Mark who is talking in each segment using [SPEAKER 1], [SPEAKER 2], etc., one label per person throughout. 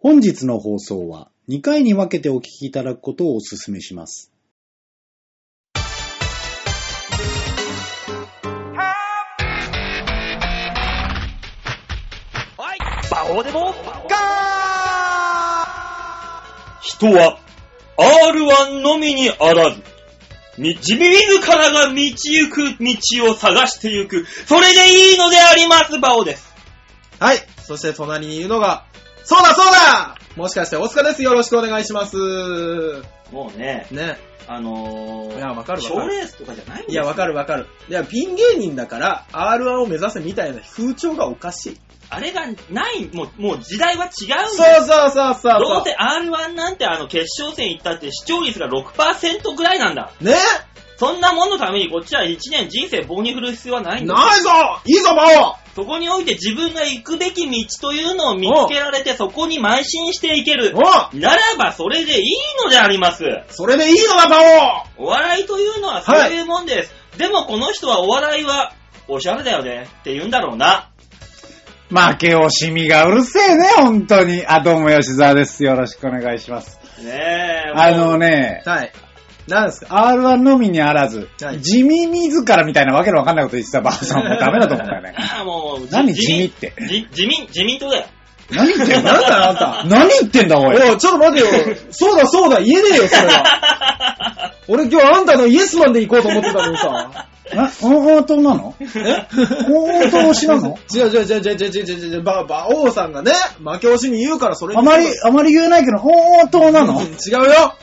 [SPEAKER 1] 本日の放送は2回に分けてお聞きいただくことをお勧めします。
[SPEAKER 2] はい、バオデモガ
[SPEAKER 3] 人は R1 のみにあらず、み自自らが道行く道を探してゆく、それでいいのであります、バオです。
[SPEAKER 4] はい。そして隣にいるのが、そうだそうだもしかして、大塚です。よろしくお願いします。
[SPEAKER 3] もうね、
[SPEAKER 4] ね。
[SPEAKER 3] あのー、
[SPEAKER 4] いやわかるわかる
[SPEAKER 3] 賞レースとかじゃないんです
[SPEAKER 4] いや、わかるわかる。いや、ピン芸人だから、R1 を目指せみたいな風潮がおかしい。
[SPEAKER 3] あれがない、もう、もう時代は違うんで
[SPEAKER 4] そう
[SPEAKER 3] すよ。
[SPEAKER 4] そうそうそう
[SPEAKER 3] ど
[SPEAKER 4] そう
[SPEAKER 3] せ R1 なんてあの決勝戦行ったって視聴率が6%ぐらいなんだ。
[SPEAKER 4] う。ね
[SPEAKER 3] そんなもんのためにこっちは1年人生棒に振る必要はないんだ。
[SPEAKER 4] ないぞいいぞ、バ
[SPEAKER 3] そこにおいて自分が行くべき道というのを見つけられてそこに邁進していける
[SPEAKER 4] オ。おう
[SPEAKER 3] ならばそれでいいのであります。
[SPEAKER 4] それでいいのだ、バ
[SPEAKER 3] お笑いというのはそういうもんです。でもこの人はお笑いはおしゃれだよねって言うんだろうな。
[SPEAKER 1] 負け惜しみがうるせえね、本当に。あ、どうも吉沢です。よろしくお願いします。
[SPEAKER 3] ねえ。
[SPEAKER 1] あの
[SPEAKER 3] ね。
[SPEAKER 1] ね
[SPEAKER 4] オ、はい。なんですか
[SPEAKER 1] R1 のみにあらず
[SPEAKER 4] は、い
[SPEAKER 1] 地味自らみたいなわけのわかんないこと言ってたばあさん もうダメだと思うんだよね。
[SPEAKER 3] ああもう、
[SPEAKER 1] 何地味って
[SPEAKER 3] じ地味、地味とだよ。
[SPEAKER 1] 何言ってん
[SPEAKER 4] なん
[SPEAKER 1] だ
[SPEAKER 4] だあんた。
[SPEAKER 1] 何言ってんだ、おい。
[SPEAKER 4] おい、ちょっと待てよ。そうだそうだ、言えねえよ、それは。 俺今日あんたのイエスマンで行こうと思ってたのにさ。
[SPEAKER 1] あ、大当なの大当推しな の
[SPEAKER 4] 違う違う違う違う違う違う違う、ば、ば、王さんがね、負け惜しみ言うからそれに
[SPEAKER 1] あまり、あまり言えないけど、大当なの
[SPEAKER 4] うん違うよ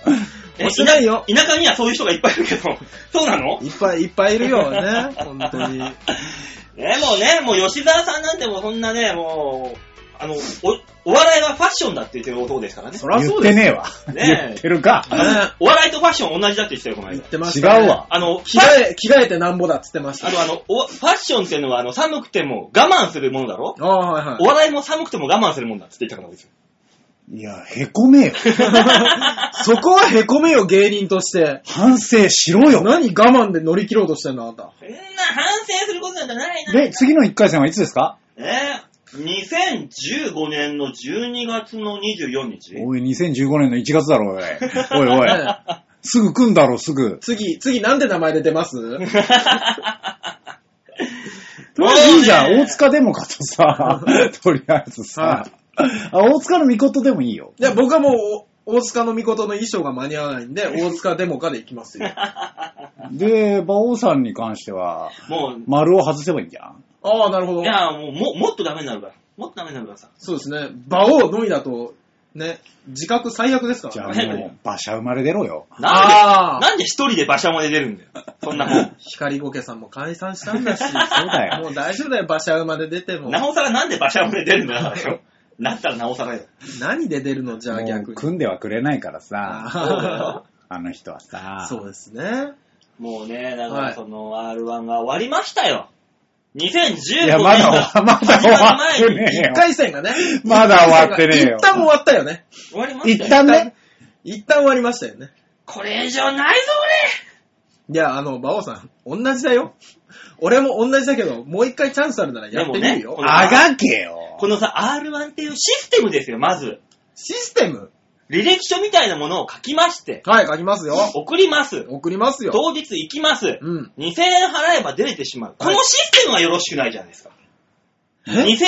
[SPEAKER 4] 押してないよ
[SPEAKER 3] え田田舎にはそういう人がいっぱいいるけど、そうなの
[SPEAKER 4] いっぱいいっぱいいるよね、本当に。
[SPEAKER 3] ね、もうね、もう吉沢さんなんてもうそんなね、もう、あの、お、お笑いはファッションだって言ってる男ですからね。
[SPEAKER 4] そら
[SPEAKER 1] 言
[SPEAKER 4] そ
[SPEAKER 1] っ
[SPEAKER 4] う
[SPEAKER 1] て
[SPEAKER 4] です。
[SPEAKER 1] ねえわ。
[SPEAKER 3] ねえ
[SPEAKER 1] 言ってるか。
[SPEAKER 4] ね
[SPEAKER 3] お笑いとファッション同じだって言ってたよ、この
[SPEAKER 4] 言
[SPEAKER 3] 間
[SPEAKER 4] っ。てました、ね。
[SPEAKER 1] 違うわ
[SPEAKER 3] あの、
[SPEAKER 4] 着替え、着替えてなんぼだっつってました。
[SPEAKER 3] あの、あの、おファッ ションっていうのは、あの、寒くても我慢するものだろ
[SPEAKER 4] ああ、はい
[SPEAKER 3] お
[SPEAKER 4] はい。
[SPEAKER 3] 笑いも寒くても我慢するもんだっつって言ったから ですよ。
[SPEAKER 1] いや、へこめよ。
[SPEAKER 4] そこはへこめよ、芸人として。
[SPEAKER 1] 反省しろよ。
[SPEAKER 4] 何我慢で乗り切ろうとしてんの、あんた。
[SPEAKER 3] そんな反省することなんてないな。
[SPEAKER 1] で、次の1回戦はいつですか
[SPEAKER 3] えー、2015年の12月の24日
[SPEAKER 1] おい、2015年の1月だろ、おい。おいお い。
[SPEAKER 4] ねえ
[SPEAKER 1] すぐ来んだろ、すぐ。
[SPEAKER 4] 次、次なんて名前で出ます
[SPEAKER 1] とりあえずいいじゃ。
[SPEAKER 3] もうんね
[SPEAKER 1] 大塚でもかとさ、とりあえずさ。あ、大塚のみことでもいいよ。
[SPEAKER 4] いや、僕はもう、お大塚のみことの衣装が間に合わないんで、大塚デモカで行きます よ。あ
[SPEAKER 1] で、馬王さんに関しては、
[SPEAKER 3] もう、
[SPEAKER 1] 丸を外せばいいんじゃん。
[SPEAKER 4] あ、なるほど
[SPEAKER 3] い。や、もう、も、もっとダメになるから。もっとダメになるからさ。
[SPEAKER 4] そうですね。馬王のみだと、ね、自覚最悪ですか
[SPEAKER 1] じゃ
[SPEAKER 4] ら
[SPEAKER 1] あ
[SPEAKER 4] ね。
[SPEAKER 1] もう、馬車生まれ出ろよ。
[SPEAKER 3] なん
[SPEAKER 4] あー
[SPEAKER 3] で、なんで一人で馬車まで出るんだよ。そんな もん。
[SPEAKER 4] 光ゴケさんも解散したん だし、そう
[SPEAKER 1] だ よ
[SPEAKER 4] もう大丈夫だよ、馬車馬で出ても。
[SPEAKER 3] なおさらなんで馬車まで出るんだよだ からよ。なったらなおさらよ。
[SPEAKER 4] 何で出るのじゃあ
[SPEAKER 1] もう
[SPEAKER 4] 逆に。
[SPEAKER 1] 組んではくれないからさ、
[SPEAKER 3] そうだよ
[SPEAKER 4] あ
[SPEAKER 1] あの人は
[SPEAKER 4] ー
[SPEAKER 1] さ。
[SPEAKER 4] そうですね。
[SPEAKER 3] もうね、だか
[SPEAKER 4] は
[SPEAKER 3] ら
[SPEAKER 4] い
[SPEAKER 3] その R1 が終わりましたよ。2015年
[SPEAKER 1] いや、まだ
[SPEAKER 3] が
[SPEAKER 1] 終わ、 まだ終わってねえ
[SPEAKER 4] 一
[SPEAKER 1] よ。
[SPEAKER 4] 回戦がね。
[SPEAKER 1] まだ終わってねえよ
[SPEAKER 4] 一旦終わったよね。
[SPEAKER 3] 終わりましたよ。
[SPEAKER 1] 一旦ね。
[SPEAKER 4] 一旦終わりましたよね。
[SPEAKER 3] これ以上ないぞ
[SPEAKER 4] いや、あの、馬王さん、同じだよ。俺も同じだけど、もう一回チャンスあるならやってみる
[SPEAKER 3] でも
[SPEAKER 4] よ。
[SPEAKER 3] ね
[SPEAKER 1] あがけ
[SPEAKER 3] 俺
[SPEAKER 1] よ。
[SPEAKER 3] このさ、R1 っていうシステムですよ、まず。
[SPEAKER 4] システム
[SPEAKER 3] 履歴書みたいなものを書きまして、
[SPEAKER 4] はい、書きますよ。
[SPEAKER 3] 送ります。
[SPEAKER 4] 送りますよ。
[SPEAKER 3] 当日行きます。
[SPEAKER 4] うん。
[SPEAKER 3] 2000円払えば出れてしまう。このシステムがよろしくないじゃないですか。2000円払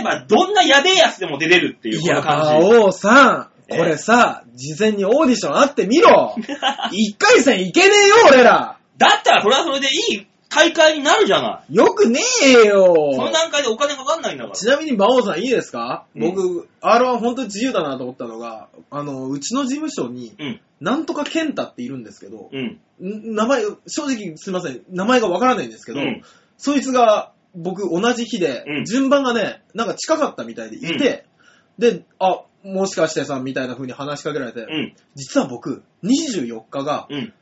[SPEAKER 3] えばどんなやべえやつでも出れるっていう、
[SPEAKER 4] い
[SPEAKER 3] こ
[SPEAKER 4] や、
[SPEAKER 3] の
[SPEAKER 4] 馬
[SPEAKER 3] 感じ。
[SPEAKER 4] 王さん、
[SPEAKER 3] え
[SPEAKER 4] これさ、事前にオーディションあってみろ一回戦いけねえよ、俺ら
[SPEAKER 3] だったらそれはそれでいい大会になるじゃない。
[SPEAKER 4] よくねえよ
[SPEAKER 3] その段階でお金かかんないんだから。
[SPEAKER 4] ちなみに馬王さんいいですか、
[SPEAKER 3] うん
[SPEAKER 4] 僕、R1 本当に自由だなと思ったのが、あの、うちの事務所に、
[SPEAKER 3] うん、
[SPEAKER 4] なんとか健太っているんですけど、
[SPEAKER 3] うん。
[SPEAKER 4] ん名前、正直すいません、名前がわからないんですけど、
[SPEAKER 3] うん
[SPEAKER 4] そいつが僕同じ日で、
[SPEAKER 3] うん
[SPEAKER 4] 順番がね、なんか近かったみたいでいて、で、あ、もしかしてさ、みたいな風に話しかけられて、
[SPEAKER 3] うん、
[SPEAKER 4] 実は僕、24日が
[SPEAKER 3] うん、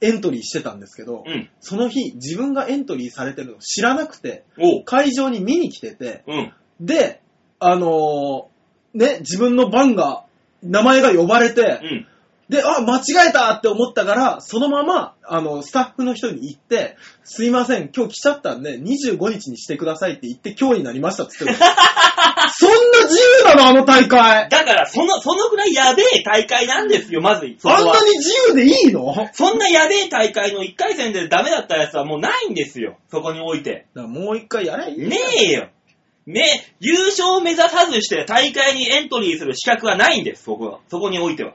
[SPEAKER 4] エントリーしてたんですけど、
[SPEAKER 3] うん。
[SPEAKER 4] その日、自分がエントリーされてるのを知らなくて、
[SPEAKER 3] おう。
[SPEAKER 4] 会場に見に来てて、
[SPEAKER 3] うん。
[SPEAKER 4] で、あのーね、自分の番が、名前が呼ばれて、
[SPEAKER 3] うん。
[SPEAKER 4] で、あ、間違えたって思ったから、そのまま、あの、スタッフの人に行って、すいません、今日来ちゃったんで、25日にしてくださいって言って、今日になりましたって言ってそんな自由なのあの大会。
[SPEAKER 3] だから、その、そのぐらいやべえ大会なんですよ、まず。そこ
[SPEAKER 4] あん
[SPEAKER 3] は
[SPEAKER 4] なに自由でいいのだか
[SPEAKER 3] そんなやべえ大会の1回戦でダメだったやつはもうないんですよ、そこにおいて。
[SPEAKER 4] らもう一回やれ。
[SPEAKER 3] ねえよ。ねえ、優勝を目指さずして大会にエントリーする資格はないんです、そこは。そこにおいては。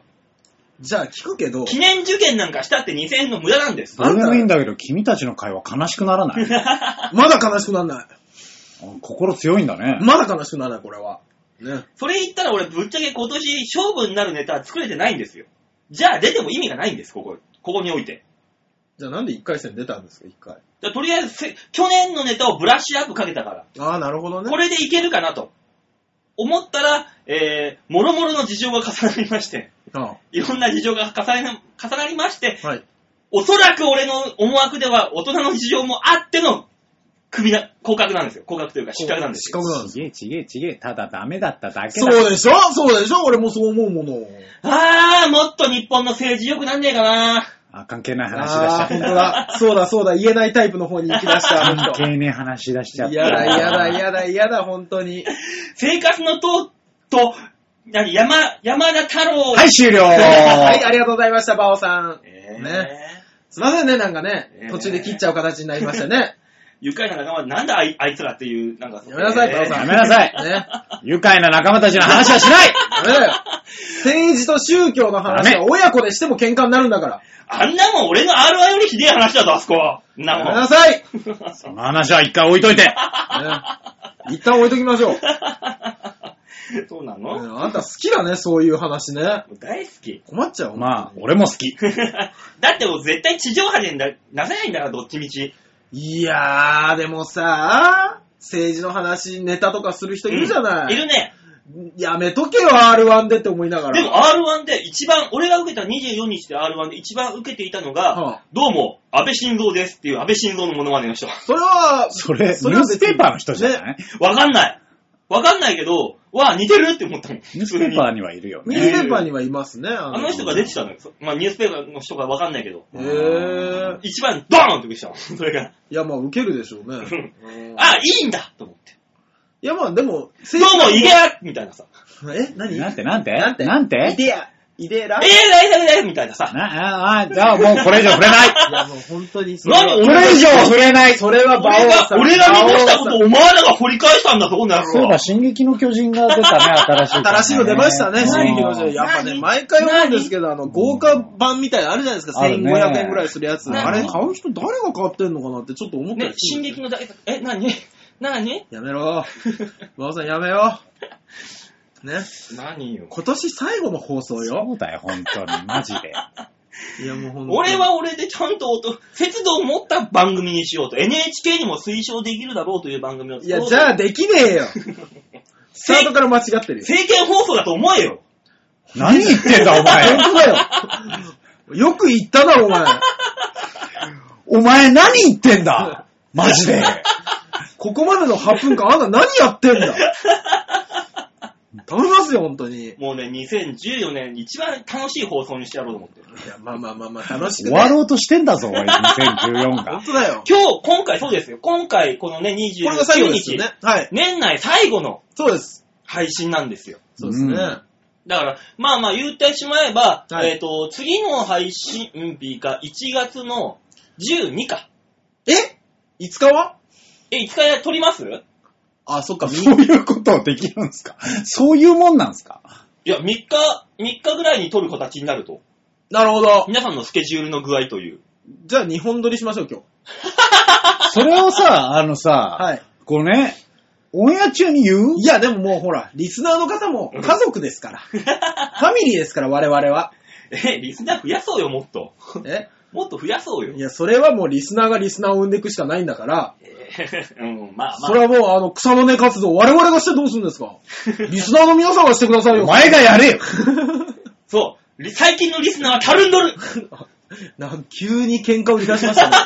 [SPEAKER 4] じゃあ聞くけど、
[SPEAKER 3] 記念受験なんかしたって2000円の無駄なんです。
[SPEAKER 1] どうでもいいんだけど、君たちの会話悲しくならない
[SPEAKER 4] まだ悲しくならない。
[SPEAKER 1] 心強いんだね。
[SPEAKER 4] まだ悲しくならない、これは。ね。
[SPEAKER 3] それ言ったら俺ぶっちゃけ今年勝負になるネタは作れてないんですよ。じゃあ出ても意味がないんです、ここ。ここにおいて。
[SPEAKER 4] じゃあなんで一回戦出たんですか、一回。
[SPEAKER 3] だからとりあえずせ、去年のネタをブラッシュアップかけたから、
[SPEAKER 4] ああ、なるほどね。
[SPEAKER 3] これでいけるかなと。思ったら、えー、もろもろの事情が重なりまして、
[SPEAKER 4] あ
[SPEAKER 3] いろんな事情が重な重なりまして、
[SPEAKER 4] あはい。
[SPEAKER 3] おそらく俺の思惑では大人の事情もあっての首な、降格なんですよ。降格というか失格なんです
[SPEAKER 4] 失
[SPEAKER 3] よ。
[SPEAKER 4] 格なんです。
[SPEAKER 1] ちげえちげえちげえ、ただダメだっただけだ。
[SPEAKER 4] そうでしょそうでしょ俺もそう思うもの。
[SPEAKER 3] あー、もっと日本の政治良くなんねえかな
[SPEAKER 1] あ、関係ない話出しちゃ
[SPEAKER 4] ああ
[SPEAKER 1] っ
[SPEAKER 4] ー、本
[SPEAKER 1] た。
[SPEAKER 4] 当だ。そうだそうだ、言えないタイプの方に行き出した、あの
[SPEAKER 1] 関
[SPEAKER 4] 人。
[SPEAKER 1] 係ねえ話出しちゃった。
[SPEAKER 4] やだ、やだ、やだ、やだ、本当に。
[SPEAKER 3] 生活の党と、何、山、山田太郎。
[SPEAKER 1] はい、終了
[SPEAKER 4] はい、ありがとうございました、バオさん。
[SPEAKER 3] えー
[SPEAKER 4] ね。すいませんね、なんか
[SPEAKER 3] え
[SPEAKER 4] ね
[SPEAKER 3] ー、
[SPEAKER 4] 途中で切っちゃう形になりましたね。
[SPEAKER 3] 愉快な仲間、なんだあいあいつらっていう、なんかそ
[SPEAKER 4] やめなさい、
[SPEAKER 3] え
[SPEAKER 4] バオさん。
[SPEAKER 1] やめなさい
[SPEAKER 4] ね。
[SPEAKER 1] 愉快な仲間たちの話はし ない
[SPEAKER 4] ダメだよ。政治と宗教の話
[SPEAKER 1] ダメ
[SPEAKER 4] は親子でしても喧嘩になるんだから。
[SPEAKER 3] あんなもん俺の R1 よりひでえ話だぞ、あそこは。んな
[SPEAKER 4] やめ
[SPEAKER 3] もん
[SPEAKER 4] な。さい、ね、
[SPEAKER 1] その話は一回置いといて
[SPEAKER 4] 一旦置いときましょう。ね
[SPEAKER 3] そうなの、
[SPEAKER 4] あんた好きだね、そういう話ね。
[SPEAKER 3] 大好き。
[SPEAKER 4] 困っちゃう。
[SPEAKER 1] まあ、
[SPEAKER 4] 本当に
[SPEAKER 1] 俺も好き。
[SPEAKER 3] だってもう絶対地上波でななせないんだから、どっちみち。
[SPEAKER 4] いやー、でもさ、政治の話、ネタとかする人いるじゃない。
[SPEAKER 3] いるね。
[SPEAKER 4] やめとけよ、R1 でって思いなが
[SPEAKER 3] で
[SPEAKER 4] ら。
[SPEAKER 3] も R1 で一番、俺が受けた24日で R1 で一番受けていたのが、
[SPEAKER 4] はあ
[SPEAKER 3] どうも、安倍晋三ですっていう安倍晋三のモノマネの人。
[SPEAKER 4] それは、
[SPEAKER 1] それ、ニ
[SPEAKER 4] それ
[SPEAKER 1] ュ
[SPEAKER 4] は
[SPEAKER 1] ー
[SPEAKER 4] 別に
[SPEAKER 1] スペーパーの人じゃない、
[SPEAKER 3] わかんない。わかんないけど、わあ、似てるって思ったもん。
[SPEAKER 1] ニュースペーパーにはいるよ
[SPEAKER 4] ニ
[SPEAKER 1] ね。
[SPEAKER 4] ュースペーパーにはいますね。あ
[SPEAKER 3] あの人が出てきたのよ。そまあ、ニュースペーパーの人がわかんないけど。
[SPEAKER 4] へー。
[SPEAKER 3] 一番ドーンって受けたの。それが。
[SPEAKER 4] いや、まあ、受けるでしょうね。うん
[SPEAKER 3] あ、いいんだと思って。
[SPEAKER 4] いや、まあ、でも、
[SPEAKER 3] どうも、いでやみたいなさ。
[SPEAKER 4] え何
[SPEAKER 1] なんてなんて
[SPEAKER 4] なんて
[SPEAKER 1] なんて
[SPEAKER 4] イデア、イデラ
[SPEAKER 3] えー、大丈夫だよみたいなさ。
[SPEAKER 1] なあ、あ、じゃあもうこれ以上触れ ない
[SPEAKER 4] いや、もう本当にそれは。
[SPEAKER 3] 何
[SPEAKER 1] これ以上触れない
[SPEAKER 4] それは馬
[SPEAKER 3] 俺
[SPEAKER 4] 王
[SPEAKER 3] が
[SPEAKER 4] さん。、
[SPEAKER 3] 俺が見出したことをお前らが掘り返したんだぞ、この野郎。
[SPEAKER 1] そうだ、進撃の巨人が出たね、新しい、
[SPEAKER 4] 新しいの出ましたね、新規の
[SPEAKER 1] う
[SPEAKER 4] 人。
[SPEAKER 1] ん
[SPEAKER 4] やっぱね、
[SPEAKER 3] 何
[SPEAKER 4] 毎回思うんですけど、あの、豪華版みたいなのあるじゃないですか。
[SPEAKER 1] あるね
[SPEAKER 4] 1500円ぐらいするやつ。
[SPEAKER 3] 何
[SPEAKER 4] あれ買う人誰が買ってんのかなってちょっと思っ
[SPEAKER 3] ね
[SPEAKER 4] たり、す
[SPEAKER 3] 進
[SPEAKER 4] る
[SPEAKER 3] 撃の大作、え、なになに
[SPEAKER 4] やめろ。馬王さんやめよ。ね。
[SPEAKER 3] 何よ。
[SPEAKER 4] 今年最後の放送よ。
[SPEAKER 1] そうだよ、本当 に、マジで。
[SPEAKER 4] いや、もう本当に
[SPEAKER 3] 俺、は俺でちゃんと音、節度を持った番組にしようと。NHK にも推奨できるだろうという番組を。
[SPEAKER 4] いや、じゃあ、できねえ よ。スタートから間違ってるよ。
[SPEAKER 3] 政見放送だと思えよ。
[SPEAKER 1] 何言ってんだ、お
[SPEAKER 4] 本
[SPEAKER 1] 前。
[SPEAKER 4] 当だよ。よく言ったな、お前。
[SPEAKER 1] お前何言ってんだ マジで。
[SPEAKER 4] ここまでの8分間、あんた何やってんだ頼みますよ、本当に。い
[SPEAKER 3] もうね、2014年一番楽しい放送にしてやろうと思ってる。
[SPEAKER 4] や、まあまあまあまあ、楽しく、
[SPEAKER 1] 終
[SPEAKER 4] ね。
[SPEAKER 1] わろうとしてんだぞ、おい、2014が
[SPEAKER 4] 本。当だよ。
[SPEAKER 3] 今日、今回そうですよ。今回、このね、
[SPEAKER 4] これが最
[SPEAKER 3] 29
[SPEAKER 4] 後です
[SPEAKER 3] 日、
[SPEAKER 4] よね。はい。
[SPEAKER 3] 年内最後の
[SPEAKER 4] そうです。
[SPEAKER 3] 配信なんですよ。
[SPEAKER 4] そうですね。
[SPEAKER 1] うん
[SPEAKER 3] だから、まあまあ言ってしまえば、
[SPEAKER 4] はい
[SPEAKER 3] えっ、と、次の配信日が1月の12か。
[SPEAKER 4] え ?5 日は
[SPEAKER 3] え、5日撮りますい
[SPEAKER 4] あ、そっか、み
[SPEAKER 1] そういうことできるんすかそういうもんなんすか
[SPEAKER 3] や、3日、3日ぐらいに撮る形になると。
[SPEAKER 4] なるほど。
[SPEAKER 3] 皆さんのスケジュールの具合という。
[SPEAKER 4] じゃあ、2本撮りしましょう、今日。
[SPEAKER 1] それをさ、あのさ、
[SPEAKER 4] はい。
[SPEAKER 1] こうね、オンエア中に言う
[SPEAKER 4] いや、でももうほら、リスナーの方も家族で すから。ファミリーですから、我々は。
[SPEAKER 3] え、リスナー増やそうよ、もっと。
[SPEAKER 4] え
[SPEAKER 3] もっと増やそうよ
[SPEAKER 4] い。や、それはもうリスナーがリスナーを生んでいくしかないんだから、
[SPEAKER 3] うん、まあま
[SPEAKER 4] それはもうあの、草の根活動、我々がしてどうするんです かリスナーの皆さんがしてください
[SPEAKER 1] お
[SPEAKER 4] よ。
[SPEAKER 1] 前がやれよ
[SPEAKER 3] あ。そう。リ最近のリスナーはたるんどる。
[SPEAKER 4] なん急に喧嘩売り出しましたね。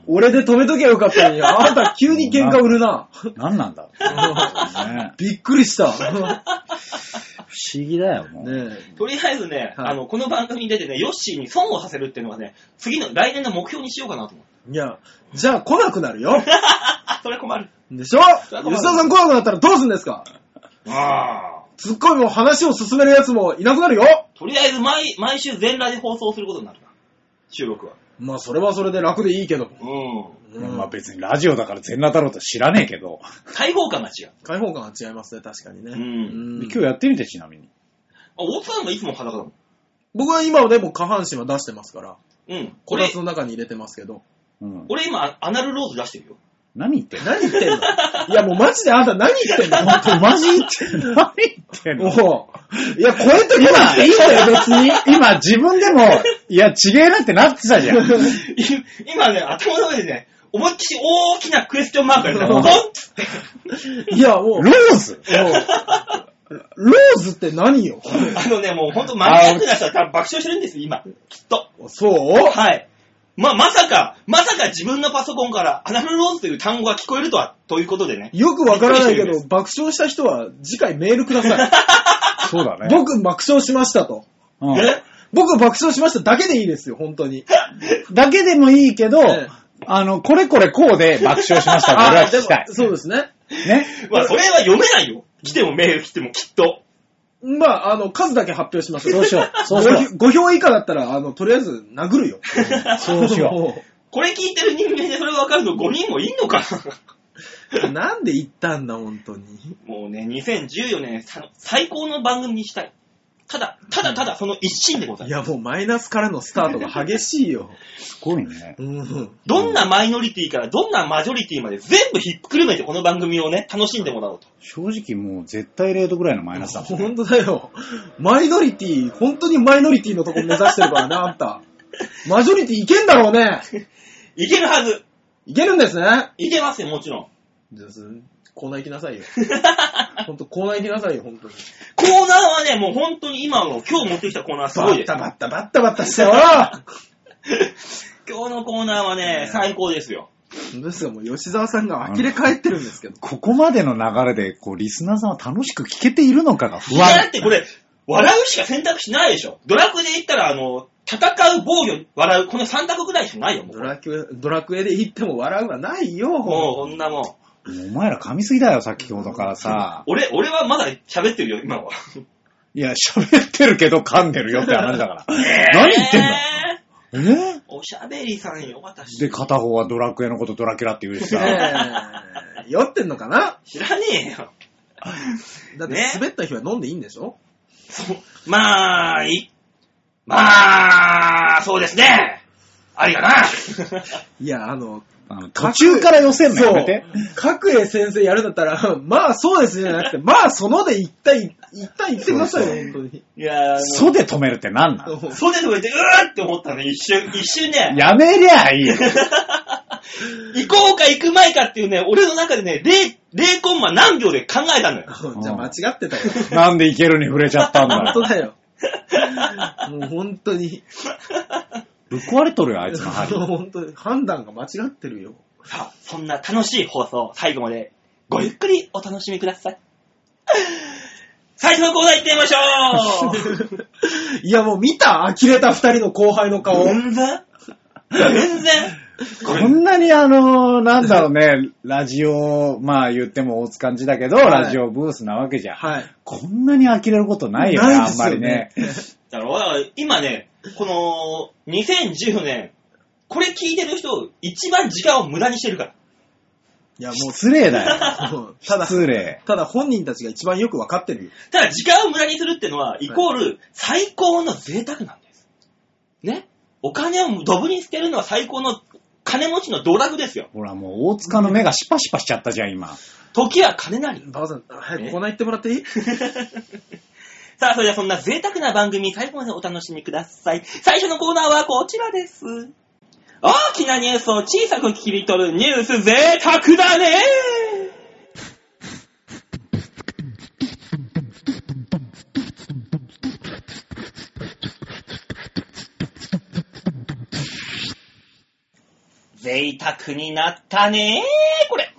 [SPEAKER 4] 俺で止めときゃよかったのに、あんた急に喧嘩売るな。
[SPEAKER 1] 何なんだろう、 ね、
[SPEAKER 4] びっくりした。
[SPEAKER 1] 不思議だよ、もう。
[SPEAKER 4] ね
[SPEAKER 3] とりあえずね、
[SPEAKER 4] はい
[SPEAKER 3] あの、この番組に出てね、ヨッシーに損をさせるっていうのがね、次の、来年の目標にしようかなと思って。
[SPEAKER 4] えいや、じゃあ来なくなるよ。
[SPEAKER 3] あ、それ困困る。
[SPEAKER 4] でしょ
[SPEAKER 3] だから
[SPEAKER 4] 吉田さん怖くなったらどうすんですか
[SPEAKER 3] ああ。
[SPEAKER 4] ツッコミも話を進めるやつもいなくなるよ
[SPEAKER 3] とりあえず毎、毎週全裸で放送することになるな。収録は。
[SPEAKER 4] まあ、それはそれで楽でいいけど。
[SPEAKER 3] う
[SPEAKER 4] うん
[SPEAKER 1] まあ別にラジオだから全裸だろうと知らねえけど、
[SPEAKER 3] ん。開放感が違う。
[SPEAKER 4] 開放感は違いますね、確かにね。
[SPEAKER 3] うん
[SPEAKER 4] うん
[SPEAKER 1] 今日やってみてちなみに。
[SPEAKER 3] あ、大津さんがいつも裸だもん。
[SPEAKER 4] 僕は今でも下半身は出してますから、
[SPEAKER 3] うん。
[SPEAKER 4] こ
[SPEAKER 3] こ
[SPEAKER 4] た
[SPEAKER 3] れ
[SPEAKER 4] つ、の中に入れてますけど。
[SPEAKER 1] うん。
[SPEAKER 3] 俺今、アナルローズ出してるよ。
[SPEAKER 1] 何言ってんの
[SPEAKER 4] 何 言ってんのいや、もうマジであんた何言ってんの本当マジ言ってんの
[SPEAKER 1] 何言ってんの
[SPEAKER 4] もう、いや、超えときな
[SPEAKER 1] 今
[SPEAKER 4] いいんだよ、別に。
[SPEAKER 1] 今自分でも、いや、ちげえなってなってたじゃん。
[SPEAKER 3] 今ね、頭の上でね、思いっきり大きなクエスチョンマークが出 た。ポ
[SPEAKER 4] う
[SPEAKER 3] ン
[SPEAKER 4] ん
[SPEAKER 3] って。
[SPEAKER 4] いや、もう、
[SPEAKER 1] ローズ
[SPEAKER 4] もうローズって何よ
[SPEAKER 3] あのね、もうほんとマニアックな人は多分爆笑してるんですよ、今。きっと。
[SPEAKER 4] そう
[SPEAKER 3] はい。ま、まさか、まさか自分のパソコンからアナルローズという単語が聞こえるとは、ということでね。
[SPEAKER 4] よくわからない
[SPEAKER 3] び
[SPEAKER 4] け
[SPEAKER 3] っくりしてるん
[SPEAKER 4] ど
[SPEAKER 3] で、
[SPEAKER 4] 爆笑した人は次回メールください。
[SPEAKER 1] そうだね。
[SPEAKER 4] 僕爆笑しましたと。
[SPEAKER 1] うん
[SPEAKER 3] え
[SPEAKER 4] 僕爆笑しましただけでいいですよ、本当 に。
[SPEAKER 1] だけでもいいけど、
[SPEAKER 4] ええ
[SPEAKER 1] あの、これこれこうで爆笑しましたって俺は聞きたい。
[SPEAKER 4] そうですね。
[SPEAKER 1] ね。
[SPEAKER 3] まあ、それは読めないよ。来てもメール来てもきっと。
[SPEAKER 4] まあ、あの、数だけ発表しましょ
[SPEAKER 1] そ
[SPEAKER 4] う。
[SPEAKER 1] うしようそうしよう
[SPEAKER 4] 5票以下だったら、あの、とりあえず殴るよ。
[SPEAKER 1] そうしよ
[SPEAKER 3] これ聞いてる人間でそれが分かると5人もいんのか
[SPEAKER 4] う。 なんで言ったんだ、本当に。
[SPEAKER 3] な もうね、2014年さ最高の番組にしたい。ただ、ただただその一心でござい
[SPEAKER 4] い
[SPEAKER 3] ます。
[SPEAKER 4] や、もうマイナスからのスタートが激しいよ。
[SPEAKER 1] すごいね。
[SPEAKER 4] うん。
[SPEAKER 3] どんなマイノリティからどんなマジョリティまで全部ひっくるめてこの番組をね、楽しんでもらおうと。
[SPEAKER 1] 正直もう絶対0度ぐらいのマイナスだもんね
[SPEAKER 4] 本当だよ。マイノリティ、本当にマイノリティのとこ目指してるからね、あんた。マジョリティいけんだろうね。
[SPEAKER 3] いけるはず。
[SPEAKER 4] いけるんですね。
[SPEAKER 3] いけますよ、もちろん。
[SPEAKER 4] ですコーナー行きな さいよ。本当コーナー行きなさいよ、本当に。
[SPEAKER 3] コーナーはね、もう本当に今の、今日持ってきたコーナーすごいです。
[SPEAKER 4] バッタバッタバッタバッタしてよ
[SPEAKER 3] 今日のコーナーはね、最高ですよ。
[SPEAKER 4] ですが、もう吉沢さんが呆れ返ってるんですけど。
[SPEAKER 1] ここまでの流れで、こう、リスナーさんは楽しく聞けているのかが不
[SPEAKER 3] いやだっ
[SPEAKER 1] 安。
[SPEAKER 3] てこれ、笑うしか選択肢ないでしょ。ドラクエで言ったら、あの、戦う、防御、笑う、この3択ぐらいしかないよ、もう。
[SPEAKER 4] ドラクエ、ドラクエで行っても笑うはないよ。
[SPEAKER 3] もう、こんなもん。
[SPEAKER 1] もうお前ら噛みすぎだよ、さっきほどからさ。
[SPEAKER 3] 俺、俺はまだ喋ってるよ、今は。
[SPEAKER 1] いや、喋ってるけど噛んでるよって話だから。何言ってんだ
[SPEAKER 3] え
[SPEAKER 1] えー
[SPEAKER 3] ーおしゃべりさんよ、私。
[SPEAKER 1] で、片方はドラクエのことドラキュラって言うしさ。
[SPEAKER 4] ねえ、酔ってんのかな
[SPEAKER 3] 知らねえよ。
[SPEAKER 4] だって
[SPEAKER 3] ね
[SPEAKER 4] 滑った日は飲んでいいんでしょ
[SPEAKER 3] そうまあ、い、まあ、そうですね。ありかな。
[SPEAKER 4] いや、あの、
[SPEAKER 1] あの途中から寄せんのやめて。
[SPEAKER 4] 角栄先生やるんだったら、 まあそうですじゃなくて、まあそので一体、一体言ってくださいよ、本
[SPEAKER 3] いやー、
[SPEAKER 1] そで止めるって何な
[SPEAKER 4] 当
[SPEAKER 1] の
[SPEAKER 4] に。
[SPEAKER 3] 袖とか言って、うーって思ったの、一瞬、一瞬ね。
[SPEAKER 1] やめりゃいいよ。
[SPEAKER 3] 行こうか行く前かっていうね、俺の中でね、0, 0コンマ何秒で考えたのよ。
[SPEAKER 4] じゃあ間違ってたよ。
[SPEAKER 1] なんでいけるに触れちゃったんだ
[SPEAKER 4] 本当
[SPEAKER 1] よ。
[SPEAKER 4] だよ。もう本当に、
[SPEAKER 1] ぶっ壊れとるよ、あいつの針。
[SPEAKER 4] 本当に判断が間違ってるよ。
[SPEAKER 3] さあ、そんな楽しい放送、最後までごゆっくりお楽しみください。最初のコーナー行ってみまし ょ
[SPEAKER 4] いやもう見た呆れた二人の後輩の顔。
[SPEAKER 3] う全然全然こ
[SPEAKER 1] こんなにあの、なんだろうね、ラジオ、まあ言っても大津感じだけど、
[SPEAKER 4] はい
[SPEAKER 1] ラジオブースなわけじゃん。
[SPEAKER 4] はい。
[SPEAKER 1] こんなに呆れることないよね、
[SPEAKER 4] ない
[SPEAKER 1] あ
[SPEAKER 4] で
[SPEAKER 1] ん
[SPEAKER 4] す
[SPEAKER 1] ま
[SPEAKER 4] よ
[SPEAKER 1] りね
[SPEAKER 4] ね。
[SPEAKER 3] だろだから今ね、この2010年、これ聞いてる人、一番時間を無駄にしてるから。
[SPEAKER 4] い やもう
[SPEAKER 1] 失礼だよ。
[SPEAKER 4] うんただ、
[SPEAKER 1] 失礼。
[SPEAKER 4] ただ本人たちが一番よくわかってるよ。
[SPEAKER 3] ただ時間を無駄にするってのは、イコール最高の贅沢なんです。ねお金をドブに捨てるのは最高の金持ちの道楽ですよ。
[SPEAKER 1] ほら、もう大塚の目がシパシパしちゃったじゃん、今。
[SPEAKER 3] 時は金なり。
[SPEAKER 4] バオさん、早く
[SPEAKER 3] え
[SPEAKER 4] コーナー行ってもらっていい
[SPEAKER 3] さあ、それではそんな贅沢な番組、最後までお楽しみください。最初のコーナーはこちらです。大きなニュースを小さく切り取るニュース贅沢だね 贅沢になったねこれ。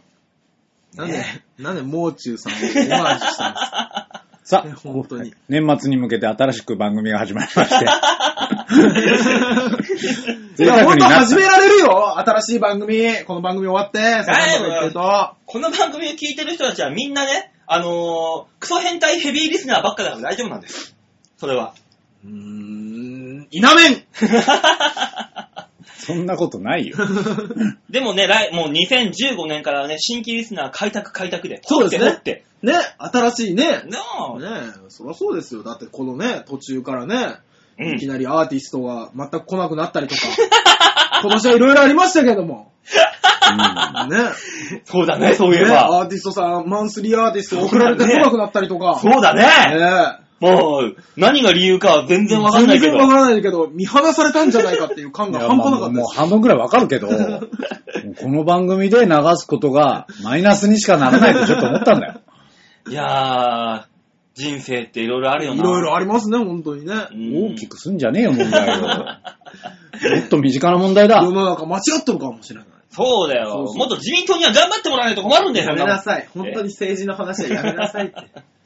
[SPEAKER 4] なんで、なんで、もう中さんをオマージュしたんですか
[SPEAKER 1] さあ、
[SPEAKER 4] 本 当に。
[SPEAKER 1] 年末に向けて新しく番組が始まりま して。
[SPEAKER 4] い
[SPEAKER 1] 贅
[SPEAKER 4] や、
[SPEAKER 1] 沢
[SPEAKER 4] 本
[SPEAKER 1] に
[SPEAKER 4] 当
[SPEAKER 1] なった
[SPEAKER 4] 始められるよ新しい番組。この番組終わって、そんなこと言ってると。
[SPEAKER 3] この番組を聞いてる人たちはみんなね、あのー、クソ変態ヘビーリスナーばっかだから大丈夫なんです。それは。
[SPEAKER 4] うーん、いなめん
[SPEAKER 1] そんなことないよ。
[SPEAKER 3] でもね、来、もう2015年からね、新規リスナー開拓開拓で。
[SPEAKER 4] そうですね
[SPEAKER 3] 掘って
[SPEAKER 4] ね、新しいね
[SPEAKER 3] 掘っ。て。な
[SPEAKER 4] ね
[SPEAKER 3] あ。
[SPEAKER 4] そりゃそうですよ。だってこのね、途中からね、
[SPEAKER 3] う
[SPEAKER 4] いき
[SPEAKER 3] ん。
[SPEAKER 4] なりアーティストが全く来なくなったり とか、今年はいろいろありましたけども。
[SPEAKER 1] うん
[SPEAKER 4] ね。
[SPEAKER 3] そうだね、そういえ
[SPEAKER 4] ね
[SPEAKER 3] ば。
[SPEAKER 4] アーティストさん、マンスリーアーティスト送られて来なくなったりとか。
[SPEAKER 3] そうだね。
[SPEAKER 4] ね
[SPEAKER 3] もう、何が理由かは全然わかんないけ
[SPEAKER 4] 全
[SPEAKER 3] ど
[SPEAKER 4] 然わ。からないけど、見放されたんじゃないかっていう感
[SPEAKER 1] い
[SPEAKER 4] が
[SPEAKER 1] や
[SPEAKER 4] 半端な
[SPEAKER 1] ま
[SPEAKER 4] か
[SPEAKER 1] あ
[SPEAKER 4] ったで
[SPEAKER 1] もう
[SPEAKER 4] す。
[SPEAKER 1] 半分くらいわかるけ ど、もうこの番組で流すことがマイナスにしかならないとちょっと思ったんだよ。
[SPEAKER 3] いやー、人生っていろいろあるよ
[SPEAKER 4] い
[SPEAKER 3] な。
[SPEAKER 4] ろいろありますね、本当にね。
[SPEAKER 3] うん
[SPEAKER 1] 大きくすんじゃねえよ、問題を。もっと身近な問題だ。
[SPEAKER 4] 世の中間違ってるかもしれない。
[SPEAKER 3] そうだよ
[SPEAKER 4] そうそう
[SPEAKER 3] もっと自民党には頑張ってもらわないと困るんだよ、そんなもん
[SPEAKER 4] さい。政治の話はやめなさいって。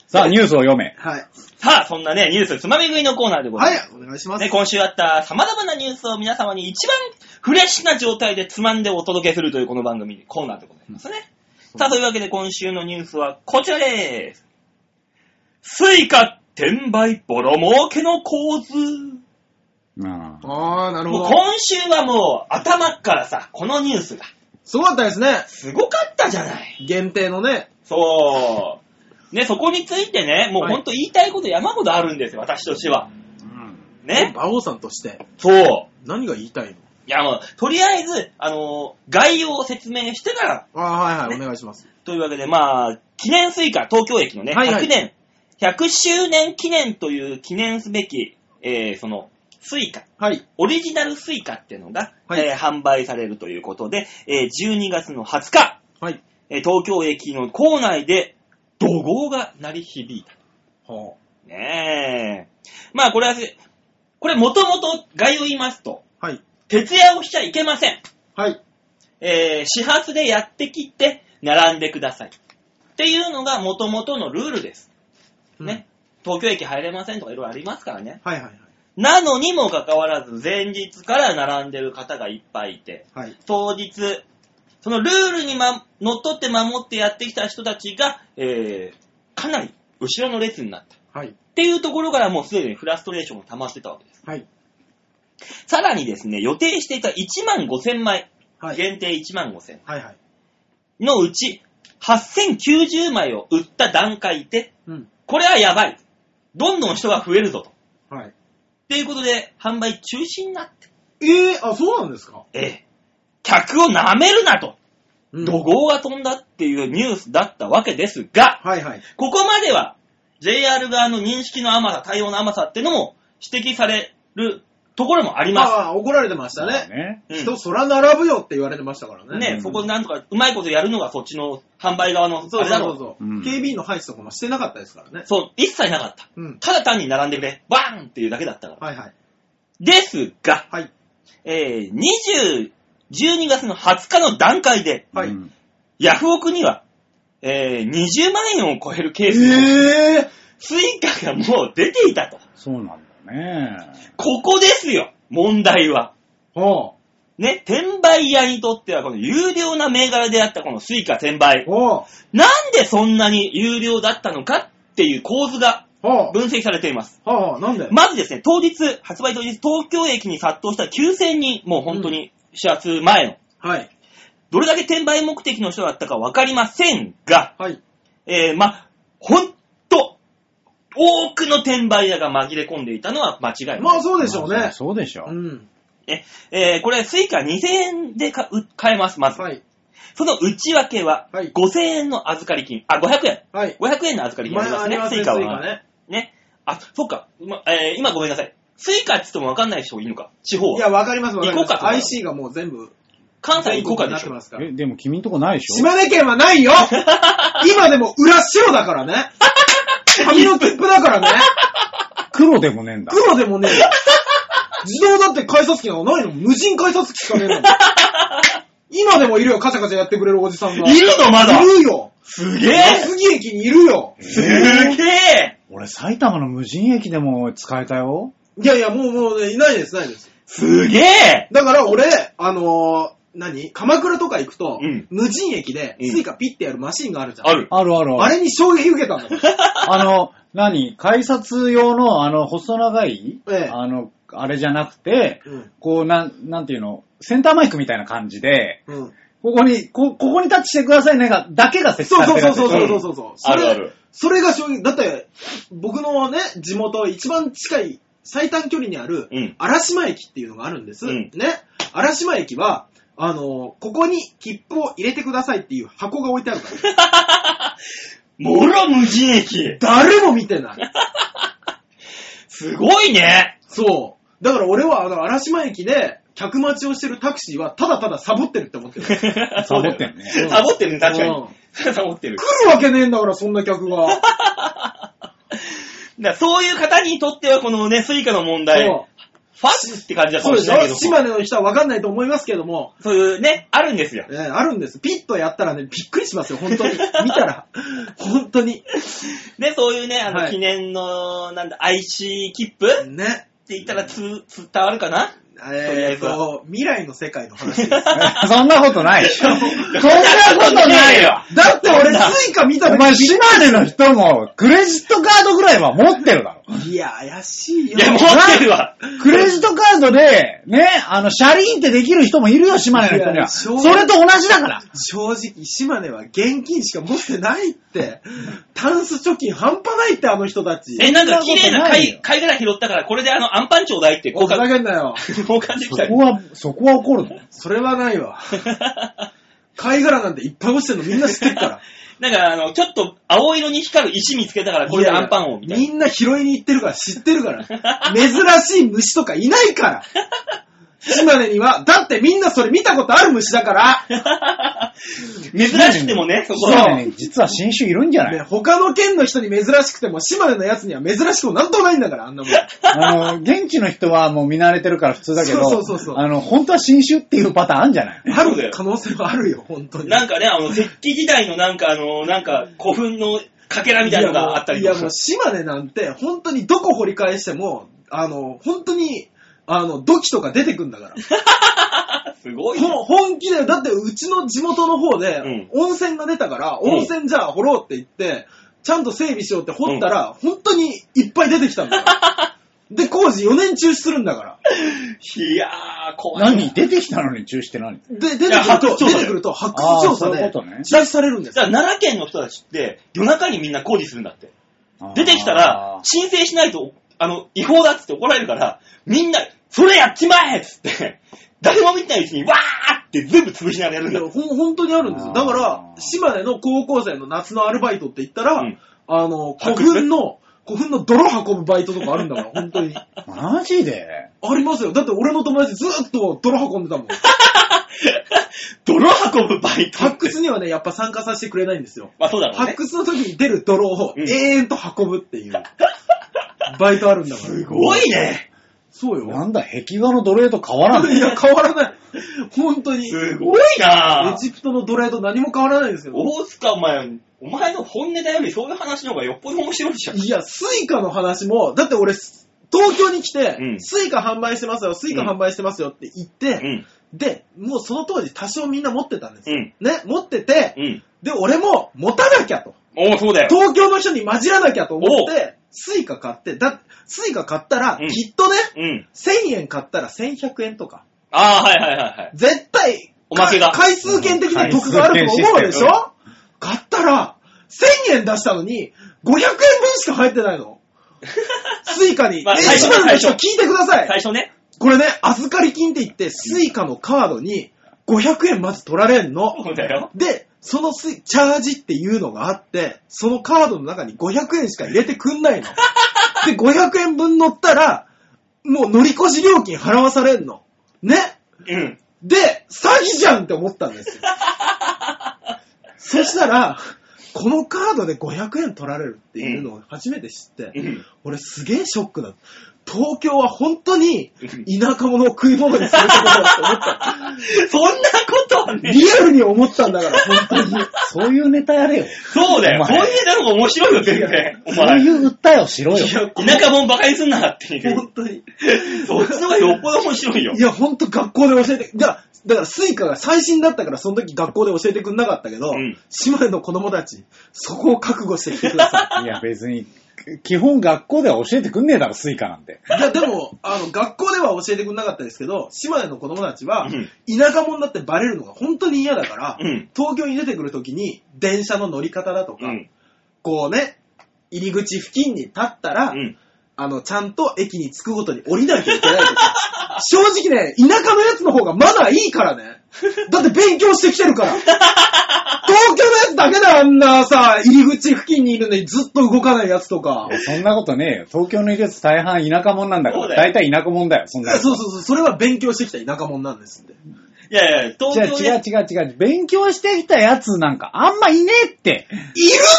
[SPEAKER 1] さあ、ニュースを読め。
[SPEAKER 4] はい。
[SPEAKER 3] さあ、そんなね、ニュースつまみ食いのコーナーでござい
[SPEAKER 4] は
[SPEAKER 3] ま
[SPEAKER 4] い
[SPEAKER 3] す。、
[SPEAKER 4] お願いします。
[SPEAKER 3] ね、今週あった様々なニュースを皆様に一番フレッシュな状態でつまんでお届けするというこの番組、コーナーでございますね。さあ、というわけで今週のニュースはこちらです。スイカ転売ボロ儲けの構図。
[SPEAKER 1] うん
[SPEAKER 4] あー、なる
[SPEAKER 3] も
[SPEAKER 4] ほ
[SPEAKER 3] う
[SPEAKER 4] ど。
[SPEAKER 3] 今週はもう頭っからさ、このニュースが
[SPEAKER 4] すごかったですね。
[SPEAKER 3] すごかったじゃない。
[SPEAKER 4] 限定のね。
[SPEAKER 3] そう。ね、そこについてね、もう
[SPEAKER 4] はい
[SPEAKER 3] ほんと言いたいこと山ほどあるんですよ、私としては。ね。
[SPEAKER 4] 馬王さんとして、
[SPEAKER 3] そう。
[SPEAKER 4] 何が言いたいの
[SPEAKER 3] いや、もう、とりあえず、あのー概要を説明してから、
[SPEAKER 4] あー、はいはい、お願いします。
[SPEAKER 3] というわけで、まあ、記念スイカ、東京駅のね、
[SPEAKER 4] はいはい
[SPEAKER 3] 100年、100周年記念という記念すべき、えー、その、スイカ、
[SPEAKER 4] はい。
[SPEAKER 3] オリジナルスイカっていうのが、
[SPEAKER 4] はい
[SPEAKER 3] えー販売されるということで、えー12月の20日、
[SPEAKER 4] はい。
[SPEAKER 3] えー東京駅の構内で、怒号が鳴り響いた。
[SPEAKER 4] は
[SPEAKER 3] ねえ。まあこれはせ、これもともと概要を言いますと、
[SPEAKER 4] あ。はい。
[SPEAKER 3] 徹夜をしちゃいけません。
[SPEAKER 4] はい。
[SPEAKER 3] えー始発でやってきて、並んでください。っていうのがもともとのルールです。ね。東京駅入れませんとかいろいろありますからね。
[SPEAKER 4] うん。はいはいはい。
[SPEAKER 3] なのにもかかわらず、前日から並んでる方がいっぱいいて、
[SPEAKER 4] はい。
[SPEAKER 3] 当日、そのルールに、ま、のっとって守ってやってきた人たちが、えーかなり後ろの列になった。
[SPEAKER 4] はい。
[SPEAKER 3] っていうところからもうすでにフラストレーションが溜まってたわけです。
[SPEAKER 4] はい。
[SPEAKER 3] さらにですね、予定していた1万5000枚、
[SPEAKER 4] はい。
[SPEAKER 3] 限定1万5000
[SPEAKER 4] はいはい。
[SPEAKER 3] のうち、8090枚を売った段階で、
[SPEAKER 4] うん。
[SPEAKER 3] これはやばい。どんどん人が増えるぞと。っ
[SPEAKER 4] はい。
[SPEAKER 3] ていうことで、販売中止になって、
[SPEAKER 4] えー、あ、そうなんですか
[SPEAKER 3] ええ、客を舐めるなと、
[SPEAKER 4] うん
[SPEAKER 3] 怒号が飛んだっていうニュースだったわけですが、
[SPEAKER 4] はいはい。
[SPEAKER 3] ここまでは JR 側の認識の甘さ、対応の甘さってのも指摘されるところもあります。
[SPEAKER 4] ああ、怒られてました
[SPEAKER 1] まあ
[SPEAKER 4] ね。
[SPEAKER 1] ね。
[SPEAKER 3] うん
[SPEAKER 4] 人、そら並ぶよって言われてましたからね。
[SPEAKER 3] ね、そこでなんとかうまいことやるのがそっちの販売側の
[SPEAKER 4] そ
[SPEAKER 3] あ
[SPEAKER 4] う
[SPEAKER 3] れだ
[SPEAKER 4] そう
[SPEAKER 3] ろう
[SPEAKER 4] そう。
[SPEAKER 1] うん
[SPEAKER 4] 警備員の配置とかもしてなかったですからね。
[SPEAKER 3] そう、一切なかった。
[SPEAKER 4] うん。
[SPEAKER 3] ただ単に並んでくれ、バーンっていうだけだったから。
[SPEAKER 4] はいはい。
[SPEAKER 3] ですが、
[SPEAKER 4] はい。
[SPEAKER 3] えー、20、12月の20日の段階で、
[SPEAKER 4] はい
[SPEAKER 1] うん
[SPEAKER 3] ヤフオクには、えー、20万円を超えるケースの
[SPEAKER 4] ええ
[SPEAKER 3] スイカがもう出ていたと。
[SPEAKER 1] そうなんだね。
[SPEAKER 3] ここですよ、問題は。
[SPEAKER 4] ー、お
[SPEAKER 3] ね、転売屋にとってはこの有料な銘柄であったこのスイカ転売
[SPEAKER 4] う。おう。
[SPEAKER 3] なんでそんなに有料だったのかっていう構図が
[SPEAKER 4] おう。
[SPEAKER 3] 分析されています。
[SPEAKER 4] はあ、なんで
[SPEAKER 3] まずですね、当日、発売当日、東京駅に殺到した9000人、もう本当に始発前の、
[SPEAKER 4] はい。
[SPEAKER 3] どれだけ転売目的の人だったかわかりませんが、
[SPEAKER 4] はい。
[SPEAKER 3] えー、ま、ほんと、多くの転売屋が紛れ込んでいたのは間違い
[SPEAKER 4] ま
[SPEAKER 3] ない。
[SPEAKER 4] あそうでしょう
[SPEAKER 1] まあ
[SPEAKER 4] ね。
[SPEAKER 1] そうでしょ
[SPEAKER 4] う
[SPEAKER 1] う。
[SPEAKER 4] ん。
[SPEAKER 3] えー、これ、スイカ2000円でかう買えます、まず。
[SPEAKER 4] はい。
[SPEAKER 3] その内訳は、
[SPEAKER 4] はい
[SPEAKER 3] 5000円の預かり金、あ、500円。
[SPEAKER 4] はい。
[SPEAKER 3] 500円の預かり金ありますね、
[SPEAKER 4] まあ
[SPEAKER 3] スイカ
[SPEAKER 4] スイ
[SPEAKER 3] は
[SPEAKER 4] カ。ね。
[SPEAKER 3] ね。あ、そっか、まえー今ごめんなさい。スイカっつってもわかんない人いるのか地方
[SPEAKER 4] い
[SPEAKER 3] は。
[SPEAKER 4] や、わかりますわかります。
[SPEAKER 3] 行こうか
[SPEAKER 4] IC がもう全部、
[SPEAKER 3] 関西行こうか
[SPEAKER 4] 全国に
[SPEAKER 3] で
[SPEAKER 4] なっ
[SPEAKER 3] してょ
[SPEAKER 4] ま。すから
[SPEAKER 1] え、。でも君んとこないでしょ
[SPEAKER 4] 島根県はない よ今でも裏白だからね。紙の切符だから ね。
[SPEAKER 1] 黒でもねえんだ。
[SPEAKER 4] 黒でもねえよ。自動だって改札機なんかないの無人改札機しかねえの。 今でもいるよ、カチャカチャやってくれるおじさんが。
[SPEAKER 3] いるのまだ
[SPEAKER 4] いるよ。
[SPEAKER 3] すげえ
[SPEAKER 4] 安木駅にいるよ。
[SPEAKER 3] すげえ
[SPEAKER 1] 俺、埼玉の無人駅でも使えたよ。
[SPEAKER 4] いやいや、もうもうね、いないです、ないです。
[SPEAKER 3] すげえ
[SPEAKER 4] だから俺、あのー、何鎌倉とか行くと、
[SPEAKER 3] うん
[SPEAKER 4] 無人駅で
[SPEAKER 3] うん
[SPEAKER 4] スイカピッてやるマシンがあるじゃん。
[SPEAKER 3] ある。
[SPEAKER 1] あるある
[SPEAKER 4] あ
[SPEAKER 1] る。
[SPEAKER 4] れに衝撃受けたんだもん。
[SPEAKER 1] あの、何改札用の、あの、細長い、
[SPEAKER 4] ええ
[SPEAKER 1] あの、あれじゃなくて、
[SPEAKER 4] うん
[SPEAKER 1] こう、なん、なんていうの、センターマイクみたいな感じで、
[SPEAKER 4] うん。
[SPEAKER 1] ここに、こ、ここにタッチしてくださいねが、だけが設置
[SPEAKER 4] そ
[SPEAKER 1] さ
[SPEAKER 4] う
[SPEAKER 1] れ
[SPEAKER 4] そ
[SPEAKER 1] てる
[SPEAKER 4] うそ
[SPEAKER 1] や
[SPEAKER 4] う
[SPEAKER 1] つ
[SPEAKER 4] そうそううそうそう、
[SPEAKER 3] あるある。
[SPEAKER 4] それが衝撃。だって、僕のね、地元一番近い最短距離にある
[SPEAKER 3] うん、
[SPEAKER 4] 荒島駅っていうのがあるんです。
[SPEAKER 3] うん
[SPEAKER 4] ね。荒島駅は、あのー、ここに切符を入れてくださいっていう箱が置いてあ るから。
[SPEAKER 3] もろ無人駅
[SPEAKER 4] 誰も見てない。
[SPEAKER 3] すごい ね
[SPEAKER 4] そう。だから俺はあの、荒島駅で客待ちをしてるタクシーはただただサボってるって思っ てる。来る
[SPEAKER 1] サボってんね。
[SPEAKER 3] サボってるね、確か
[SPEAKER 4] う
[SPEAKER 3] に。 サボってる。
[SPEAKER 4] わけねえんだから、そんな客が。
[SPEAKER 3] だからそういう方にとっては、このね、スイカの問題、
[SPEAKER 4] そう
[SPEAKER 3] ファッって感じだか
[SPEAKER 4] そう
[SPEAKER 3] も
[SPEAKER 4] で
[SPEAKER 3] し
[SPEAKER 4] し
[SPEAKER 3] れない
[SPEAKER 4] ょ
[SPEAKER 3] けど、
[SPEAKER 4] 島根の人はわかんないと思いますけども、
[SPEAKER 3] そういうね、あるんですよ。
[SPEAKER 4] えーあるんです。ピッとやったらね、びっくりしますよ、本当に。見たら。本当に。
[SPEAKER 3] で、そういう ね、あの、
[SPEAKER 4] はい
[SPEAKER 3] 記念の、なんだ、IC 切符って
[SPEAKER 4] ね。
[SPEAKER 3] 言ったらつ、つ伝わるかなりあ
[SPEAKER 4] え
[SPEAKER 3] え
[SPEAKER 4] ー
[SPEAKER 3] ずは
[SPEAKER 4] と、未来の世界の話です。
[SPEAKER 1] そんなことない。そんなことないよ。
[SPEAKER 4] だって俺、スイカ見た
[SPEAKER 1] お
[SPEAKER 4] ら
[SPEAKER 1] 前、島根の人も、クレジットカードぐらいは持ってるだろ。
[SPEAKER 4] いや、怪しいよ。
[SPEAKER 3] いや、持ってるわ
[SPEAKER 1] クレジットカードで、ね、あの、車輪ってできる人もいるよ、島根の人に
[SPEAKER 4] い
[SPEAKER 1] は。
[SPEAKER 4] や
[SPEAKER 1] そ
[SPEAKER 4] そう
[SPEAKER 1] れと同じだから。
[SPEAKER 4] 正直、島根は現金しか持ってないって。タンス貯金半端ないって、あの人たち。
[SPEAKER 3] え、なんか綺麗
[SPEAKER 1] そ
[SPEAKER 3] な
[SPEAKER 1] んなことない
[SPEAKER 3] 貝、
[SPEAKER 1] よ
[SPEAKER 3] 貝殻拾ったから、これであの、アンパンちょうだいって
[SPEAKER 4] お
[SPEAKER 3] 交
[SPEAKER 4] ふざ
[SPEAKER 3] 換、
[SPEAKER 4] けんなよ。
[SPEAKER 3] 交換で
[SPEAKER 1] そ
[SPEAKER 3] きたり
[SPEAKER 1] こ。は、そこは怒るの。
[SPEAKER 4] それはないわ。貝殻なんていっぱい落ちてるのみんな知ってるから。
[SPEAKER 3] なんかあの、ちょっと青色に光る石見つけたから、 これでアンパンを、みたい
[SPEAKER 4] みんな拾いに行ってるから知ってるから。珍しい虫とかいないから。島根には、だってみんなそれ見たことある虫だから。
[SPEAKER 3] な。珍しくてもね、そこ
[SPEAKER 1] 島
[SPEAKER 3] は。
[SPEAKER 1] 根に実は新種いるんじゃない
[SPEAKER 4] ね、他の県の人に珍しくても、島根のやつには珍しくもなんともないんだから、あんなもん。
[SPEAKER 1] あの、現地の人はもう見慣れてるから普通だけど、
[SPEAKER 4] そうそうそうそう
[SPEAKER 1] あの、本当は新種っていうパターンあんじゃない
[SPEAKER 4] あ
[SPEAKER 3] そうだよ
[SPEAKER 4] る可能性はあるよ、本当に。
[SPEAKER 3] なんかね、あの、石器時代のなんかあの、なんか古墳のかけらみたいなのがあったり
[SPEAKER 4] い
[SPEAKER 3] と
[SPEAKER 4] や
[SPEAKER 3] か。
[SPEAKER 4] もう島根なんて本当にどこ掘り返してもあの本当にあの土器とか出てくんだから
[SPEAKER 3] すごいね。
[SPEAKER 4] ほ本気でだってうちの地元の方で
[SPEAKER 3] うん
[SPEAKER 4] 温泉が出たから、
[SPEAKER 3] うん
[SPEAKER 4] 温泉じゃあ掘ろうって言ってちゃんと整備しようって掘ったら、本当にいっぱい出てきた んだよで工事4年中止するんだから
[SPEAKER 3] いやー、怖い。
[SPEAKER 1] 何出てきたのに中止って何
[SPEAKER 4] で出て
[SPEAKER 3] いや発
[SPEAKER 4] く
[SPEAKER 3] 掘
[SPEAKER 4] る
[SPEAKER 3] 調査
[SPEAKER 4] と出
[SPEAKER 3] だよ
[SPEAKER 4] てくると発掘調査
[SPEAKER 1] あーそうい
[SPEAKER 4] で
[SPEAKER 1] うことね
[SPEAKER 4] 中止されるんです
[SPEAKER 3] だ
[SPEAKER 4] よ
[SPEAKER 3] から奈良県の人たちって、夜中にみんな工事するんだって。出てきたら
[SPEAKER 1] あ、ー
[SPEAKER 3] 申請しないと、あの、違法だっつって怒られるから、みんな、それやっちまえっつって、 誰も見てないうちに、わーって全部潰しながらやるん
[SPEAKER 4] い
[SPEAKER 3] だ
[SPEAKER 4] やほん本当にあるんですよだか
[SPEAKER 1] あ
[SPEAKER 4] ら
[SPEAKER 1] ー
[SPEAKER 4] 島根の高校生の夏のアルバイトって言ったら、
[SPEAKER 3] うん
[SPEAKER 4] あの、
[SPEAKER 3] 発
[SPEAKER 4] 古
[SPEAKER 3] 掘
[SPEAKER 4] 墳の、古墳の泥運ぶバイトとかあるんだから、本当に。あ
[SPEAKER 1] マジで
[SPEAKER 4] りますよ。だって俺の友達ずっと泥運んでたもん。
[SPEAKER 3] 泥運ぶバイト
[SPEAKER 4] 発
[SPEAKER 3] って。
[SPEAKER 4] 掘にはね、やっぱ参加させてくれないんですよ。
[SPEAKER 3] まあそうだろう
[SPEAKER 4] 発
[SPEAKER 3] ね。
[SPEAKER 4] 掘の時に出る泥を
[SPEAKER 3] うん
[SPEAKER 4] 永遠と運ぶっていう、バイトあるんだから。す
[SPEAKER 3] すごいね。
[SPEAKER 4] そうよ。
[SPEAKER 1] なんだ、壁画の奴隷と変わらんの
[SPEAKER 4] いや、変わらない。本当に。
[SPEAKER 3] すごいな
[SPEAKER 4] エジプトの奴隷と何も変わらないんですよ。
[SPEAKER 3] 大塚、お前、お前の本ネタよりそういう話の方がよっぽど面白いじゃん。
[SPEAKER 4] いや、スイカの話も、だって俺、東京に来て、
[SPEAKER 3] うん
[SPEAKER 4] スイカ販売してますよ、スイカ販売してますよって言って、
[SPEAKER 3] うん、
[SPEAKER 4] で、もうその当時多少みんな持ってたんですよ。
[SPEAKER 3] うん
[SPEAKER 4] ね、持ってて、
[SPEAKER 3] うん。
[SPEAKER 4] で、俺も持たなきゃと。
[SPEAKER 3] おお、そう だよ。
[SPEAKER 4] 東京の人に混じらなきゃと思
[SPEAKER 3] お
[SPEAKER 4] って、スイカ買って、だ、スイカ買ったら、
[SPEAKER 3] うん
[SPEAKER 4] きっとね、
[SPEAKER 3] うん。
[SPEAKER 4] 1000円買ったら1100円とか。
[SPEAKER 3] ああ、はいはいはいはい。
[SPEAKER 4] 絶対、
[SPEAKER 3] おまけが
[SPEAKER 4] か回数券的な得があると思うでし
[SPEAKER 1] うん
[SPEAKER 4] ょ買ったら、1000円出したのに、500円分しか入ってな いの。スイカに。
[SPEAKER 3] まあ
[SPEAKER 4] ね
[SPEAKER 3] 最初
[SPEAKER 4] 島根の人聞
[SPEAKER 3] 最
[SPEAKER 4] いてください。
[SPEAKER 3] 最初ね。
[SPEAKER 4] これね、預かり金って言って、スイカのカードに500円まず取られんの。
[SPEAKER 3] そうだよ。
[SPEAKER 4] で、そのスイチャージっていうのがあって、そのカードの中に500円しか入れてくんな いの。で、500円分乗ったら、もう乗り越し料金払わされんの。ね。
[SPEAKER 3] うん。
[SPEAKER 4] で、詐欺じゃんって思った んですよ。そしたら、このカードで500円取られるっていうのを初めて知って、
[SPEAKER 3] うん。
[SPEAKER 4] 俺すげえショックだった。東京は本当に田舎者を食い物にするところだと思った。
[SPEAKER 3] そんなことはね、
[SPEAKER 4] リアルに思ったんだ から、本当に。
[SPEAKER 1] そういうネタやれよ。
[SPEAKER 3] そうだよ。
[SPEAKER 1] お
[SPEAKER 3] そうい
[SPEAKER 1] 前
[SPEAKER 3] うのが面白いよ、全然。お
[SPEAKER 1] そう
[SPEAKER 3] 前。
[SPEAKER 1] いう訴えをしろよ。
[SPEAKER 3] 田舎者バカにすんなっていう。
[SPEAKER 4] 本当に。
[SPEAKER 3] そっちの方がよっぽど面白いよ
[SPEAKER 4] い。や、ほんと学校で教えて、だから、だからスイカが最新だったから、その時学校で教えてくんなかったけど、
[SPEAKER 3] うん
[SPEAKER 4] 島根の子供たち、そこを覚悟してきてくだ さ
[SPEAKER 1] いや、別に、基本学校では教えてくんねえだろ、スイカなんて。
[SPEAKER 4] い。いや、でも、あの、学校では教えてくんなかったですけど、島根の子供たちは、
[SPEAKER 3] うん
[SPEAKER 4] 田舎者だってバレるのが本当に嫌だから、
[SPEAKER 3] うん
[SPEAKER 4] 東京に出てくる時に、電車の乗り方だと
[SPEAKER 3] う
[SPEAKER 4] か、
[SPEAKER 3] ん。
[SPEAKER 4] こうね、入り口付近に立ったら、
[SPEAKER 3] うん。
[SPEAKER 4] あの、ちゃんと駅に着くごとに降りなきゃいけないですよ 正直ね、田舎のやつの方がマナーいいか らね。だって勉強してきてるから。東京のやつだけだよ、あんなさ、入り口付近にいるのにずっと動かないやつとか。
[SPEAKER 1] そんなことねえよ。東京の技術大半田舎者なんだか
[SPEAKER 3] そう
[SPEAKER 1] ら。
[SPEAKER 3] だ
[SPEAKER 1] 大
[SPEAKER 3] よ
[SPEAKER 1] 体田舎者だよ、そんなの。
[SPEAKER 4] そうそうそう、それは勉強してきた田舎者なんですんで。
[SPEAKER 3] いやいや、
[SPEAKER 1] 違う
[SPEAKER 3] 東京
[SPEAKER 1] 違う
[SPEAKER 3] で。
[SPEAKER 1] 違う違う。勉強してきたやつなんかあんまいねえって。
[SPEAKER 4] い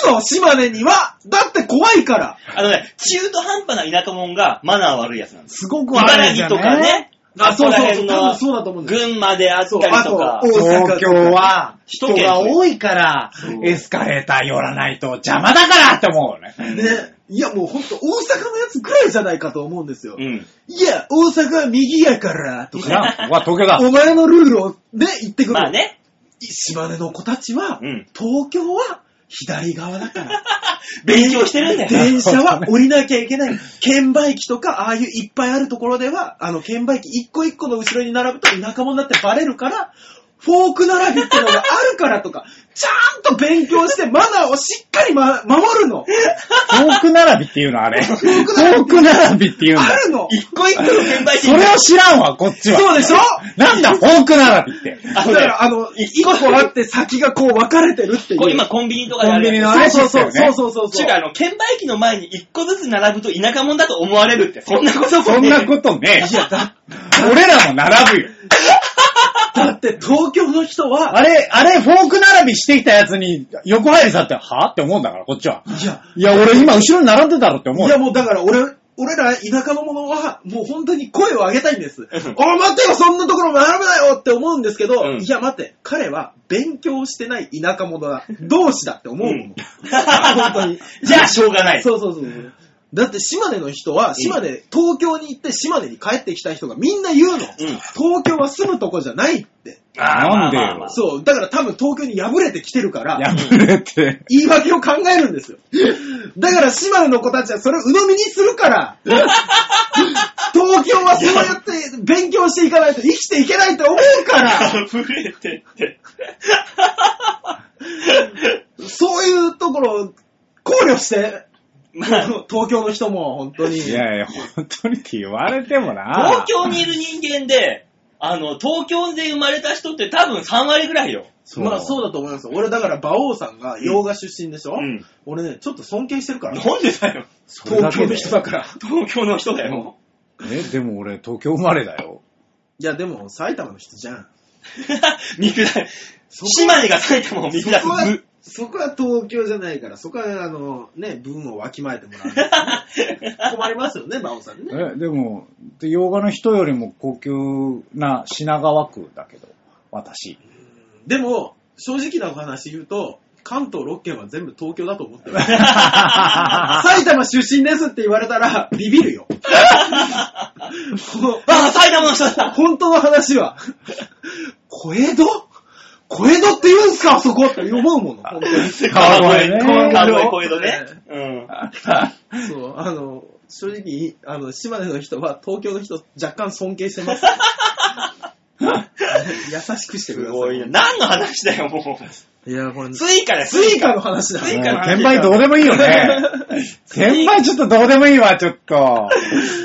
[SPEAKER 4] るの島根にはだって怖いから。
[SPEAKER 3] あのね、中途半端な田舎者がマナー悪いやつなんです。
[SPEAKER 1] すごく悪い
[SPEAKER 3] 茨
[SPEAKER 1] んだ
[SPEAKER 3] 城
[SPEAKER 1] よ
[SPEAKER 3] とかね。
[SPEAKER 4] あ、そうそうそう、
[SPEAKER 3] こら
[SPEAKER 4] 多分
[SPEAKER 3] 辺の
[SPEAKER 4] そうだと思うんですよ。
[SPEAKER 3] 群馬であった
[SPEAKER 4] そう
[SPEAKER 3] り
[SPEAKER 4] あ
[SPEAKER 3] とか
[SPEAKER 4] と、
[SPEAKER 1] 東京は人が多いから
[SPEAKER 3] う、
[SPEAKER 1] エスカレーター寄らないと邪魔だからって思うよね。
[SPEAKER 4] ね。いや、もうほんと大阪のやつぐらいじゃないかと思うんですよ。
[SPEAKER 3] うん。
[SPEAKER 4] いや、大阪は右やから、と
[SPEAKER 1] 知
[SPEAKER 4] か。
[SPEAKER 1] らん。ここは東京だ。
[SPEAKER 4] お前のルールをね、言ってくる。
[SPEAKER 3] まあね、
[SPEAKER 4] 島根の子たちは、
[SPEAKER 3] うん
[SPEAKER 4] 東京は左側 だから。
[SPEAKER 3] 勉強してるんだよ。
[SPEAKER 4] 電車は降りなきゃいけない。券売機とか、ああいういっぱいあるところでは、あの、券売機一個一個の後ろに並ぶと田舎者になってバレるから、フォーク並びってのがあるからとか、ちゃんと勉強してマナーをしっかり、ま、守るの。
[SPEAKER 1] フォーク並びっていうのあれ。フォーク並びっていうの。
[SPEAKER 4] あるの。
[SPEAKER 3] 一個一個の先輩
[SPEAKER 1] それを知らんわ、こっちは。
[SPEAKER 4] そう でしょ
[SPEAKER 1] なんだ、フォーク並びって。
[SPEAKER 4] だから、あの、一個あって先がこう分かれてるっていう。
[SPEAKER 3] こう今コンビニとかである
[SPEAKER 1] コンビニ
[SPEAKER 3] や
[SPEAKER 1] の
[SPEAKER 3] つ。
[SPEAKER 4] そうそうそうそうそうそう。
[SPEAKER 3] 違う、あの、券売機の前に一個ずつ並ぶと田舎者だと思われるって、そんなこと
[SPEAKER 1] そんな
[SPEAKER 3] と。
[SPEAKER 1] ことね
[SPEAKER 4] いや、だ、
[SPEAKER 1] え。俺らも並ぶよ。
[SPEAKER 4] だって東京の人は、
[SPEAKER 1] あれ、あれ、フォーク並びしてきたやつに横入りさって、はって思うんだから、こっちは。
[SPEAKER 4] いや、
[SPEAKER 1] いや、俺今後ろに並んでたろって思う
[SPEAKER 4] い
[SPEAKER 1] よ
[SPEAKER 4] や。もうだから俺、俺ら田舎の者は、もう本当に声を上げたいんです。おい待てよ、そんなところ並ぶなよって思うんですけど、
[SPEAKER 3] うん
[SPEAKER 4] いや待て、彼は勉強してない田舎者だ。同志だって思うもん。
[SPEAKER 3] うん
[SPEAKER 4] 本当に。
[SPEAKER 3] じゃあ、しょうがない。
[SPEAKER 4] そうそうそうそう。だって島根の人は、島根、東京に行って島根に帰ってきた人がみんな言うの。東京は住むとこじゃないって。
[SPEAKER 3] あー
[SPEAKER 1] なんでよ
[SPEAKER 3] まあまあまあ
[SPEAKER 4] そう。だから多分東京に破れてきてるから。
[SPEAKER 1] やめれって。
[SPEAKER 4] 言い訳を考えるんですよ。だから島根の子たちはそれを鵜呑みにす るから、東京はそうやって勉強していかないと生きていけないと思 うから、
[SPEAKER 3] あ震えて って。
[SPEAKER 4] そういうところを考慮して、
[SPEAKER 3] まあ、
[SPEAKER 4] 東京の人も本当に。
[SPEAKER 1] いやいや、本当にって言われてもな。
[SPEAKER 3] 東京にいる人間で、あの、東京で生まれた人って多分3割ぐらいよ。
[SPEAKER 4] まあそうだと思いますよ。俺だから馬王さんが洋画出身でしょ、
[SPEAKER 3] うん
[SPEAKER 4] 俺ね、ちょっと尊敬してるから。
[SPEAKER 3] なんでだよ。
[SPEAKER 1] それだ
[SPEAKER 4] 東
[SPEAKER 1] け
[SPEAKER 4] 京の
[SPEAKER 1] で
[SPEAKER 4] 人だから。
[SPEAKER 3] 東京の人だよ。
[SPEAKER 1] え、でも俺、東京生まれだよ。
[SPEAKER 4] いやでも埼玉の人じゃん。
[SPEAKER 3] 見下る。
[SPEAKER 4] そこ
[SPEAKER 3] 島根が埼玉を見
[SPEAKER 4] そ
[SPEAKER 3] 下す
[SPEAKER 4] こは
[SPEAKER 3] 部。、
[SPEAKER 4] そこは東京じゃないから、そこは、あの、ね、文をわきまえてもらう、 困りますよね、バオさんね。
[SPEAKER 1] え、でも、で洋画の人よりも高級な品川区だけど、私。
[SPEAKER 4] でも、正直なお話言うと、関東6県は全部東京だと思っ てる。埼玉出身ですって言われたら、ビビる よ。この
[SPEAKER 3] ああ、埼玉の人だ
[SPEAKER 4] 本当の 話は、小江戸小江戸って言うんすか、あそこって思うもの、本当に。
[SPEAKER 1] 川越ね
[SPEAKER 3] 川越小江戸ね。うん。
[SPEAKER 4] そう、あの、正直、あの、島根の人は東京の人若干尊敬してます。優しくして
[SPEAKER 3] す
[SPEAKER 4] ください。
[SPEAKER 3] ごいな。何の話だよ、も
[SPEAKER 4] いや、これ
[SPEAKER 3] う。、スイカだよ、
[SPEAKER 4] スイカの話だ。
[SPEAKER 3] スイ
[SPEAKER 1] もう
[SPEAKER 3] カの話
[SPEAKER 1] 転売どうでもいいよ ね。転売ちょっとどうでもいいわ、ちょっと。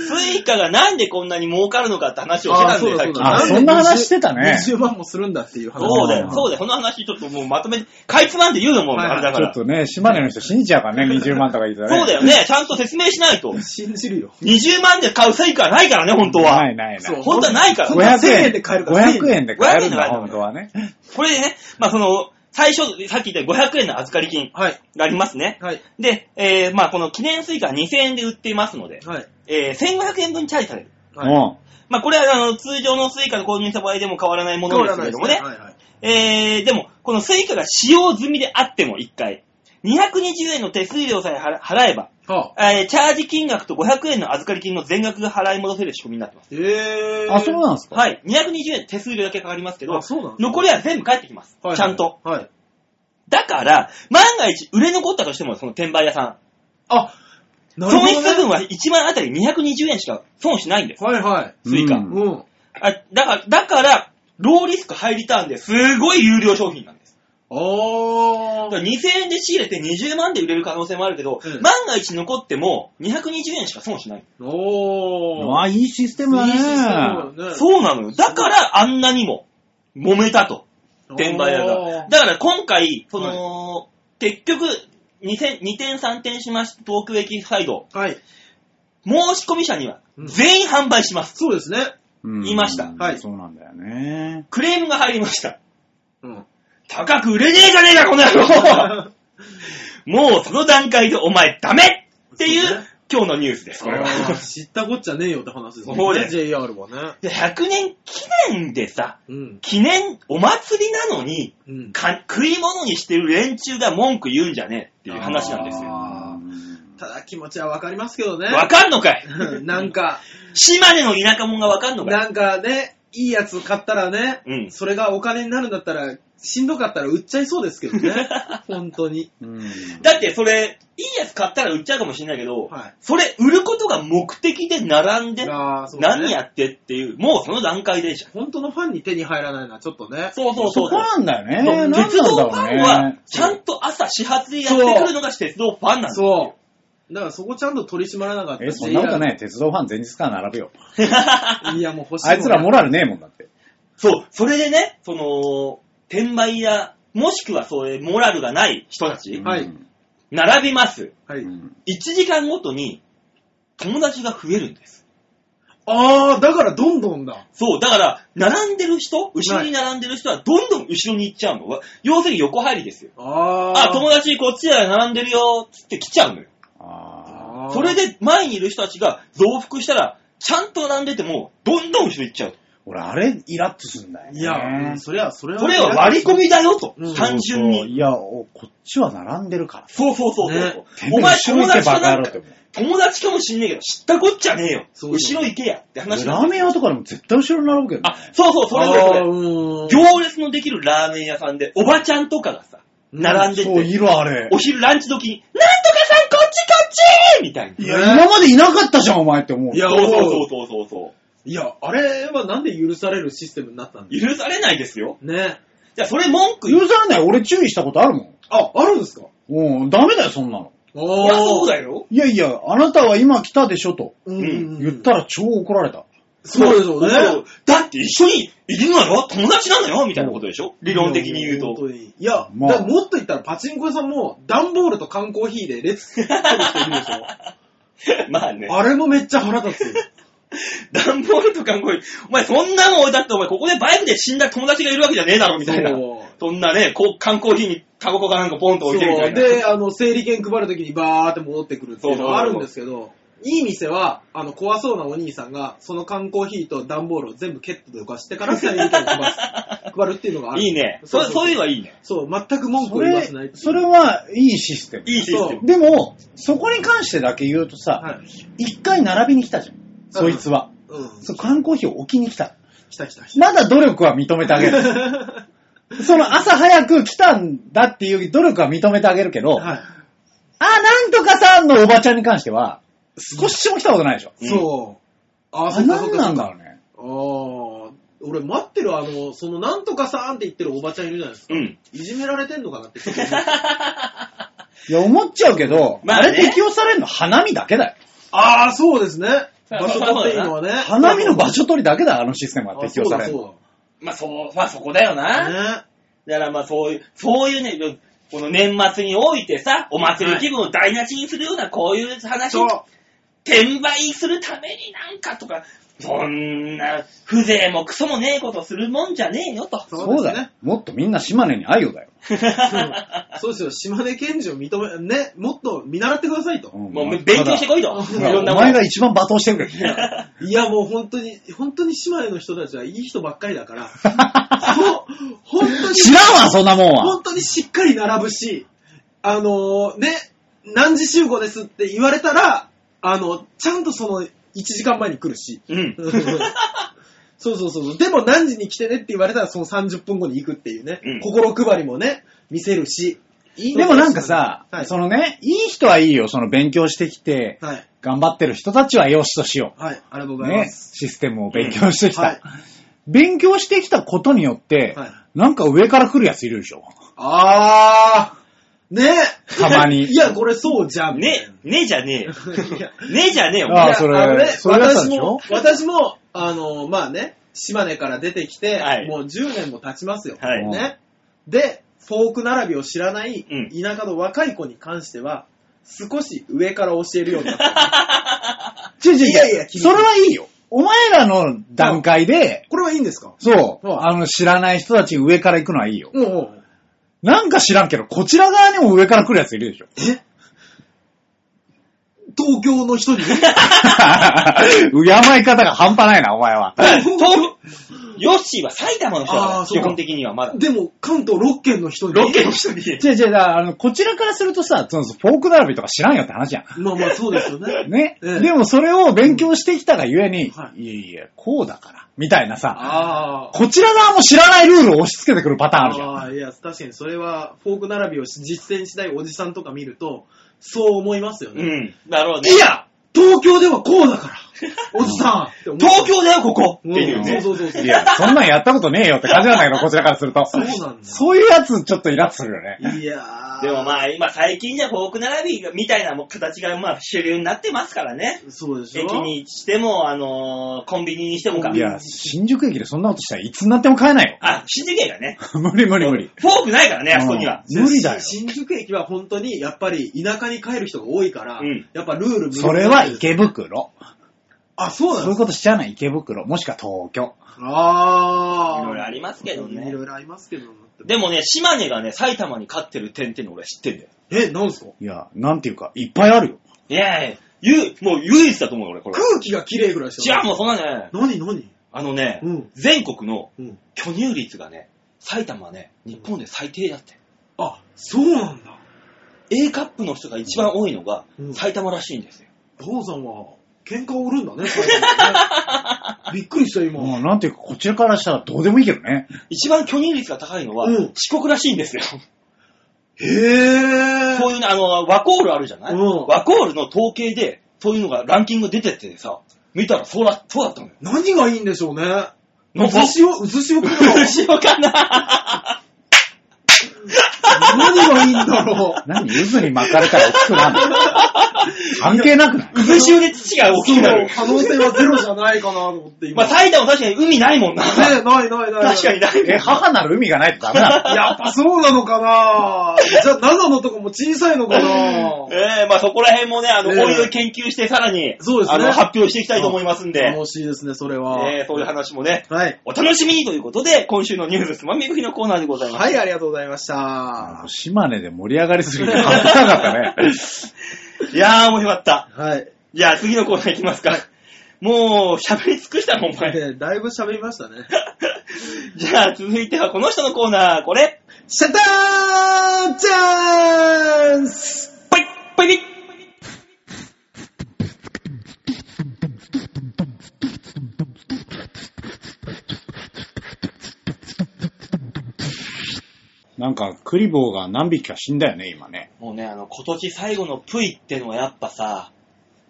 [SPEAKER 3] スイカがなんでこんなに儲かるのかって話をしてたんだよ、さっき。
[SPEAKER 1] あ
[SPEAKER 4] で
[SPEAKER 1] そんな話してたね
[SPEAKER 4] 20万もするんだっていう話。
[SPEAKER 3] そうだよ、
[SPEAKER 1] あー
[SPEAKER 3] そうだよ、この話ちょっともうまとめて、かいつまんで言うのも、
[SPEAKER 4] はいはい
[SPEAKER 3] あれだか
[SPEAKER 1] ちょっ
[SPEAKER 3] ら。
[SPEAKER 1] とね、島根の人信じちゃうからね、20万とか言うとね。
[SPEAKER 3] そうだよね、ちゃんと説明しないと。
[SPEAKER 4] 信じるよ。
[SPEAKER 3] 20万で買うスイカはないからね、本当は。
[SPEAKER 1] ないないな
[SPEAKER 4] そ
[SPEAKER 1] い。
[SPEAKER 4] う
[SPEAKER 3] 本当はないから。
[SPEAKER 4] ほんと
[SPEAKER 1] 500
[SPEAKER 4] 1000
[SPEAKER 1] 円
[SPEAKER 4] 円で買えるから
[SPEAKER 1] 500円で買えるんだ、
[SPEAKER 3] 500円で買える
[SPEAKER 1] 本当はね。
[SPEAKER 3] これでね、まあその、最初、さっき言った500円の預かり金
[SPEAKER 4] はい。
[SPEAKER 3] がありますね。
[SPEAKER 4] はい。
[SPEAKER 3] で、えー、まあこの記念スイカは2000円で売っていますので、
[SPEAKER 4] はい。
[SPEAKER 3] えー、1500円分チャージされる。
[SPEAKER 4] はい。
[SPEAKER 3] まあこれはあの通常のスイカの購入した場合でも変わらないものですけれどもね。
[SPEAKER 4] はいはい。
[SPEAKER 3] えー、でも、このスイカが使用済みであっても1回、220円の手数料さえ払払えば、
[SPEAKER 4] はあ。
[SPEAKER 3] えーチャージ金額と500円の預かり金の全額が払い戻せる仕組みになってます。
[SPEAKER 4] え
[SPEAKER 1] うん。あ、そうなんですか
[SPEAKER 3] はい。220円手数料だけかかりますけど
[SPEAKER 4] あ、、そうなんですか
[SPEAKER 3] 残りは全部返ってきます。
[SPEAKER 4] はいはい
[SPEAKER 3] ちゃんと。。
[SPEAKER 4] はい。
[SPEAKER 3] だから、万が一売れ残ったとしても、その転売屋さ
[SPEAKER 4] あ、
[SPEAKER 3] ん、
[SPEAKER 4] なる
[SPEAKER 3] 損
[SPEAKER 4] ほど、ね。
[SPEAKER 3] 失分は1万あたり220円しか損しないんです。
[SPEAKER 4] はいはい。
[SPEAKER 3] スイカ
[SPEAKER 1] うん
[SPEAKER 4] うん。
[SPEAKER 3] あだから、だから、ローリスクハイリターンですごい有料商品なんです。
[SPEAKER 4] あ
[SPEAKER 3] だから2000円で仕入れて20万で売れる可能性もあるけど、
[SPEAKER 4] うん
[SPEAKER 3] 万が一残っても220円しか損しない。
[SPEAKER 4] ー。おー。
[SPEAKER 1] まあ、いいシステムだ
[SPEAKER 4] い
[SPEAKER 1] ね。
[SPEAKER 4] いシステムだよね。
[SPEAKER 3] そうなのよ。だからあんなにも揉めたと。転売屋が。だから今回、その、結局2点、2点3点しました、東京駅サイド。
[SPEAKER 4] おーはい。
[SPEAKER 3] 申し込み者には
[SPEAKER 4] うん
[SPEAKER 3] 全員販売します。
[SPEAKER 4] そうですね。
[SPEAKER 1] うん
[SPEAKER 3] 言いました
[SPEAKER 4] はい
[SPEAKER 1] そうなんだよね。
[SPEAKER 3] クレームが入りました。
[SPEAKER 4] うん。
[SPEAKER 3] 高く売れねえじゃねえか、この 野郎もうその段階でお前ダメってい
[SPEAKER 4] そう
[SPEAKER 3] う
[SPEAKER 4] ね
[SPEAKER 3] 今日のニュースです、これは。
[SPEAKER 4] あー知ったこっちゃねえよって話ですもん
[SPEAKER 3] そう
[SPEAKER 4] ね。
[SPEAKER 3] で
[SPEAKER 4] ね、
[SPEAKER 3] す
[SPEAKER 4] JR はね。
[SPEAKER 3] で100年記念でさ、
[SPEAKER 4] うん。
[SPEAKER 3] 記念、お祭りなのに、
[SPEAKER 4] うん。
[SPEAKER 3] か食い物にしてる連中が文句言うんじゃねえっていう話なんですよ。
[SPEAKER 1] あ
[SPEAKER 4] ただ気持ちはわかりますけどね。
[SPEAKER 3] わかんのかい
[SPEAKER 4] なんか、
[SPEAKER 3] 島根の田舎者がわかんのかい
[SPEAKER 4] なんかね、いいやつ買ったらね、
[SPEAKER 3] うん
[SPEAKER 4] それがお金になるんだったら、しんどかったら売っちゃいそうですけ どね。本当に。
[SPEAKER 1] ーうん
[SPEAKER 3] だってそれ、いいやつ買ったら売っちゃうかもしれないけど、
[SPEAKER 4] はい
[SPEAKER 3] それ売ることが目的で並んで、
[SPEAKER 4] あーそうね
[SPEAKER 3] 何やってっていう、もうその段階でじゃん。
[SPEAKER 4] 本当のファンに手に入らないのはちょっとね。
[SPEAKER 3] そうそう
[SPEAKER 1] そ
[SPEAKER 3] そう
[SPEAKER 1] こ
[SPEAKER 3] そう。
[SPEAKER 1] なんだよね。
[SPEAKER 3] そう
[SPEAKER 1] なんなん
[SPEAKER 3] 鉄道フ
[SPEAKER 1] だ
[SPEAKER 3] ァン
[SPEAKER 1] ろう
[SPEAKER 3] は
[SPEAKER 1] ね、
[SPEAKER 3] ちゃんと朝始発でやってくるのが鉄道ファンなんだよ。
[SPEAKER 4] そう。だからそこちゃんと取り締まらなかった
[SPEAKER 1] え、そんなこと
[SPEAKER 4] い。
[SPEAKER 1] ない。鉄道ファン前日から並ぶよ。
[SPEAKER 4] いや、もう欲しいもん。
[SPEAKER 1] あいつらモラルねえもんだって。
[SPEAKER 3] そう、それでね、その、転売屋、もしくはそういうモラルがない人たち、
[SPEAKER 4] は
[SPEAKER 1] う
[SPEAKER 4] い
[SPEAKER 1] ん
[SPEAKER 3] 並びます。
[SPEAKER 4] は
[SPEAKER 1] う
[SPEAKER 4] い。
[SPEAKER 1] ん
[SPEAKER 3] 1時間ごとに友達が増えるんです。
[SPEAKER 4] あー、だからどんどんだ。
[SPEAKER 3] そう、だから、並んでる人、後ろに並んでる人はどんどん後ろに行っちゃうの。わ要するに横入りですよ。
[SPEAKER 4] あ
[SPEAKER 3] あ、
[SPEAKER 4] ー。
[SPEAKER 3] 友達こっちだよ、並んでるよ、つって来ちゃうのよ。
[SPEAKER 1] あ
[SPEAKER 4] あー
[SPEAKER 3] それで前にいる人たちが増幅したら、ちゃんと並んでても、どんどん後ろ行っちゃう。
[SPEAKER 1] ー俺、あれ、イラッとすんだよね。
[SPEAKER 4] いや、うんそりゃ、それは。
[SPEAKER 3] それは割り込みだよと
[SPEAKER 4] う、ん
[SPEAKER 3] 単純
[SPEAKER 1] そうそう
[SPEAKER 3] に。
[SPEAKER 1] いや、おこっちは並んでるから。
[SPEAKER 3] そうそうそうそう。
[SPEAKER 4] ね
[SPEAKER 3] お前友達か
[SPEAKER 1] バカ
[SPEAKER 3] な
[SPEAKER 1] 野
[SPEAKER 3] ん
[SPEAKER 1] 郎
[SPEAKER 3] か
[SPEAKER 1] って思う。
[SPEAKER 3] 友達かもしんねえけど、知ったこっちゃねえよ。
[SPEAKER 4] そうそう
[SPEAKER 3] 後ろ行けやって話
[SPEAKER 1] ラ
[SPEAKER 3] なん
[SPEAKER 1] ー
[SPEAKER 3] だ
[SPEAKER 1] メン屋とかでも絶対後ろに並ぶけどね。
[SPEAKER 3] あ、そうそう、それそれそれ。
[SPEAKER 4] うーん。
[SPEAKER 3] 行列のできるラーメン屋さんで、おばちゃんとかがさ、並んでて、
[SPEAKER 1] そう、いるあれ
[SPEAKER 3] お。昼ランチ時に、なんとかさんこっちこっちみたいな。
[SPEAKER 1] いや、今までいなかったじゃん、お前って思う。
[SPEAKER 4] いや
[SPEAKER 3] そうそうそうそうそう
[SPEAKER 4] いや、あれはなんで許されるシステムになったんだ
[SPEAKER 3] 許されないですよ。
[SPEAKER 4] ね。
[SPEAKER 3] じゃあそれ文句
[SPEAKER 1] 許
[SPEAKER 3] 言う。
[SPEAKER 1] されない。俺注意したことあるもん。
[SPEAKER 4] あ、あるんですか
[SPEAKER 1] うん、ダメだよ、そんなの。
[SPEAKER 4] お
[SPEAKER 3] いや、そうだよ。
[SPEAKER 1] いやいや、あなたは今来たでしょと。
[SPEAKER 4] うんん。
[SPEAKER 1] 言ったら超怒られた。
[SPEAKER 4] そうでしょうね。
[SPEAKER 3] そうだって一緒にいるのよ友達なのよみたいなことでしょ理論的に言う
[SPEAKER 4] 本
[SPEAKER 3] と。
[SPEAKER 4] 当に。いや、
[SPEAKER 1] まあ
[SPEAKER 4] だからもっと言ったらパチンコ屋さんも段ボールと缶コーヒーで列取る人いるでし ょ。
[SPEAKER 3] まあね。
[SPEAKER 4] あれもめっちゃ腹立 つよ。
[SPEAKER 3] 段ボールとかこういうお前そんなもんだってお前ここでバイクで死んだ友達がいるわけじゃねえだろみたいな
[SPEAKER 4] そう。
[SPEAKER 3] そんなね、こう缶コーヒーにタココかなんかポンと置
[SPEAKER 4] そう
[SPEAKER 3] いてるみたいな。
[SPEAKER 4] で、あの、整理券配るときにバーって戻ってくるっていうのはあるんですけど、いい店は、あの、怖そうなお兄さんが、その缶コーヒーと段ボールを全部ケットで浮かしてから整理券を配す配るっていうのがある。
[SPEAKER 3] いいね。そそういうのはいいね。
[SPEAKER 4] そう、全く文句
[SPEAKER 1] そ
[SPEAKER 4] を言わせないっ
[SPEAKER 1] れ
[SPEAKER 4] て、いう
[SPEAKER 1] それはいいシステム。
[SPEAKER 3] いいシステム。
[SPEAKER 1] でも、そこに関してだけ言うとさ、
[SPEAKER 4] はい。
[SPEAKER 1] 一、回並びに来たじゃん。そいつは。
[SPEAKER 4] うん。
[SPEAKER 1] そう、缶コーヒーを置きに来た。
[SPEAKER 4] 来た来た来
[SPEAKER 1] まだ努力は認めてあげる。
[SPEAKER 4] た。
[SPEAKER 1] その朝早く来たんだっていう努力は認めてあげるけど、あ、
[SPEAKER 4] はい。
[SPEAKER 1] なんとかさんのおばちゃんに関しては、少しも来たことないでしょ。
[SPEAKER 3] うん
[SPEAKER 4] そう。あー、
[SPEAKER 1] あ、
[SPEAKER 4] そっか
[SPEAKER 1] な
[SPEAKER 4] そっ
[SPEAKER 1] ん
[SPEAKER 4] か
[SPEAKER 1] な
[SPEAKER 4] そっ
[SPEAKER 1] ん
[SPEAKER 4] か。
[SPEAKER 1] だろうね。
[SPEAKER 4] あー、俺待ってるあの、そのなんとかさーんって言ってるおばちゃんいるじゃないですか。
[SPEAKER 3] うん。
[SPEAKER 4] いじめられてんのかなって。
[SPEAKER 1] いや、思っちゃうけど、
[SPEAKER 3] ま
[SPEAKER 1] あ
[SPEAKER 3] あね
[SPEAKER 1] れ適用されるの花見だけだよ。
[SPEAKER 4] あー、そうですね。
[SPEAKER 3] そう
[SPEAKER 4] 場所取っていいのはね。
[SPEAKER 1] 花見の場所取りだけだよ、あのシステム
[SPEAKER 4] あ
[SPEAKER 1] は
[SPEAKER 4] ー
[SPEAKER 1] 適
[SPEAKER 4] そ
[SPEAKER 1] 用
[SPEAKER 4] う
[SPEAKER 1] さ
[SPEAKER 4] だ
[SPEAKER 1] れるの。
[SPEAKER 4] そ
[SPEAKER 3] まあそう、まあそこだよ
[SPEAKER 4] う
[SPEAKER 3] な。
[SPEAKER 4] だ。ね。
[SPEAKER 3] だからまあそういう、そういうね、この年末においてさ、お祭り気分を台無しにするようなこういう話、
[SPEAKER 4] そう。
[SPEAKER 3] 転売するためになんかとか、そんな、風情もクソもねえことするもんじゃねえよと。
[SPEAKER 1] そうだよ。もっとみんな島根に愛をだよ。
[SPEAKER 4] そうですよ、島根県人を認め、ね、もっと見習ってくださいと。
[SPEAKER 1] ん
[SPEAKER 3] もう勉強してこいと。
[SPEAKER 1] た
[SPEAKER 3] い
[SPEAKER 1] だ
[SPEAKER 3] ろ
[SPEAKER 1] お
[SPEAKER 3] んなも
[SPEAKER 1] 前
[SPEAKER 3] ん。
[SPEAKER 1] が一番罵倒してるけどね。
[SPEAKER 4] いや、もう本当に、本当に島根の人たちはいい人ばっかり だから、ほ本当に、
[SPEAKER 1] 知らんわ、そんなもんは
[SPEAKER 4] 本。当にしっかり並ぶし、あのーね、何時集合ですって言われたら、あの、ちゃんとその、1時間前に来る し。
[SPEAKER 3] うん。
[SPEAKER 4] そうそうそうそう。でも何時に来てねって言われたら、その30分後に行くっていうね、
[SPEAKER 3] うん
[SPEAKER 4] 心配りもね、見せるし。いいの
[SPEAKER 1] でもなんかさ、
[SPEAKER 4] はい、
[SPEAKER 1] そのね、いい人はいいよ、その勉強してきて、
[SPEAKER 4] はい、
[SPEAKER 1] 頑張ってる人たちはよしとしよ
[SPEAKER 4] はい、ありがとう
[SPEAKER 1] う。
[SPEAKER 4] ございま
[SPEAKER 1] ね、
[SPEAKER 4] す。
[SPEAKER 1] システムを勉強してきた。
[SPEAKER 4] はい。
[SPEAKER 1] 勉強してきたことによって、
[SPEAKER 4] はい
[SPEAKER 1] なんか上から来るやついるでしょ。
[SPEAKER 4] あー、ね
[SPEAKER 1] たまに
[SPEAKER 4] いや、これそうじゃん。
[SPEAKER 3] ねえ、ねえじゃねえよ。
[SPEAKER 4] いや
[SPEAKER 3] ねえじゃねえよ。
[SPEAKER 1] ああ
[SPEAKER 4] いや
[SPEAKER 1] それ
[SPEAKER 4] のね
[SPEAKER 1] そういうやつなんでしょ
[SPEAKER 4] 私も、私も、あの、まあね、島根から出てきて、
[SPEAKER 3] はい
[SPEAKER 4] もう10年も経ちますよ。
[SPEAKER 3] はい
[SPEAKER 4] ね。で、フォーク並びを知らない
[SPEAKER 3] うん
[SPEAKER 4] 田舎の若い子に関しては、少し上から教えるようになった。
[SPEAKER 1] 違う違う違う
[SPEAKER 4] いやいや君
[SPEAKER 1] それはいいよ。お前らの段階で、
[SPEAKER 4] これはいいんですか
[SPEAKER 1] そう、
[SPEAKER 4] うん
[SPEAKER 1] あの、知らない人たちに上から行くのはいいよ。
[SPEAKER 4] うんうん。
[SPEAKER 1] なんか知らんけど、こちら側にも上から来るやつい るでしょ。
[SPEAKER 4] え東京 の人に
[SPEAKER 1] 敬い方が半端ないな、お前は。
[SPEAKER 3] 東ヨッシーは埼玉の人だか
[SPEAKER 4] あ
[SPEAKER 3] ら、
[SPEAKER 4] ーそう
[SPEAKER 3] 基
[SPEAKER 4] か
[SPEAKER 3] 本的にはまだ。
[SPEAKER 4] でも、関東6県の人に。
[SPEAKER 3] ロケの人に。
[SPEAKER 1] 違う違う、だからあの、こちらからするとさ、そのフォーク並びとか知らんよって話じゃん。
[SPEAKER 4] まあまあ、そうですよ ね。
[SPEAKER 1] ね、
[SPEAKER 4] ええ
[SPEAKER 1] でもそれを勉強してきたがゆえに、
[SPEAKER 4] はい
[SPEAKER 1] い、やいや、こうだから、みたいなさ、
[SPEAKER 4] あー
[SPEAKER 1] こちら側も知らないルールを押し付けてくるパターンあるじゃん。
[SPEAKER 4] あーいや、確かにそれは、フォーク並びを実践しないおじさんとか見ると、そう思いますよ
[SPEAKER 3] う
[SPEAKER 4] ね。
[SPEAKER 3] ん。だろうね。
[SPEAKER 4] いや東京ではこうだからおじさんって思う
[SPEAKER 3] 東京だよ、ここって
[SPEAKER 4] うん
[SPEAKER 3] いうね。
[SPEAKER 4] そうそうそうそう。
[SPEAKER 1] いや、そんなんやったことねえよって感じなんだけど、こちらからすると。
[SPEAKER 4] そうなんだ
[SPEAKER 1] そういうやつ、ちょっとイラッとするよね。
[SPEAKER 4] いやー
[SPEAKER 3] でもまあ今最近じゃフォーク並びみたいなもう形がまあ主流になってますからね。
[SPEAKER 4] そうでしょ
[SPEAKER 3] 駅にしても、あのーコンビニにしてもか
[SPEAKER 1] い。や、新宿駅でそんなことしたらいつになっても買え ないよ。
[SPEAKER 3] あ、新宿駅だね。
[SPEAKER 1] 無理無理無理。
[SPEAKER 3] フォークないからね、あそこには。
[SPEAKER 1] 無理だよ
[SPEAKER 4] で新宿駅は本当に、やっぱり田舎に帰る人が多いから、
[SPEAKER 3] うん
[SPEAKER 4] やっぱルール無
[SPEAKER 1] それは池袋。
[SPEAKER 4] あ、そうな
[SPEAKER 1] そうい
[SPEAKER 4] の
[SPEAKER 1] うことしちゃうない池袋、もしくは東京。
[SPEAKER 4] あー。
[SPEAKER 3] いろいろありますけど
[SPEAKER 4] い
[SPEAKER 3] ね
[SPEAKER 4] ろ。いろありますけど。
[SPEAKER 3] でもね、島根がね、埼玉に勝ってる点っていうの俺は知ってんだよ。
[SPEAKER 4] え、なんすか
[SPEAKER 1] いや、なんていうか、いっぱいあるよ。
[SPEAKER 3] いやいや、ゆもう唯一だと思うよ俺、これ。
[SPEAKER 4] 空気が綺麗ぐらいし
[SPEAKER 3] じ
[SPEAKER 4] か
[SPEAKER 3] ゃ
[SPEAKER 4] な
[SPEAKER 3] あ
[SPEAKER 4] い
[SPEAKER 3] もうそんなね、
[SPEAKER 4] 何何
[SPEAKER 3] あのね、
[SPEAKER 4] うん
[SPEAKER 3] 全国の
[SPEAKER 4] うん。
[SPEAKER 3] 巨乳率がね、埼玉はね、日本で最低だって。
[SPEAKER 4] あ、そうなんだ。
[SPEAKER 3] A カップの人が一番多いのが
[SPEAKER 4] うん
[SPEAKER 3] 埼玉らしいんですよ。
[SPEAKER 4] 父さんは、喧嘩を売るんだね、最後 にねびっくりした、今。
[SPEAKER 1] もうなんていうか、こちらからしたらどうでもいいけどね。
[SPEAKER 3] 一番巨乳率が高いのは
[SPEAKER 4] うん
[SPEAKER 3] 四国らしいんですよ。
[SPEAKER 4] へぇ
[SPEAKER 3] そういうね、あの、ワコールあるじゃない、
[SPEAKER 4] うん
[SPEAKER 3] ワコールの統計で、そういうのがランキング出てってさ、見たらそうだ、そうだったのよ。
[SPEAKER 4] 何がいいんでしょうね。
[SPEAKER 3] なん
[SPEAKER 4] う
[SPEAKER 3] か
[SPEAKER 4] ずしお、うずしおくんだ ろ
[SPEAKER 3] 後ろかな
[SPEAKER 4] 何がいいんだろう。
[SPEAKER 1] 何渦に巻かれたら大きくなるの関係なくない
[SPEAKER 3] 渦潮で父が大きくなる。
[SPEAKER 4] 可能性はゼロじゃないかなと思って、
[SPEAKER 3] ま
[SPEAKER 4] 今。
[SPEAKER 3] あ、埼玉確かに海ないもんな。
[SPEAKER 4] ねえないないない。
[SPEAKER 3] 確かに。ない
[SPEAKER 1] え、母なる海がないとダメ なの
[SPEAKER 4] やっぱそうなのかなじゃあ、長野とかも小さいのかな
[SPEAKER 3] ええまあそこら辺もね、あの、
[SPEAKER 4] ねえ
[SPEAKER 3] こういう研究してさらに、
[SPEAKER 4] そうですね
[SPEAKER 3] あの、発表していきたいと思いますんで、
[SPEAKER 4] 楽しいですね、それは。
[SPEAKER 3] ええそういう話もね、
[SPEAKER 4] はい。
[SPEAKER 3] お楽しみにということで、今週のニュースつまみ食いのコーナーでございます。
[SPEAKER 4] はい、ありがとうございまし
[SPEAKER 1] あ
[SPEAKER 4] た
[SPEAKER 1] の。島根で盛り上がりすぎて恥ずかしかったね。
[SPEAKER 3] い、やー、面白かった。
[SPEAKER 4] はい。
[SPEAKER 3] じゃあ次のコーナーいきますか。もう、喋り尽くしたもん、お前。
[SPEAKER 4] ねだいぶ喋りましたね。
[SPEAKER 3] じゃあ続いてはこの人のコーナー、これ。
[SPEAKER 4] シャッターチャンス
[SPEAKER 3] パイパイピッ
[SPEAKER 1] なんか、クリボーが何匹か死んだよね、今ね。
[SPEAKER 3] もうね、あの、今年最後のプイってのはやっぱさ、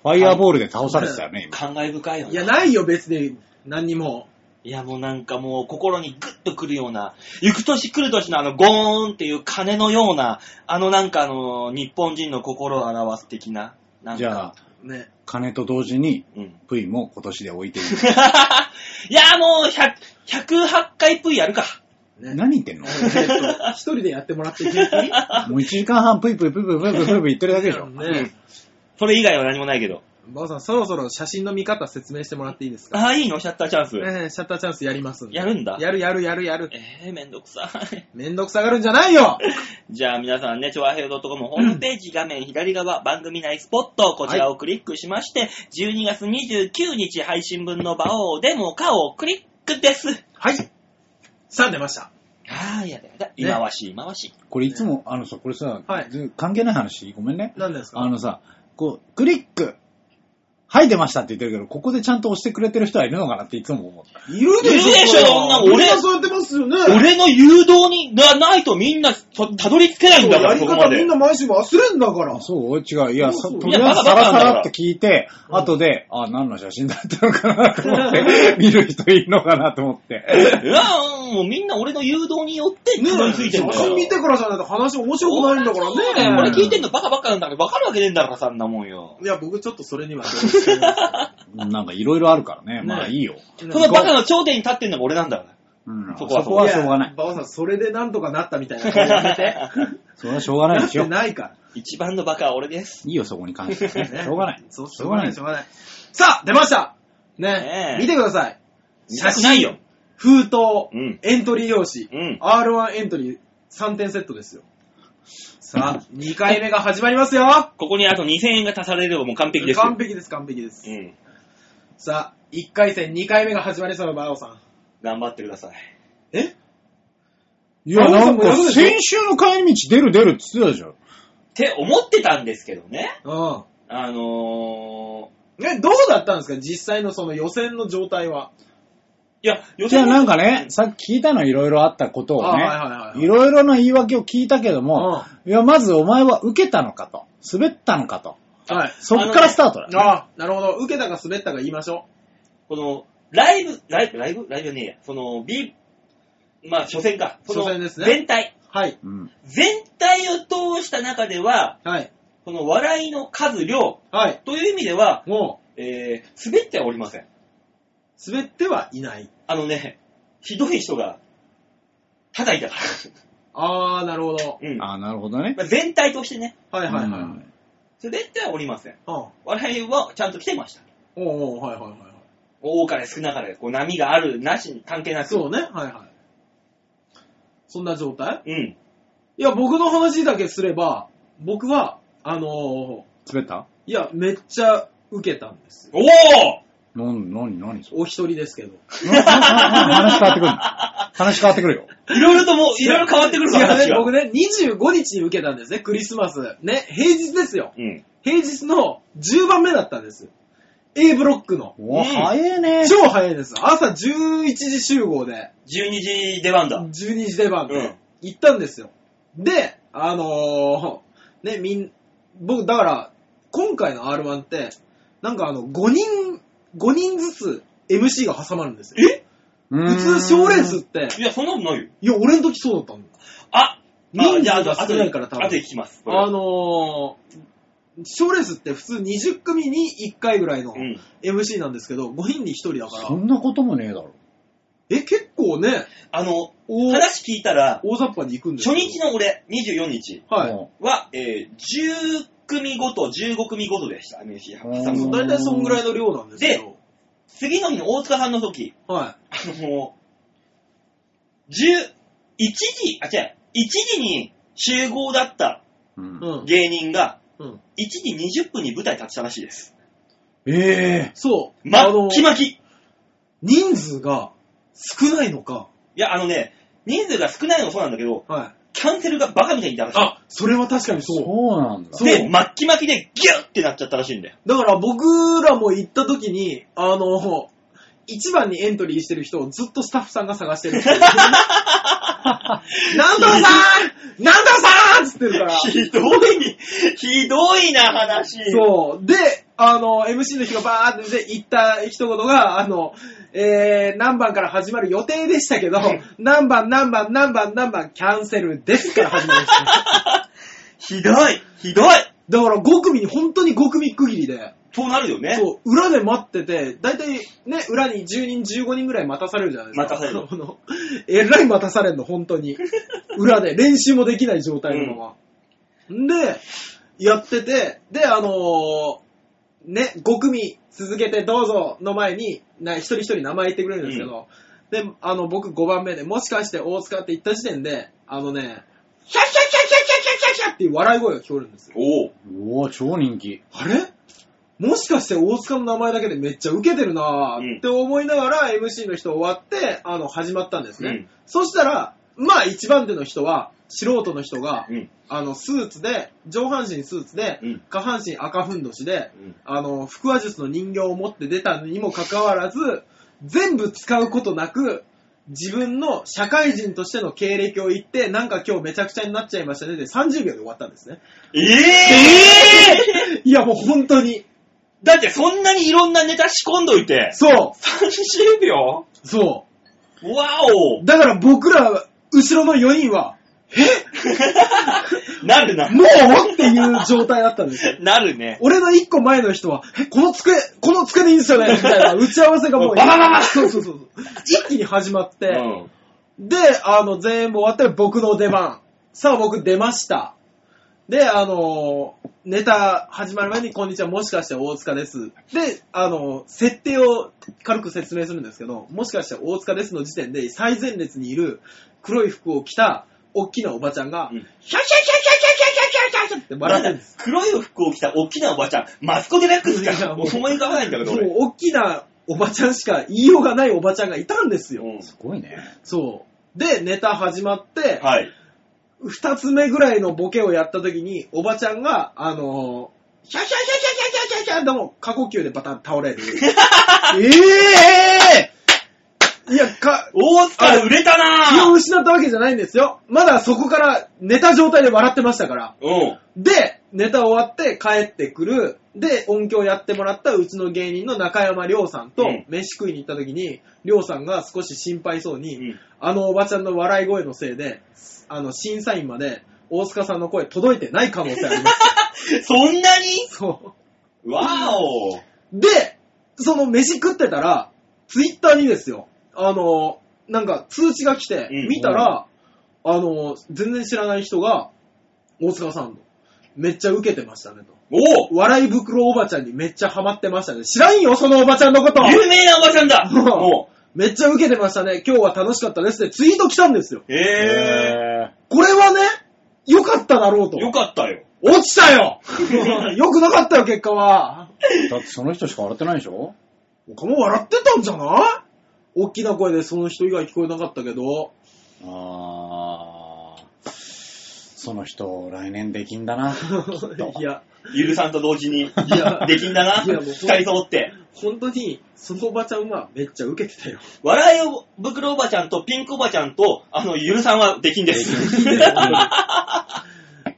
[SPEAKER 1] ファイアボールで倒されてたよね、今。
[SPEAKER 3] 感慨深いよね。
[SPEAKER 4] いや、ないよ、別に。何にも。
[SPEAKER 3] いや、もうなんかもう心にグッとくるような、行く年来る年のあのゴーンっていう鐘のような、あのなんかあの、日本人の心を表す的な、なんか。
[SPEAKER 1] じゃあ、
[SPEAKER 4] ね。
[SPEAKER 1] 金と同時に、
[SPEAKER 3] うん。
[SPEAKER 1] プイも今年で置いている。
[SPEAKER 3] いや、もう100、108回プイやるか。
[SPEAKER 4] ね
[SPEAKER 1] 何言ってんの
[SPEAKER 4] えっと一人でやってもらっていいですか
[SPEAKER 1] もう1時間半プイプイプイプイプイプイプイ言ってるだけでしょ。
[SPEAKER 4] ね
[SPEAKER 3] それ以外は何もないけど。
[SPEAKER 4] バオさん、そろそろ写真の見方説明してもらっていいですか
[SPEAKER 3] ああ、いいのシャッターチャンス。
[SPEAKER 4] ええシャッターチャンスやりますんで
[SPEAKER 3] やるんだ。
[SPEAKER 4] やるやるやるやる。
[SPEAKER 3] えー、めんどくさい。
[SPEAKER 4] めんどくさがるんじゃないよ
[SPEAKER 3] じゃあ皆さんね、超和平洋 .com ホームページ画面左側、番組内スポット、こちらをクリックしまして、12月29日配信分の場をデモかをクリックです。
[SPEAKER 4] はい。さあ、出ました。
[SPEAKER 3] ああ、やだやだ。忌まわしい、忌まわしい。
[SPEAKER 1] これいつも、あのさ、これさ、
[SPEAKER 4] はい
[SPEAKER 1] ず関係ない話、ごめんね。
[SPEAKER 4] 何ですか
[SPEAKER 1] あのさ、こう、クリック、はい出ましたって言ってるけど、ここでちゃんと押してくれてる人はいるのかなっていつも思う。
[SPEAKER 4] いる
[SPEAKER 3] いるでしょ
[SPEAKER 4] そら
[SPEAKER 3] 女俺
[SPEAKER 4] みんなそうやってますよね。
[SPEAKER 3] 俺の誘導にがないとみんなそたどり着けないんだから、
[SPEAKER 4] や
[SPEAKER 3] そ
[SPEAKER 4] り
[SPEAKER 3] こ
[SPEAKER 4] 方
[SPEAKER 3] ま
[SPEAKER 4] み
[SPEAKER 3] で
[SPEAKER 4] ん。な毎週忘れんだから。
[SPEAKER 1] そう違う。いや、
[SPEAKER 4] そ
[SPEAKER 1] さ
[SPEAKER 4] うそう
[SPEAKER 1] とりあえず
[SPEAKER 3] いや
[SPEAKER 1] サ
[SPEAKER 3] バ
[SPEAKER 1] ラ
[SPEAKER 3] カ
[SPEAKER 1] サ
[SPEAKER 3] バカなんだから
[SPEAKER 1] ラって聞いて、後で、あ、何の写真だったのかなと思って、見る人いるのかなと思って。
[SPEAKER 3] うわーもうみんな俺の誘導によってたどり着いてるんだ
[SPEAKER 4] 写
[SPEAKER 3] から。
[SPEAKER 4] 真見てからじゃないと話面白くないんだからね
[SPEAKER 3] そうだよこれ聞いてんのバカバカなんだから、わかるわけねえんだから、そんなもんよ。
[SPEAKER 4] いや、僕ちょっとそれにはどうしても。
[SPEAKER 1] なんかいろいろあるからね。
[SPEAKER 4] ね
[SPEAKER 1] まあいいよ。
[SPEAKER 3] そのバカの頂点に立ってんのが俺なんだから。
[SPEAKER 1] うん。
[SPEAKER 3] そ
[SPEAKER 1] そ
[SPEAKER 3] こ
[SPEAKER 1] こ
[SPEAKER 3] は
[SPEAKER 1] は
[SPEAKER 3] そ
[SPEAKER 1] そうこはしょうがない
[SPEAKER 4] や。バオさん、それでなんとかなったみたいな顔や めて。
[SPEAKER 1] それはしょうがない
[SPEAKER 4] な
[SPEAKER 1] で
[SPEAKER 4] っ
[SPEAKER 1] しょ
[SPEAKER 4] て。ないから。
[SPEAKER 3] 一番のバカは俺です。
[SPEAKER 1] いいよ、そこに関しては ね。しょうがない。
[SPEAKER 4] そう、しょうがない、しょうがない。さあ、出ましたね
[SPEAKER 3] ねえ
[SPEAKER 4] 見てください。
[SPEAKER 3] 写真ないよ。
[SPEAKER 4] 封筒、
[SPEAKER 3] うん
[SPEAKER 4] エントリー用紙、
[SPEAKER 3] うん
[SPEAKER 4] R1 エントリー3点セットですよ。さあ、2回目が始まりますよ
[SPEAKER 3] ここにあと2000円が足されればもう完璧ですよ。
[SPEAKER 4] 完璧です、完璧です。
[SPEAKER 3] うん。
[SPEAKER 4] さあ、1回戦、2回目が始まりそうなバオさん。
[SPEAKER 3] 頑張ってください。
[SPEAKER 4] え
[SPEAKER 1] いや、なん
[SPEAKER 4] や
[SPEAKER 1] か
[SPEAKER 4] るでしょ
[SPEAKER 1] 先週の帰り道出る出るって言ってたじゃん。
[SPEAKER 3] って思ってたんですけどね。
[SPEAKER 4] うん。
[SPEAKER 3] あの
[SPEAKER 4] ね、どうだったんですか実際のその予選の状態は。
[SPEAKER 3] ー、いや、予
[SPEAKER 1] じゃあなんか
[SPEAKER 3] う
[SPEAKER 1] ね、さっき聞いたのいろいろあったことをね
[SPEAKER 4] あはいはいは、い
[SPEAKER 1] いろいろな言い訳を聞いたけども、いや、まずお前は受けたのかと、滑ったのかと、
[SPEAKER 4] はい。
[SPEAKER 1] そっからスタートだ。
[SPEAKER 4] ああ、なるほど。受けたか滑ったか言いましょ
[SPEAKER 3] この、ライブ、ライブ、ライブライブじゃねえや。その、B、まあ、初戦か。その
[SPEAKER 4] 初戦ですね
[SPEAKER 3] 全体
[SPEAKER 4] う。。はい。
[SPEAKER 1] うん。
[SPEAKER 3] 全体を通した中では、
[SPEAKER 4] はい。
[SPEAKER 3] この笑いの数、量、
[SPEAKER 4] はい。
[SPEAKER 3] という意味では、
[SPEAKER 4] も
[SPEAKER 3] えー、滑ってはおりません。
[SPEAKER 4] う、滑ってはいない。
[SPEAKER 3] あのね、ひどい人が、叩いたか
[SPEAKER 4] ああ、なるほど。
[SPEAKER 3] ら。うん。 ま
[SPEAKER 1] ああ、なるほどね。
[SPEAKER 3] あ、全体としてね、
[SPEAKER 4] はいはいはい。
[SPEAKER 1] うん
[SPEAKER 4] うん。
[SPEAKER 3] 滑ってはおりません。
[SPEAKER 4] おう
[SPEAKER 3] 笑いはちゃんと来てました。
[SPEAKER 4] おうはいはいはいはい。
[SPEAKER 3] 多かれ少なかれ、こう波がある、なし、関係なく。
[SPEAKER 4] そうね。はいはい。そんな状態
[SPEAKER 3] うん。
[SPEAKER 4] いや、僕の話だけすれば、僕は、あのー
[SPEAKER 1] 滑った
[SPEAKER 4] いや、めっちゃ受けたんですよ。
[SPEAKER 3] おお
[SPEAKER 1] なになになにそれ
[SPEAKER 4] お一人ですけど。
[SPEAKER 1] ななな話変わってくるの話変わってくるよ。
[SPEAKER 3] いろいろともう、いろいろ変わってくるから、
[SPEAKER 4] いや
[SPEAKER 3] 話
[SPEAKER 4] ね、
[SPEAKER 3] が。
[SPEAKER 4] 僕ね、25日に受けたんですね、クリスマス。ね、平日ですよ。
[SPEAKER 3] うん。
[SPEAKER 4] 平日の10番目だったんです。A ブロックの。
[SPEAKER 1] お
[SPEAKER 3] うん
[SPEAKER 1] ー早えね。
[SPEAKER 4] 超早いです。朝11時集合で、
[SPEAKER 3] 12時出番だ。
[SPEAKER 4] 12時出
[SPEAKER 3] う
[SPEAKER 4] 番で
[SPEAKER 3] ん
[SPEAKER 4] 行ったんですよ。で、あのー、ね、みん、僕、だから、今回の R1 って、なんかあの、5人、5人ずつ MC が挟まるんですよ。え
[SPEAKER 1] うーん
[SPEAKER 4] 普通、賞レースって、
[SPEAKER 3] いや、そんなことないよ。
[SPEAKER 4] いや、俺の時そうだったの。
[SPEAKER 3] あ
[SPEAKER 4] 人数
[SPEAKER 3] あじゃあ、
[SPEAKER 4] が
[SPEAKER 3] あと
[SPEAKER 4] 少ないから多分
[SPEAKER 3] あとで聞きます。
[SPEAKER 4] あのー、賞レースって普通20組に1回ぐらいの
[SPEAKER 3] うん。
[SPEAKER 4] MC なんですけど、5人に1人だから
[SPEAKER 1] そ、んなこともねえだろ。
[SPEAKER 4] え、結構ね、
[SPEAKER 3] あの、
[SPEAKER 4] 大
[SPEAKER 3] 話聞いたら、
[SPEAKER 4] 大雑把に行くんです
[SPEAKER 3] 初
[SPEAKER 4] よ
[SPEAKER 3] 日の俺、24日
[SPEAKER 4] はい。
[SPEAKER 1] も
[SPEAKER 3] は、えー、10組ごと、15組ごとでした、MC 挟
[SPEAKER 1] うん
[SPEAKER 3] む
[SPEAKER 4] そう
[SPEAKER 3] の
[SPEAKER 4] 大体そんぐらいの量なんですけど。
[SPEAKER 3] 次の日の大塚さんの時、
[SPEAKER 4] は
[SPEAKER 3] あの、10、1時、あ、違う、1時に集合だった
[SPEAKER 1] う
[SPEAKER 4] い。
[SPEAKER 1] う。
[SPEAKER 4] うんん。
[SPEAKER 3] 芸人が、
[SPEAKER 4] うん。
[SPEAKER 3] 1時20分に舞台立ちたらしいです。
[SPEAKER 1] ええ
[SPEAKER 4] そう。
[SPEAKER 3] ま
[SPEAKER 4] あの、
[SPEAKER 3] きまき。い
[SPEAKER 4] 人数が少ないのか。
[SPEAKER 3] や、あのね、人数が少ないのもそうなんだけど、
[SPEAKER 4] はい。
[SPEAKER 3] キャンセルがバカみたいにいたらしい。
[SPEAKER 4] あ、それは確かに
[SPEAKER 1] そ
[SPEAKER 4] そう。
[SPEAKER 1] うなんだ
[SPEAKER 4] そ。う
[SPEAKER 3] で、巻き巻きでギュッってなっちゃったらしい んだよ。
[SPEAKER 4] だから僕らも行った時に、あの、一番にエントリーしてる人をずっとスタッフさんが探してる っていう。なんとかさんなんとかさんっつってる から。
[SPEAKER 3] ひどい、ひどいな話。
[SPEAKER 4] そう。で、あの、MC の人がバーってで言った一言が、あの、えー、何番から始まる予定でしたけど、何番、何番、何番、何番、キャンセルですから始まるんですよ。
[SPEAKER 3] ひどい、ひどい。
[SPEAKER 4] だから5組に、本当に5組区切りで、
[SPEAKER 3] そうなるよね。
[SPEAKER 4] そう、裏で待ってて、大体ね、裏に10人、15人ぐらい待たされるじゃないですか。
[SPEAKER 3] 待たされる
[SPEAKER 4] あの えらい待たされるの、本当に。裏で、練習もできない状態のまま。んで、やってて、で、あのーね、5組続けてどうぞの前に、な一人一人名前言ってくれるんですけど、で、あの、僕5番目で、もしかして大塚って言った時点で、あのね、キャッキャッキャッキャッキャッキャッキャッキャッっていう笑い声が聞こえるんですよ。
[SPEAKER 3] おお。
[SPEAKER 1] おー、超人気。
[SPEAKER 4] あれもしかして大塚の名前だけでめっちゃウケてるなーって思いながら MC の人終わって、あの、始まったんですね。
[SPEAKER 3] うん
[SPEAKER 4] そしたら、まあ一番手の人は、素人の人が、
[SPEAKER 3] うん。
[SPEAKER 4] あの、スーツで、上半身スーツで、
[SPEAKER 3] うん
[SPEAKER 4] 下半身赤ふんどしで、
[SPEAKER 3] うん
[SPEAKER 4] あの、腹話術の人形を持って出たにもかかわらず、全部使うことなく、自分の社会人としての経歴を言って、なんか今日めちゃくちゃになっちゃいましたねで30秒で終わったんですね。
[SPEAKER 3] ええー
[SPEAKER 4] いやもう本当に。
[SPEAKER 3] だってそんなにいろんなネタ仕込んどいて、
[SPEAKER 4] そ
[SPEAKER 3] 30秒
[SPEAKER 4] う。そ
[SPEAKER 3] わ
[SPEAKER 4] う。だから僕ら、後ろの4人は、
[SPEAKER 3] おなるな。
[SPEAKER 4] もうっていう状態だったんですよ。
[SPEAKER 3] なるね。
[SPEAKER 4] 俺の1個前の人は、え、この机、この机でいいんですよねみたいな打ち合わせがもう、
[SPEAKER 3] ババババ
[SPEAKER 4] そうそうそうそう。一気に始まっ
[SPEAKER 3] う
[SPEAKER 4] て、
[SPEAKER 3] ん。
[SPEAKER 4] で、あの、全部終わったら僕の出番。さあ、僕出ました。で、あの、ネタ始まる前に、こんにちは、もしかして大塚です。で、あの、設定を軽く説明するんですけど、もしかして大塚ですの時点で、最前列にいる黒い服を着た、大きなおばちゃんが、
[SPEAKER 3] う
[SPEAKER 4] ヒャ
[SPEAKER 3] ん
[SPEAKER 4] ヒャヒャヒャヒャヒャヒャヒャヒャって笑ってるんです。
[SPEAKER 3] 黒い服を着た大きなおばちゃん、マスコ・デラックス
[SPEAKER 4] い
[SPEAKER 3] し
[SPEAKER 4] や
[SPEAKER 3] か
[SPEAKER 4] もう
[SPEAKER 3] 思い浮かばないんだけど、
[SPEAKER 4] もう
[SPEAKER 3] 俺。
[SPEAKER 4] 大きなおばちゃんしか言いようがないおばちゃんがいたんですよ。
[SPEAKER 3] うん
[SPEAKER 1] すごいね。
[SPEAKER 4] そう。で、ネタ始まって、
[SPEAKER 3] はい。
[SPEAKER 4] 二つ目ぐらいのボケをやった時に、おばちゃんが、あのー、シャシャシャシャシャシャシャシャでも、過呼吸でバタン倒れる。
[SPEAKER 1] ええ
[SPEAKER 4] いや、か、
[SPEAKER 3] 大塚売れた
[SPEAKER 4] 気を
[SPEAKER 3] なぁ
[SPEAKER 4] 失ったわけじゃないんですよ。まだそこから寝た状態で笑ってましたから。
[SPEAKER 3] うん。
[SPEAKER 4] で、ネタ終わって帰ってくる。で、音響やってもらったうちの芸人の中山亮さんと
[SPEAKER 3] うん
[SPEAKER 4] 飯食いに行った時に、亮さんが少し心配そうに、
[SPEAKER 3] うん
[SPEAKER 4] あのおばちゃんの笑い声のせいで、あの審査員まで大塚さんの声届いてない可能性あ ります。
[SPEAKER 3] そんなに
[SPEAKER 4] そ
[SPEAKER 3] わお
[SPEAKER 4] う。で、その飯食ってたら、ツイッターにですよ、あの、なんか通知が来て
[SPEAKER 3] うん、
[SPEAKER 4] 見たら、あの、全然知らない人が、大塚さんと、めっちゃ受けてましたねと。
[SPEAKER 3] おお
[SPEAKER 4] 笑い袋おばちゃんにめっちゃハマってましたね。知らんよ、そのおばちゃんのこと。
[SPEAKER 3] 有名なおばちゃんだ
[SPEAKER 4] うん
[SPEAKER 3] も
[SPEAKER 4] めっちゃ受けてましたね。今日は楽しかったですってツイート来たんですよ。
[SPEAKER 3] う。へえ。
[SPEAKER 4] これはね、良かっただろうと。
[SPEAKER 3] よかったよ。
[SPEAKER 4] 落ちたよ良くなかった よ、結果は。
[SPEAKER 1] だってその人しか笑ってないでしょ
[SPEAKER 4] 他も笑ってたんじゃない大きな声でその人以外聞こえなかったけど。
[SPEAKER 1] あー。その人、来年できんだ な。
[SPEAKER 4] いや、
[SPEAKER 3] ゆるさんと同時に
[SPEAKER 4] や、
[SPEAKER 3] できんだない
[SPEAKER 4] やもう
[SPEAKER 3] 二人揃って。
[SPEAKER 4] 本当に、そのおばちゃんはめっちゃ受けてたよ。
[SPEAKER 3] 笑いを袋おばちゃんとピンクおばちゃんと、あの、ゆるさんはできんです。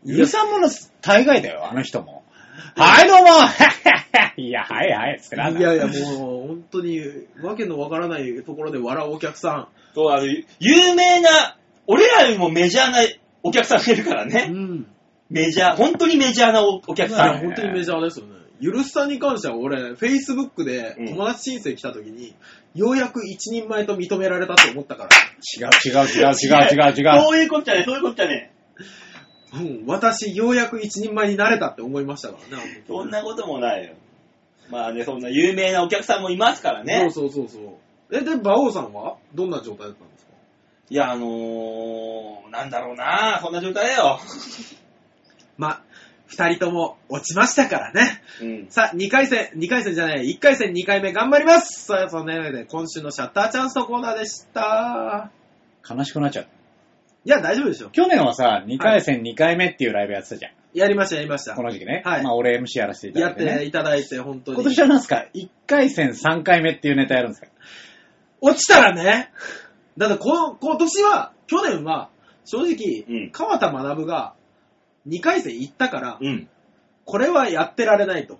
[SPEAKER 1] ゆるさんもの大概だよ、あの人も。 はい、どうもいや、はい、はい、つら
[SPEAKER 4] いやいや、もう、本当に、わけのわからないところで笑うお客さ
[SPEAKER 3] そう、あの、有名な、俺らよりもメジャーなお客さんがいるから
[SPEAKER 4] ん。
[SPEAKER 3] ね。
[SPEAKER 4] ん。
[SPEAKER 3] メジャー、本当にメジャーなおお客
[SPEAKER 4] い
[SPEAKER 3] さ
[SPEAKER 4] や、
[SPEAKER 3] ん。
[SPEAKER 4] 本当にメジャーですよね。ゆるさんに関しては、俺、Facebook で
[SPEAKER 3] うん
[SPEAKER 4] 友達申請来た時に、ようやく一人前と認められたと思ったか
[SPEAKER 1] 違う、違う、違う、違う、違う、違う。
[SPEAKER 3] そういうこっちゃね、そういうこっちゃね。
[SPEAKER 4] ら、うん、私、ようやく一人前になれたって思いましたからね。
[SPEAKER 3] そんなこともないよ。まあね、そんな有名なお客さんもいますからね。
[SPEAKER 4] そうそうそうそう。え、で、馬王さんはどんな状態だったんですか
[SPEAKER 3] いや、あのー、なんだろうなそんな状態だよ。
[SPEAKER 4] ま、二人とも落ちましたからね。
[SPEAKER 3] うん。
[SPEAKER 4] さあ、2回戦、2回戦じゃない、1回戦、2回目頑張りますさあ、そんなわけで、今週のシャッターチャンスのコーナーでした。
[SPEAKER 1] 悲しくなっちゃう。
[SPEAKER 4] いや、大丈夫でしょ。
[SPEAKER 1] 去年はさ、2回戦2回目っていうライブやってたじゃん。
[SPEAKER 4] やりました、やりました
[SPEAKER 1] こ。の時期ね。
[SPEAKER 4] はい
[SPEAKER 1] まあ、俺 MC やらせていただ
[SPEAKER 4] や
[SPEAKER 1] い、
[SPEAKER 4] ってて
[SPEAKER 1] ね。
[SPEAKER 4] いただいて、本当に。
[SPEAKER 1] 今年は何すか ?1 回戦3回目っていうネタやるんですか
[SPEAKER 4] 落ちたらね、だってこの、今年は、去年は、正直、
[SPEAKER 3] うん
[SPEAKER 4] 川田学が2回戦行ったから、
[SPEAKER 3] うん。
[SPEAKER 4] これはやってられないと。っ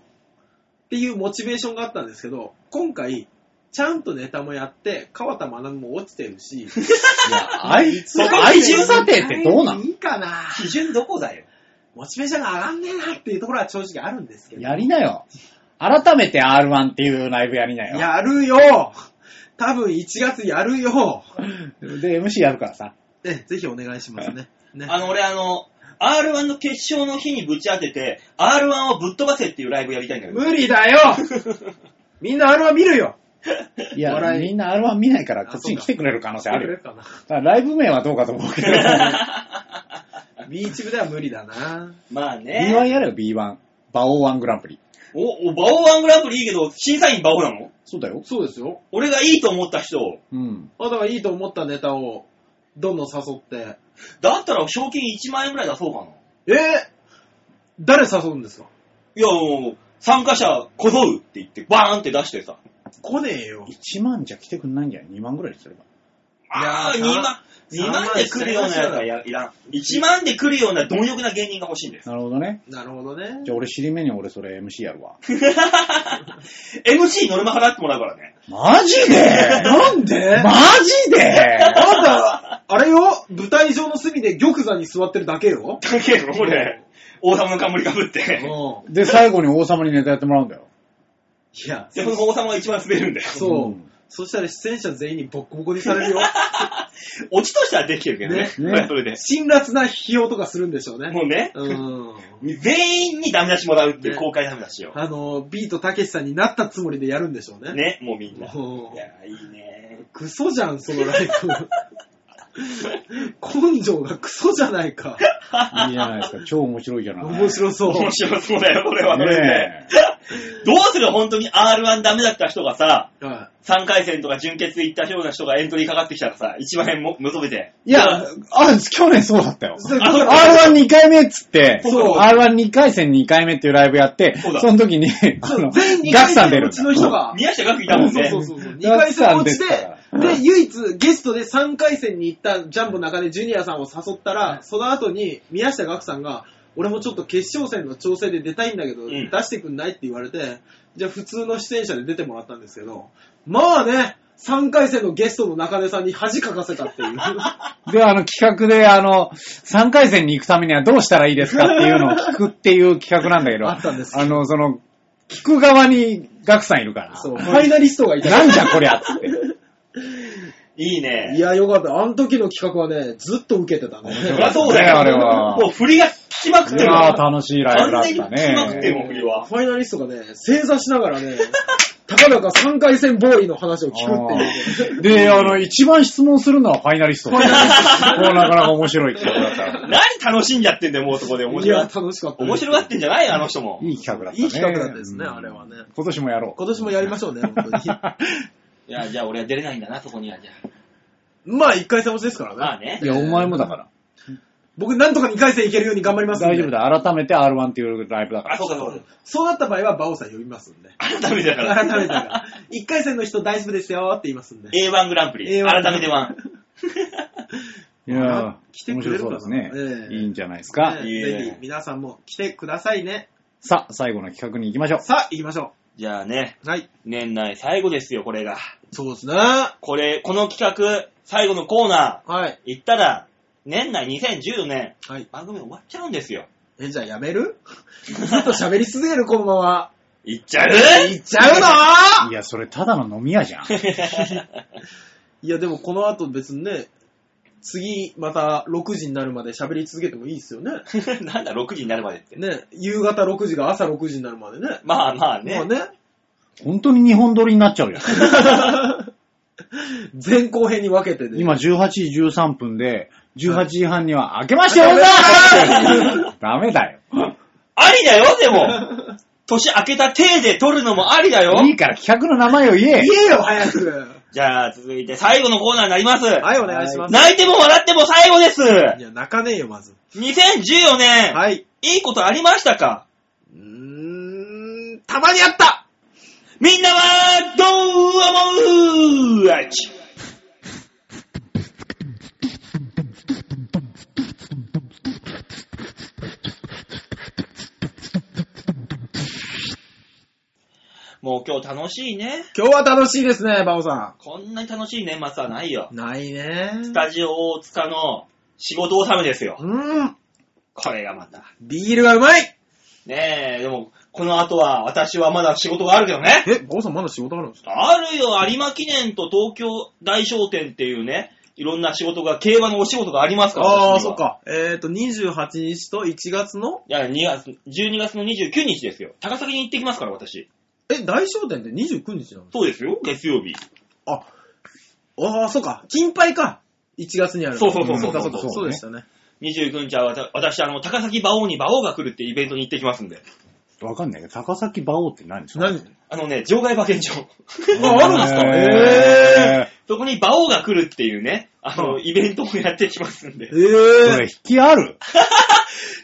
[SPEAKER 4] ていうモチベーションがあったんですけど、今回、ちゃんとネタもやって、川田学も落ちて るし、
[SPEAKER 1] いや、愛、
[SPEAKER 3] そこ
[SPEAKER 1] 愛情査定ってどうなの
[SPEAKER 4] いいかな
[SPEAKER 3] 基準どこだよ。
[SPEAKER 4] モチベーションが上がんねえなっていうところは正直あるんですけど。
[SPEAKER 1] やりなよ。改めて R1 っていうライブやりなよ。
[SPEAKER 4] やるよ多分1月やるよ
[SPEAKER 1] で、MC やるからさ。
[SPEAKER 4] ね、ぜひお願いしますね。ね
[SPEAKER 3] あの、俺あの、 R1 の決勝の日にぶち当てて、R1 をぶっ飛ばせっていうライブやりたいんだけど。
[SPEAKER 4] 無 理だよみんなあれは見るよ。
[SPEAKER 1] いや、
[SPEAKER 4] 笑い
[SPEAKER 1] みんな R1 見ないから、
[SPEAKER 4] あ
[SPEAKER 1] こっちに来てくれる可能性あるよ。
[SPEAKER 4] かな。
[SPEAKER 1] だからライブ名はどうかと思うけど。
[SPEAKER 4] ビーチ部では無理だな。
[SPEAKER 3] まあね。
[SPEAKER 1] B1 やれよ、B1。馬王1グランプリ。
[SPEAKER 3] お、お、馬王ワングランプリいいけど、審査員馬王なの
[SPEAKER 1] そうだよ。
[SPEAKER 4] そうですよ。
[SPEAKER 3] 俺がいいと思った人、
[SPEAKER 1] うん。
[SPEAKER 4] あ、だからいいと思ったネタを、どんどん誘って。
[SPEAKER 3] だったら賞金1万円ぐらい出そうかな。
[SPEAKER 4] えー、誰誘うんですか
[SPEAKER 3] いや、もう、参加者、こぞうって言って、バーンって出してさ。
[SPEAKER 4] 来ねえよ。
[SPEAKER 1] 1万じゃ来てくんないんじゃない ?2 万ぐらいにすれば。
[SPEAKER 3] ああ、2
[SPEAKER 4] いやー
[SPEAKER 3] 万、2万で来るようなやつはいらいらん。1万で来るような貪欲な芸人が欲しいんです。
[SPEAKER 1] なるほどね。
[SPEAKER 4] なるほどね
[SPEAKER 1] じ。ゃあ俺尻目に俺それ MC やるわ。
[SPEAKER 3] MC ノルマ払ってもらうからね。
[SPEAKER 1] マジで
[SPEAKER 4] なんで
[SPEAKER 1] マジで
[SPEAKER 4] あなた、あれよ舞台上の隅で玉座に座ってるだけよ。
[SPEAKER 3] だけど、俺、王様の冠かぶって。
[SPEAKER 4] う
[SPEAKER 1] で、最後に王様にネタやってもらうんだよ。
[SPEAKER 4] ん。いや、
[SPEAKER 3] で、その王様が一番滑るんだよ。
[SPEAKER 4] そう。
[SPEAKER 1] うん
[SPEAKER 4] そしたら出演者全員にボッコボコにされるよ。
[SPEAKER 3] オチとしてはできてるけどね。
[SPEAKER 4] ね
[SPEAKER 3] それはそれで。
[SPEAKER 4] 辛辣な費用とかするんでしょうね。
[SPEAKER 3] もうね、
[SPEAKER 4] うん。
[SPEAKER 3] 全員にダメ出しもらうっていう
[SPEAKER 4] ね
[SPEAKER 3] 公開ダメ出しを。
[SPEAKER 4] あの、ビートたけしさんになったつもりでやるんでしょうね。
[SPEAKER 3] ね、もうみんな。い
[SPEAKER 4] うん
[SPEAKER 3] や、いいね。
[SPEAKER 4] クソじゃん、そのライ ブ。根性がクソじゃないか。
[SPEAKER 1] いいじゃないですか。超面白いじゃない。
[SPEAKER 4] 面白そう。
[SPEAKER 3] 面白そうだよ、これは。これね
[SPEAKER 1] ね
[SPEAKER 3] どうする本当に R1 ダメだった人がさ、
[SPEAKER 4] は
[SPEAKER 3] 3回戦とか準決行ったような人がエントリーかかってきたらさ、1万円も求めて。
[SPEAKER 1] え。いや、あれ、去年そうだったよ。
[SPEAKER 4] そう
[SPEAKER 1] R12 回目っつって、
[SPEAKER 4] そう
[SPEAKER 1] R12 回戦2回目っていうライブやって、
[SPEAKER 3] そう
[SPEAKER 1] そ
[SPEAKER 3] だ
[SPEAKER 1] の時に、あ
[SPEAKER 4] い
[SPEAKER 1] の、
[SPEAKER 4] 全員2
[SPEAKER 1] ガク
[SPEAKER 4] 回
[SPEAKER 1] さん出
[SPEAKER 4] 戦
[SPEAKER 1] るん
[SPEAKER 4] 落ち
[SPEAKER 1] だ
[SPEAKER 4] の人が。
[SPEAKER 3] 宮下学いたもんね。
[SPEAKER 4] そうそうそうそう。2
[SPEAKER 1] ガ
[SPEAKER 4] 回
[SPEAKER 1] ク
[SPEAKER 4] 戦
[SPEAKER 1] さん
[SPEAKER 4] 落
[SPEAKER 1] で
[SPEAKER 4] ち
[SPEAKER 1] す
[SPEAKER 4] て
[SPEAKER 1] から、
[SPEAKER 4] で、唯一ゲストで3回戦に行ったジャンボ中根ジュニアさんを誘ったら、その後に宮下岳さんが、俺もちょっと決勝戦の調整で出たいんだけど、
[SPEAKER 3] ん
[SPEAKER 4] 出してくんないって言われて、じゃあ普通の出演者で出てもらったんですけど、まあね、3回戦のゲストの中根さんに恥かかせたって いう。
[SPEAKER 1] で、あの企画で、あの、3回戦に行くためにはどうしたらいいですかっていうのを聞くっていう企画なんだけど、
[SPEAKER 4] あったんですよ
[SPEAKER 1] あの、その、聞く側にガクさんいるから、
[SPEAKER 4] そう、ファイナリストがいた。
[SPEAKER 1] なんじゃこりゃっつ って。
[SPEAKER 3] いいね。
[SPEAKER 4] いや、よかった。あの時の企画はね、ずっと受けて たね。
[SPEAKER 3] そりゃそうだよ、
[SPEAKER 1] あれは
[SPEAKER 3] もう振りが効きまくっ
[SPEAKER 1] い
[SPEAKER 3] てる
[SPEAKER 1] やー
[SPEAKER 3] わ。
[SPEAKER 1] 楽しいライブだ
[SPEAKER 3] 完
[SPEAKER 1] っ
[SPEAKER 3] 全に
[SPEAKER 1] た
[SPEAKER 3] 効きまくってる
[SPEAKER 1] ね。
[SPEAKER 3] もん、振りは。
[SPEAKER 4] ファイナリストがね、正座しながらね、たかだか3回戦ボーイの話を聞くっていう。
[SPEAKER 1] あーで、あの、一番質問するのはファイナリスト。これなかなか面白い企画だったから。
[SPEAKER 3] 何楽しんじゃってんだよ、もうそこで。面
[SPEAKER 4] いや、
[SPEAKER 3] 白い。
[SPEAKER 4] 楽しかった。
[SPEAKER 3] 面白がってんじゃないあの人も。
[SPEAKER 1] いい企画だったね。
[SPEAKER 4] いい企画だったですね、
[SPEAKER 1] うん
[SPEAKER 4] あれはね。
[SPEAKER 1] 今年もやろう。
[SPEAKER 4] 今年もやりましょうね、本当に。
[SPEAKER 3] いや、じゃあ俺は出れないんだな、そこには。じゃ
[SPEAKER 4] まあ、1回戦落ちですか
[SPEAKER 3] あ。まあ
[SPEAKER 4] らね。
[SPEAKER 3] ね
[SPEAKER 1] い。や、お前もだから。
[SPEAKER 4] 僕、なんとか2回戦いけるように頑張りますんで
[SPEAKER 1] 大丈夫。だ。改めて R1 っていうライブだか
[SPEAKER 3] あ、
[SPEAKER 1] ら。
[SPEAKER 3] そうかそうか。
[SPEAKER 4] そうなった場合は、バオさん呼びますんで。
[SPEAKER 3] 改めてだから。
[SPEAKER 4] 改めてだ。1回戦の人大丈夫ですよって言いますんで。
[SPEAKER 3] A1 グランプリ。
[SPEAKER 4] A1
[SPEAKER 3] 改めて
[SPEAKER 1] い
[SPEAKER 3] 1。
[SPEAKER 1] や
[SPEAKER 4] 来
[SPEAKER 1] ー、
[SPEAKER 4] て
[SPEAKER 1] 面
[SPEAKER 4] くれ
[SPEAKER 1] 白
[SPEAKER 4] る
[SPEAKER 1] そ
[SPEAKER 4] か
[SPEAKER 1] う
[SPEAKER 4] な
[SPEAKER 1] ですね。
[SPEAKER 4] ええ
[SPEAKER 1] いいんじゃないですか。
[SPEAKER 4] ね
[SPEAKER 3] いえいえ
[SPEAKER 4] ぜひ、皆さんも来てくださいね。
[SPEAKER 1] さあ、最後の企画に行きましょう。
[SPEAKER 4] さあ、行きましょ
[SPEAKER 3] じゃあね、
[SPEAKER 4] う。はい。
[SPEAKER 3] 年内最後ですよ、これが。
[SPEAKER 4] そうですね。は
[SPEAKER 3] これ、この企画、最後のコーナー、
[SPEAKER 4] い。
[SPEAKER 3] 行ったら、年内2014年、
[SPEAKER 4] はい。
[SPEAKER 3] 番組終わっちゃうんですよ。
[SPEAKER 4] え、じゃあやめる ずっと喋り続ける、このまま。
[SPEAKER 3] 行っちゃう
[SPEAKER 4] 行っちゃうの
[SPEAKER 1] いや、それただの飲み屋じゃん。
[SPEAKER 4] いや、でもこの後別にね、次また6時になるまで喋り続けてもいいですよね。
[SPEAKER 3] なんだ、6時になるまでって。
[SPEAKER 4] ね、夕方6時が朝6時になるまでね。
[SPEAKER 3] まあまあ
[SPEAKER 4] ま
[SPEAKER 3] ね
[SPEAKER 4] あ。 ね、
[SPEAKER 1] 本当に日本撮りになっちゃうじゃん。
[SPEAKER 4] 前後編に分けてね。
[SPEAKER 1] 今18時13分で、18時半には、明けましておめでとうダメだよ。
[SPEAKER 3] ありだよ、でも。年明けた体で撮るのもありだよ。
[SPEAKER 1] いいから企画の名前を言え。
[SPEAKER 4] 言えよ、早く。
[SPEAKER 3] じゃあ、続いて最後のコーナーになります。
[SPEAKER 4] はい、お願いします。
[SPEAKER 3] 泣いても笑っても最後です。
[SPEAKER 4] いや、泣かねえよ、まず。
[SPEAKER 3] 2014年、
[SPEAKER 4] はい。
[SPEAKER 3] いいことありましたか
[SPEAKER 4] うーん、たまにあった
[SPEAKER 3] みんなは、どう思うあちもう今日楽しいね。
[SPEAKER 4] 今日は楽しいですね、バオさ
[SPEAKER 3] こんなに楽しい年末はないよ
[SPEAKER 4] ん。。ないね。
[SPEAKER 3] スタジオ大塚の仕事納めですよ。
[SPEAKER 4] うん、
[SPEAKER 3] これがまた。
[SPEAKER 4] ビールがうまい
[SPEAKER 3] ねえ、でも、この後は私はまだ仕事があるけどね。
[SPEAKER 4] え、バオさんまだ仕事あるんですか
[SPEAKER 3] あるよ、有馬記念と東京大商店っていうね、いろんな仕事が、競馬のお仕事がありますから。
[SPEAKER 4] ああ、
[SPEAKER 3] 私に
[SPEAKER 4] そっ
[SPEAKER 3] は。
[SPEAKER 4] か。えっ、と、28日と1月の、
[SPEAKER 3] いや、2月、12月の29日ですよ。高崎に行ってきますから、私。
[SPEAKER 4] え、大商店って29日なの
[SPEAKER 3] そうですよ、月曜日。
[SPEAKER 4] あ、ああ、そっか。金牌か。1月にある。
[SPEAKER 3] そうそうそう
[SPEAKER 4] そ
[SPEAKER 3] そうう
[SPEAKER 4] か、
[SPEAKER 3] そう
[SPEAKER 4] そう
[SPEAKER 1] そ
[SPEAKER 4] か。
[SPEAKER 1] う
[SPEAKER 4] そうでしたね。
[SPEAKER 3] 29日はわた、私、あの、高崎馬王に馬王が来るってイベントに行ってきますんで。
[SPEAKER 1] わかんないけど、高崎馬王って何
[SPEAKER 4] 何
[SPEAKER 3] あのね、場外馬券場。
[SPEAKER 4] ああるんですか
[SPEAKER 1] え
[SPEAKER 3] そこに馬王が来るっていうね、あの、イベントをやってきますんで。っ
[SPEAKER 1] ー、
[SPEAKER 4] え
[SPEAKER 1] これ
[SPEAKER 4] え
[SPEAKER 1] 引きある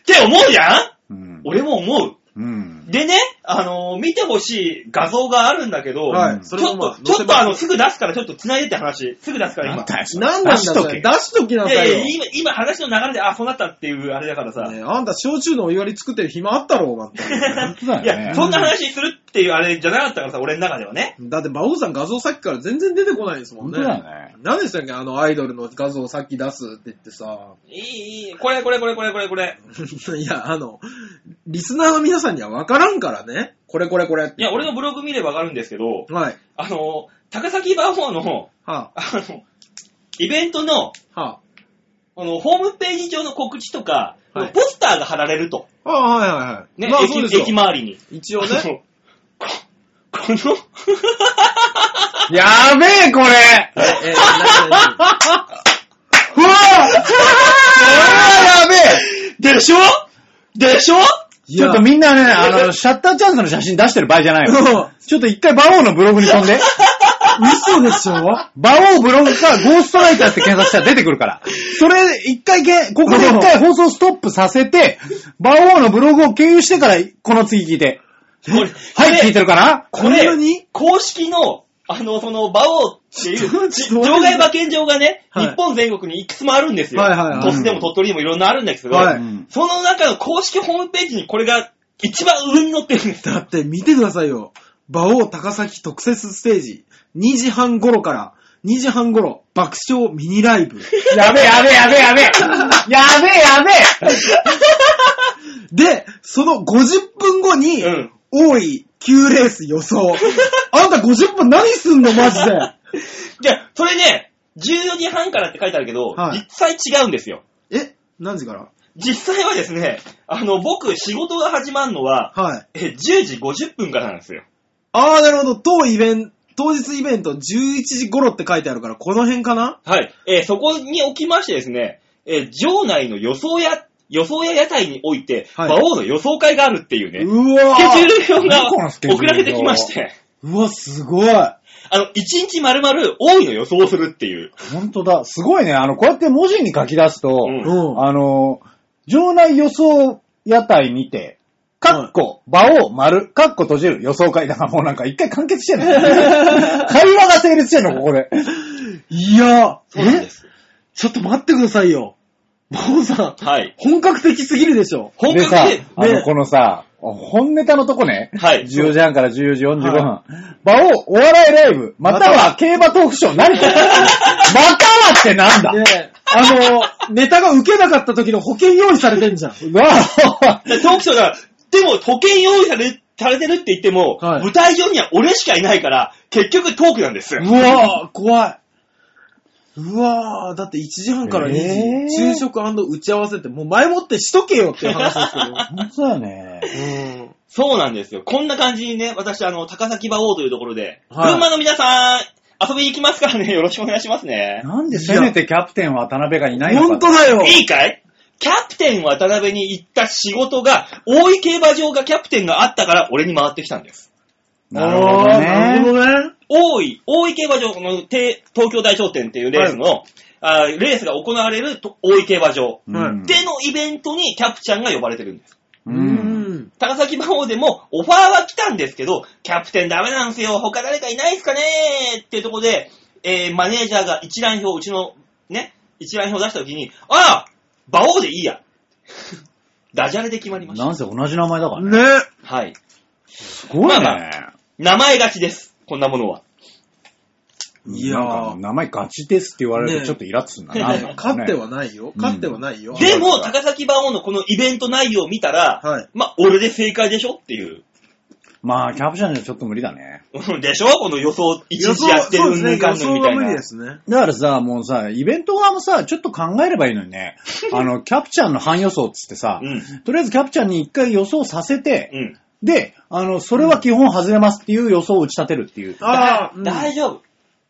[SPEAKER 3] て思うじゃん
[SPEAKER 1] うん。
[SPEAKER 3] 俺も思う。
[SPEAKER 1] うん。
[SPEAKER 3] でね、あの見てほしい画像があるんだけど、
[SPEAKER 4] はい。
[SPEAKER 3] ち
[SPEAKER 4] それ
[SPEAKER 3] ょ
[SPEAKER 4] も
[SPEAKER 3] っ
[SPEAKER 4] まあ
[SPEAKER 3] と、ちょっとあの、
[SPEAKER 4] 載
[SPEAKER 3] すぐ出すから、ちょっと繋いでって話。すぐ出すから、
[SPEAKER 1] なん
[SPEAKER 3] 今。
[SPEAKER 1] だよ、
[SPEAKER 4] せます、何なんだ
[SPEAKER 1] 出しとけ
[SPEAKER 4] 出しときない
[SPEAKER 3] や
[SPEAKER 4] さ
[SPEAKER 3] い
[SPEAKER 4] いよ。
[SPEAKER 3] や、今、今話の流れで、あ、そうなったっていうあれだからさ。
[SPEAKER 4] ねえあんた、焼酎のお湯割り作ってる暇あったろ、お前。
[SPEAKER 1] 本当だよ
[SPEAKER 3] いや、
[SPEAKER 1] ね
[SPEAKER 3] そんな話するっていうあれじゃなかったからさ、俺の中ではね。
[SPEAKER 4] だって、馬王さん画像さっきから全然出てこないですもん
[SPEAKER 1] 本当
[SPEAKER 4] ね。
[SPEAKER 1] だよね。
[SPEAKER 4] 何でしたっけあの、アイドルの画像さっき出すって言ってさ。
[SPEAKER 3] いい、いい、これ、これ、これ、これ、これ、これ。
[SPEAKER 4] いや、あの、リスナーの皆さんには分からんからね。これこれこれって。
[SPEAKER 3] いや、俺のブログ見ればわかるんですけど、
[SPEAKER 4] はい。
[SPEAKER 3] あの、高崎馬王の、
[SPEAKER 4] は
[SPEAKER 3] あの、イベントの、
[SPEAKER 4] あ、は
[SPEAKER 3] この、ホームページ上の告知とか、
[SPEAKER 4] はい
[SPEAKER 3] ポスターが貼られると。
[SPEAKER 4] あ。ああ、はいはいはい。
[SPEAKER 3] ね、
[SPEAKER 4] まあ、そうで
[SPEAKER 3] 駅、
[SPEAKER 4] すよ
[SPEAKER 3] 駅。周りに。
[SPEAKER 4] 一応ね。
[SPEAKER 3] あの。 ここ
[SPEAKER 1] やべえ、これ
[SPEAKER 4] え、え、なな
[SPEAKER 1] うわあやべえ
[SPEAKER 3] の、でしょでしょ
[SPEAKER 4] い
[SPEAKER 1] ち
[SPEAKER 4] や
[SPEAKER 1] ょっとみんなね、あの、シャッターチャンスの写真出してる場合じゃない
[SPEAKER 4] うん
[SPEAKER 1] よ。ちょっと一回馬王のブログに飛んで。
[SPEAKER 4] 嘘でしょ
[SPEAKER 1] 馬王ブログかゴーストライターって検索したら出てくるから。それ、一回け、ここで一回放送ストップさせて、馬王のブログを経由してから、この次聞いて。
[SPEAKER 3] これ
[SPEAKER 1] はい、聞いてるかな
[SPEAKER 3] こ
[SPEAKER 4] こんな
[SPEAKER 3] れ
[SPEAKER 4] に、
[SPEAKER 3] 公式の、あの、その、馬王っていう、
[SPEAKER 4] ちょっ
[SPEAKER 3] ち
[SPEAKER 4] と
[SPEAKER 3] 場
[SPEAKER 4] 待って
[SPEAKER 3] 外馬券場がね、
[SPEAKER 4] はい
[SPEAKER 3] 日本全国にいくつもあるんですよ。
[SPEAKER 4] はいはいはい
[SPEAKER 3] 鳥栖でも鳥取にもいろんなあるんですけど、
[SPEAKER 4] はい
[SPEAKER 1] うん
[SPEAKER 3] その中の公式ホームページにこれが一番上に載ってるんです
[SPEAKER 4] だって見てくださいよ。馬王高崎特設ステージ。2時半頃から、2時半頃、爆笑ミニライブ。
[SPEAKER 1] やべえ、やべえ、やべえ、やべえ。やべえ、やべえ。
[SPEAKER 4] で、その50分後に、
[SPEAKER 3] うん
[SPEAKER 4] 多い9レース予 想。あんた50分何すんのマジで。
[SPEAKER 3] じゃあ、それね、14時半からって書いてあるけど、
[SPEAKER 4] はい
[SPEAKER 3] 実際違うんですよ。
[SPEAKER 4] え、何時から
[SPEAKER 3] 実際はですね、あの、僕、仕事が始まるのは、
[SPEAKER 4] はい。
[SPEAKER 3] え10時50分からなんですよ。
[SPEAKER 4] あー、なるほど。当イベント、当日イベント11時頃って書いてあるから、この辺かな
[SPEAKER 3] はい。えーそこにおきましてですね、えー場内の予想や、予想や屋台において、
[SPEAKER 4] はい
[SPEAKER 3] 馬王の予想会があるっていうね、
[SPEAKER 4] うわ
[SPEAKER 3] スケ
[SPEAKER 4] ー
[SPEAKER 3] ジュール
[SPEAKER 1] どこのスケジ
[SPEAKER 3] 表
[SPEAKER 1] ュール
[SPEAKER 3] が送られてきまして、
[SPEAKER 4] うわ、すごい。
[SPEAKER 3] あの、1日丸々王位の予想をするっていう。
[SPEAKER 1] ほんとだ。すごいね。あの、こうやって文字に書き出すと、
[SPEAKER 3] うん
[SPEAKER 4] うん。
[SPEAKER 1] あの、場内予想屋台にて、かっこ、場を丸、かっこ閉じる予想会だからもうなんか一回完結してる。 会話が成立してんの、ここで。
[SPEAKER 4] いや
[SPEAKER 3] そうなんです。
[SPEAKER 4] ちょっと待ってくださいよ。馬王さん、
[SPEAKER 3] はい。
[SPEAKER 4] 本格的すぎるでしょ。
[SPEAKER 3] 本
[SPEAKER 1] で
[SPEAKER 3] 格
[SPEAKER 1] さ
[SPEAKER 3] で、、
[SPEAKER 1] あ
[SPEAKER 4] ね
[SPEAKER 1] の、このさ、本ネタのとこね。
[SPEAKER 3] はい
[SPEAKER 1] 14時半から14時45分。場をお笑いライブ、または競馬トークショー、何これまたはってなんだ
[SPEAKER 4] ねえ、あの、ネタが受けなかった時の保険用意されてんじゃん。
[SPEAKER 1] うわ
[SPEAKER 3] でトークショーだから、でも、保険用意されされてるって言っても、
[SPEAKER 4] はい
[SPEAKER 3] 舞台上には俺しかいないから、結局トークなんです。
[SPEAKER 4] うわぁ、怖い。うわぁ、だって1時半から2時、
[SPEAKER 1] えー
[SPEAKER 4] 昼食打ち合わせって、もう前もってしとけよっていう話です け
[SPEAKER 1] 本当だよね。
[SPEAKER 4] ど。うん。
[SPEAKER 3] そうなんですよ。こんな感じにね、私、あの、高崎馬王というところで、
[SPEAKER 4] はい
[SPEAKER 3] 群馬の皆さん、遊びに行きますからね、 よろしくお願いしますね。
[SPEAKER 1] なんでせめてキャプテン渡辺がいないのか。
[SPEAKER 4] 本当だよ。
[SPEAKER 3] いいかいキャプテン渡辺に行った仕事が、大井競馬場がキャプテンがあったから、俺に回ってきたんです。
[SPEAKER 1] なるほど
[SPEAKER 4] あーなるほ
[SPEAKER 1] ね。
[SPEAKER 4] どね。
[SPEAKER 3] 大井、大井競馬場、このて東京大商店っていうレースの、あーレースが行われると大井競馬場
[SPEAKER 1] う
[SPEAKER 4] はい
[SPEAKER 1] ん
[SPEAKER 3] でのイベントにキャプちゃんが呼ばれてるんです。
[SPEAKER 1] う。
[SPEAKER 4] うんん。
[SPEAKER 3] 高崎馬王でもオファーは来たんですけど、キャプテンダメなんですよ、他誰かいないですかねっていうところで、えーマネージャーが一覧表、うちのね、一覧表出したときに、ああ馬王でいいや ダジャレで決まりまし
[SPEAKER 1] なんせ同じ名前だからね。
[SPEAKER 4] ね。
[SPEAKER 3] た。はい。
[SPEAKER 1] すごい
[SPEAKER 3] まあ
[SPEAKER 1] ね。
[SPEAKER 3] 名前勝ちです、こんなものは。
[SPEAKER 4] いやー
[SPEAKER 1] なんか名前ガチですって言われる
[SPEAKER 4] ね
[SPEAKER 1] とちょっとイラッとするな。
[SPEAKER 3] ね
[SPEAKER 1] なんだろうね
[SPEAKER 4] 勝ってはないよ。勝ってはないよ。
[SPEAKER 3] でも、高崎馬王のこのイベント内容を見たら、
[SPEAKER 4] はい
[SPEAKER 3] まあ、俺で正解でしょっていう。
[SPEAKER 1] まあ、キャプションじゃちょっと無理だね。
[SPEAKER 3] うんでしょこの予想、一日やってる
[SPEAKER 4] そうですね
[SPEAKER 3] んかんぬんみたい
[SPEAKER 4] 予想が無理
[SPEAKER 3] な
[SPEAKER 4] で。すね。
[SPEAKER 1] だからさ、もうさ、イベント側もさ、ちょっと考えればいいのに ね。あの、キャプチャーの半予想っつってさ、
[SPEAKER 3] うん
[SPEAKER 1] とりあえずキャプチャーに一回予想させて、
[SPEAKER 3] うん。
[SPEAKER 1] で、あの、それは基本外れますっていう予想を打ち立てるっていう。
[SPEAKER 4] ああ、
[SPEAKER 3] だ
[SPEAKER 4] うん
[SPEAKER 3] 大丈夫。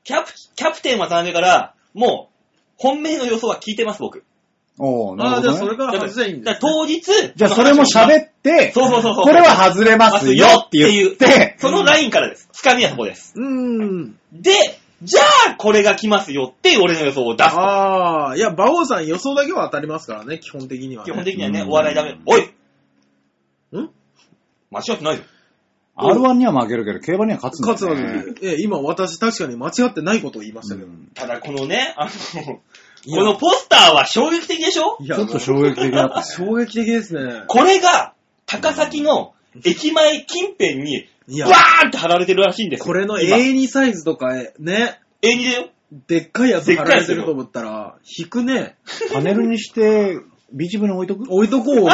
[SPEAKER 3] キャプ、キャプテンは残念から、もう、本命の予想は聞いてます、僕。
[SPEAKER 1] おーな
[SPEAKER 4] ああ、じ
[SPEAKER 1] る
[SPEAKER 4] ゃ
[SPEAKER 1] ほ
[SPEAKER 4] あそ
[SPEAKER 1] ど、ね。
[SPEAKER 4] れから
[SPEAKER 3] だか
[SPEAKER 4] 外
[SPEAKER 3] ら
[SPEAKER 4] せばいいん
[SPEAKER 3] だ
[SPEAKER 4] だ。
[SPEAKER 3] から当日、
[SPEAKER 1] じゃあそれも喋って、
[SPEAKER 3] そうそうそうそう。
[SPEAKER 1] これは外れますよって言って、
[SPEAKER 3] そのラインからです。掴みはそこです。
[SPEAKER 4] うーん。
[SPEAKER 3] で、じゃあ、これが来ますよって、俺の予想を出すと。
[SPEAKER 4] ああ、いや、馬王さん予想だけは当たりますからね、基本的には、ね。
[SPEAKER 3] 基本的にはね、
[SPEAKER 1] うん
[SPEAKER 3] お笑いダメ。おい
[SPEAKER 4] ん
[SPEAKER 3] 間違ってないよ。
[SPEAKER 1] R1 には負けるけど、競馬には勝つんだ
[SPEAKER 4] か
[SPEAKER 1] よ
[SPEAKER 4] つはね
[SPEAKER 1] ね。、
[SPEAKER 4] ええ今私確かに間違ってないことを言いましたけど。
[SPEAKER 1] うん
[SPEAKER 3] ただ、このね、あの、このポスターは衝撃的でしょ
[SPEAKER 4] い
[SPEAKER 1] ち
[SPEAKER 4] や、
[SPEAKER 1] ょっと衝撃的だったね。
[SPEAKER 4] 衝撃的ですね。
[SPEAKER 3] これが、高崎の駅前近辺に、
[SPEAKER 4] いや
[SPEAKER 3] バ、ーンって貼られてるらしいんですよ
[SPEAKER 4] これの
[SPEAKER 3] 今
[SPEAKER 4] A2 サイズとか、ね、
[SPEAKER 3] A2 だよ。
[SPEAKER 4] でっかいやつ貼られてると思ったら、引くね。
[SPEAKER 1] パネルにして、ビーチ部に置いとく
[SPEAKER 4] 置いとこうね、本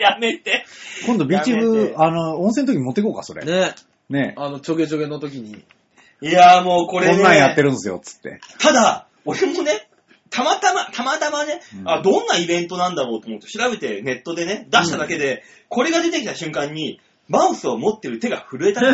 [SPEAKER 3] やめて。
[SPEAKER 1] 今度ビーチ
[SPEAKER 3] やめ
[SPEAKER 1] 部
[SPEAKER 3] て、
[SPEAKER 1] あの、温泉の時に持ってこうか、そ
[SPEAKER 4] 当
[SPEAKER 1] れ。
[SPEAKER 4] に。ね、
[SPEAKER 1] ね
[SPEAKER 4] あの、ちょげちょげの時に。
[SPEAKER 3] いやーもうこれ、ね、
[SPEAKER 1] こんなんやってるんですよ、つって。
[SPEAKER 3] ただ、俺もね、たまたま、たまたまね、
[SPEAKER 1] うん
[SPEAKER 3] あ、どんなイベントなんだろうと思って調べてネットでね、出しただけで、これが出てきた瞬間に、マウスを持ってる手が震えたの。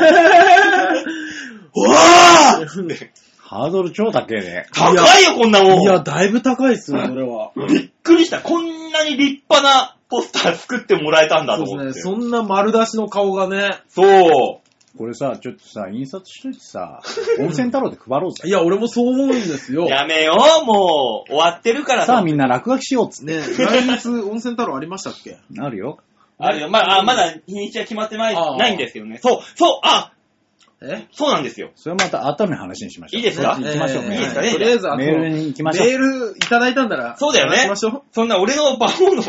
[SPEAKER 3] わー
[SPEAKER 1] ハードル超高えね。
[SPEAKER 3] 高いよ、こんないも
[SPEAKER 4] や、
[SPEAKER 3] ん。
[SPEAKER 4] だいぶ高いっすよ、それは。
[SPEAKER 3] びっくりした。こんなに立派なポスター作ってもらえたんだと
[SPEAKER 4] そう
[SPEAKER 3] 思っ
[SPEAKER 4] で
[SPEAKER 3] て。
[SPEAKER 4] すね、そんな丸出しの顔がね。
[SPEAKER 3] そう。
[SPEAKER 1] これさ、ちょっとさ、印刷しといて さ、温泉太郎で配ろうぜ
[SPEAKER 4] い。や、俺もそう思うんですよ。
[SPEAKER 3] やめよう、もう。終わってるから
[SPEAKER 1] さあみんな落書きしよう、つって。
[SPEAKER 4] ね、来月温泉太郎ありましたっけ
[SPEAKER 1] あるよ。
[SPEAKER 3] あるよ。まあ、あまだ日にちは決まってない
[SPEAKER 4] ああ
[SPEAKER 3] ないんですけどね。そう、そう、あ、
[SPEAKER 4] え
[SPEAKER 3] そうなんですよ。
[SPEAKER 1] それまた後の話にしましょう。
[SPEAKER 3] いいですか
[SPEAKER 1] ね行きましょう
[SPEAKER 4] えー
[SPEAKER 3] いいですか
[SPEAKER 1] ね。
[SPEAKER 3] ね
[SPEAKER 4] とりあえず、あと
[SPEAKER 1] メールに行きましょう。
[SPEAKER 4] メールいただいたんなら、
[SPEAKER 3] そうだよね
[SPEAKER 4] 話しましょ
[SPEAKER 3] そんな俺のバオの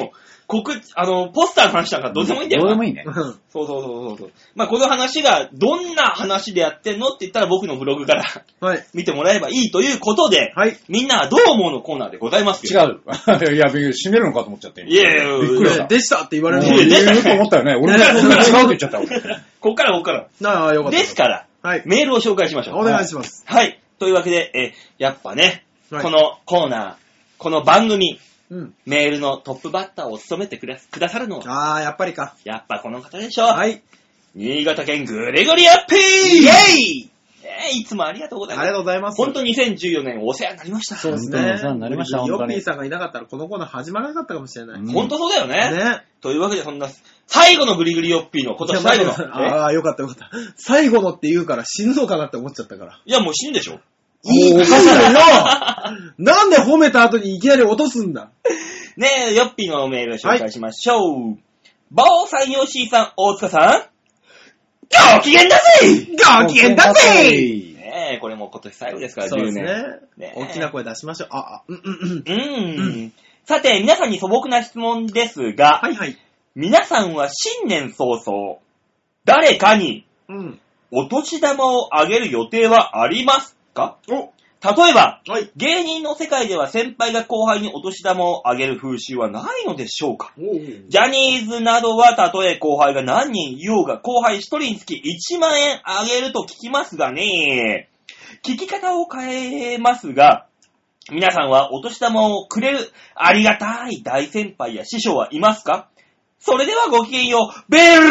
[SPEAKER 3] 告知、あの、ポスターの話なんかどうでもいいんだよ
[SPEAKER 1] ど
[SPEAKER 3] な。
[SPEAKER 1] うでもいいね
[SPEAKER 4] う。。うん
[SPEAKER 3] そうそうそうそうそう。まあ、この話がどんな話でやってんのって言ったら僕のブログから
[SPEAKER 4] はい。
[SPEAKER 3] 見てもらえばいいということで、
[SPEAKER 4] はい。
[SPEAKER 3] みんなはどう思うのコーナーでございます
[SPEAKER 1] 違
[SPEAKER 3] よ。
[SPEAKER 1] う。 いや、閉めるのかと思っちゃって。
[SPEAKER 3] いやいやいや
[SPEAKER 1] びっくりした。
[SPEAKER 4] でしたって言われ
[SPEAKER 1] もう
[SPEAKER 4] る
[SPEAKER 3] い
[SPEAKER 4] の
[SPEAKER 3] や
[SPEAKER 4] に。
[SPEAKER 1] 言うと思ったよね。俺もそんな違うって言っちゃった俺。
[SPEAKER 3] こっからこっから。
[SPEAKER 4] なあ、よかった。
[SPEAKER 3] ですから、
[SPEAKER 4] はい。
[SPEAKER 3] メールを紹介しましょう。
[SPEAKER 4] お願いします。
[SPEAKER 3] はい。というわけで、え、やっぱね、
[SPEAKER 4] はい
[SPEAKER 3] このコーナー、この番組、
[SPEAKER 4] うん。
[SPEAKER 3] メールのトップバッターを務めてくだくださるのは、
[SPEAKER 4] あー、やっぱりか。
[SPEAKER 3] やっぱこの方でしょう。
[SPEAKER 4] はい。
[SPEAKER 3] 新潟県グレゴリアッピーイェイえーいつもありがとうご
[SPEAKER 4] あ
[SPEAKER 3] ざいます。
[SPEAKER 4] りがとうございます。
[SPEAKER 3] 本当2014年お世話になりました。
[SPEAKER 4] そうです
[SPEAKER 1] 本当
[SPEAKER 4] ね。
[SPEAKER 1] にお世話になりました本当に
[SPEAKER 4] ヨッピーさんがいなかったら、このコーナー始まらなかったかもしれない。
[SPEAKER 1] うん
[SPEAKER 4] ね。
[SPEAKER 3] 本当そうだよね。というわけでそんな、最後のグリグリヨッピーの今
[SPEAKER 4] いや
[SPEAKER 3] 年最後の。え
[SPEAKER 4] ああ、よかったよかった。最後のって言うから死ぬのかなって思っちゃったから。
[SPEAKER 3] いやもう死んでしょ。
[SPEAKER 4] いいかよなんで褒めた後にいきなり落とすんだ
[SPEAKER 3] ねえ、ヨッピーのメールを紹介しましょう。バオさん、ヨッシーさん、大塚さん、ご機嫌だぜ
[SPEAKER 4] ご機嫌だぜ
[SPEAKER 3] ねえ、これもう今年最後ですから、
[SPEAKER 4] そうで
[SPEAKER 3] 10
[SPEAKER 4] す
[SPEAKER 3] 年。
[SPEAKER 4] ね。
[SPEAKER 3] ね
[SPEAKER 4] 大きな声出しましょう。あ、あ、うんうんうん。
[SPEAKER 3] うーん。さて、皆さんに素朴な質問ですが、
[SPEAKER 4] はいはい。
[SPEAKER 3] 皆さんは新年早々、誰かに
[SPEAKER 4] うん。
[SPEAKER 3] お年玉をあげる予定はありますか
[SPEAKER 4] お、
[SPEAKER 3] 例えば、
[SPEAKER 4] はい。
[SPEAKER 3] 芸人の世界では先輩が後輩にお年玉をあげる風習はないのでしょうか
[SPEAKER 4] おう
[SPEAKER 3] ジャニーズなどは、たとえ後輩が何人いようが、後輩一人につき1万円あげると聞きますがね。聞き方を変えますが、皆さんはお年玉をくれるありがたい大先輩や師匠はいますかそれではごきげんよう、ベルーフ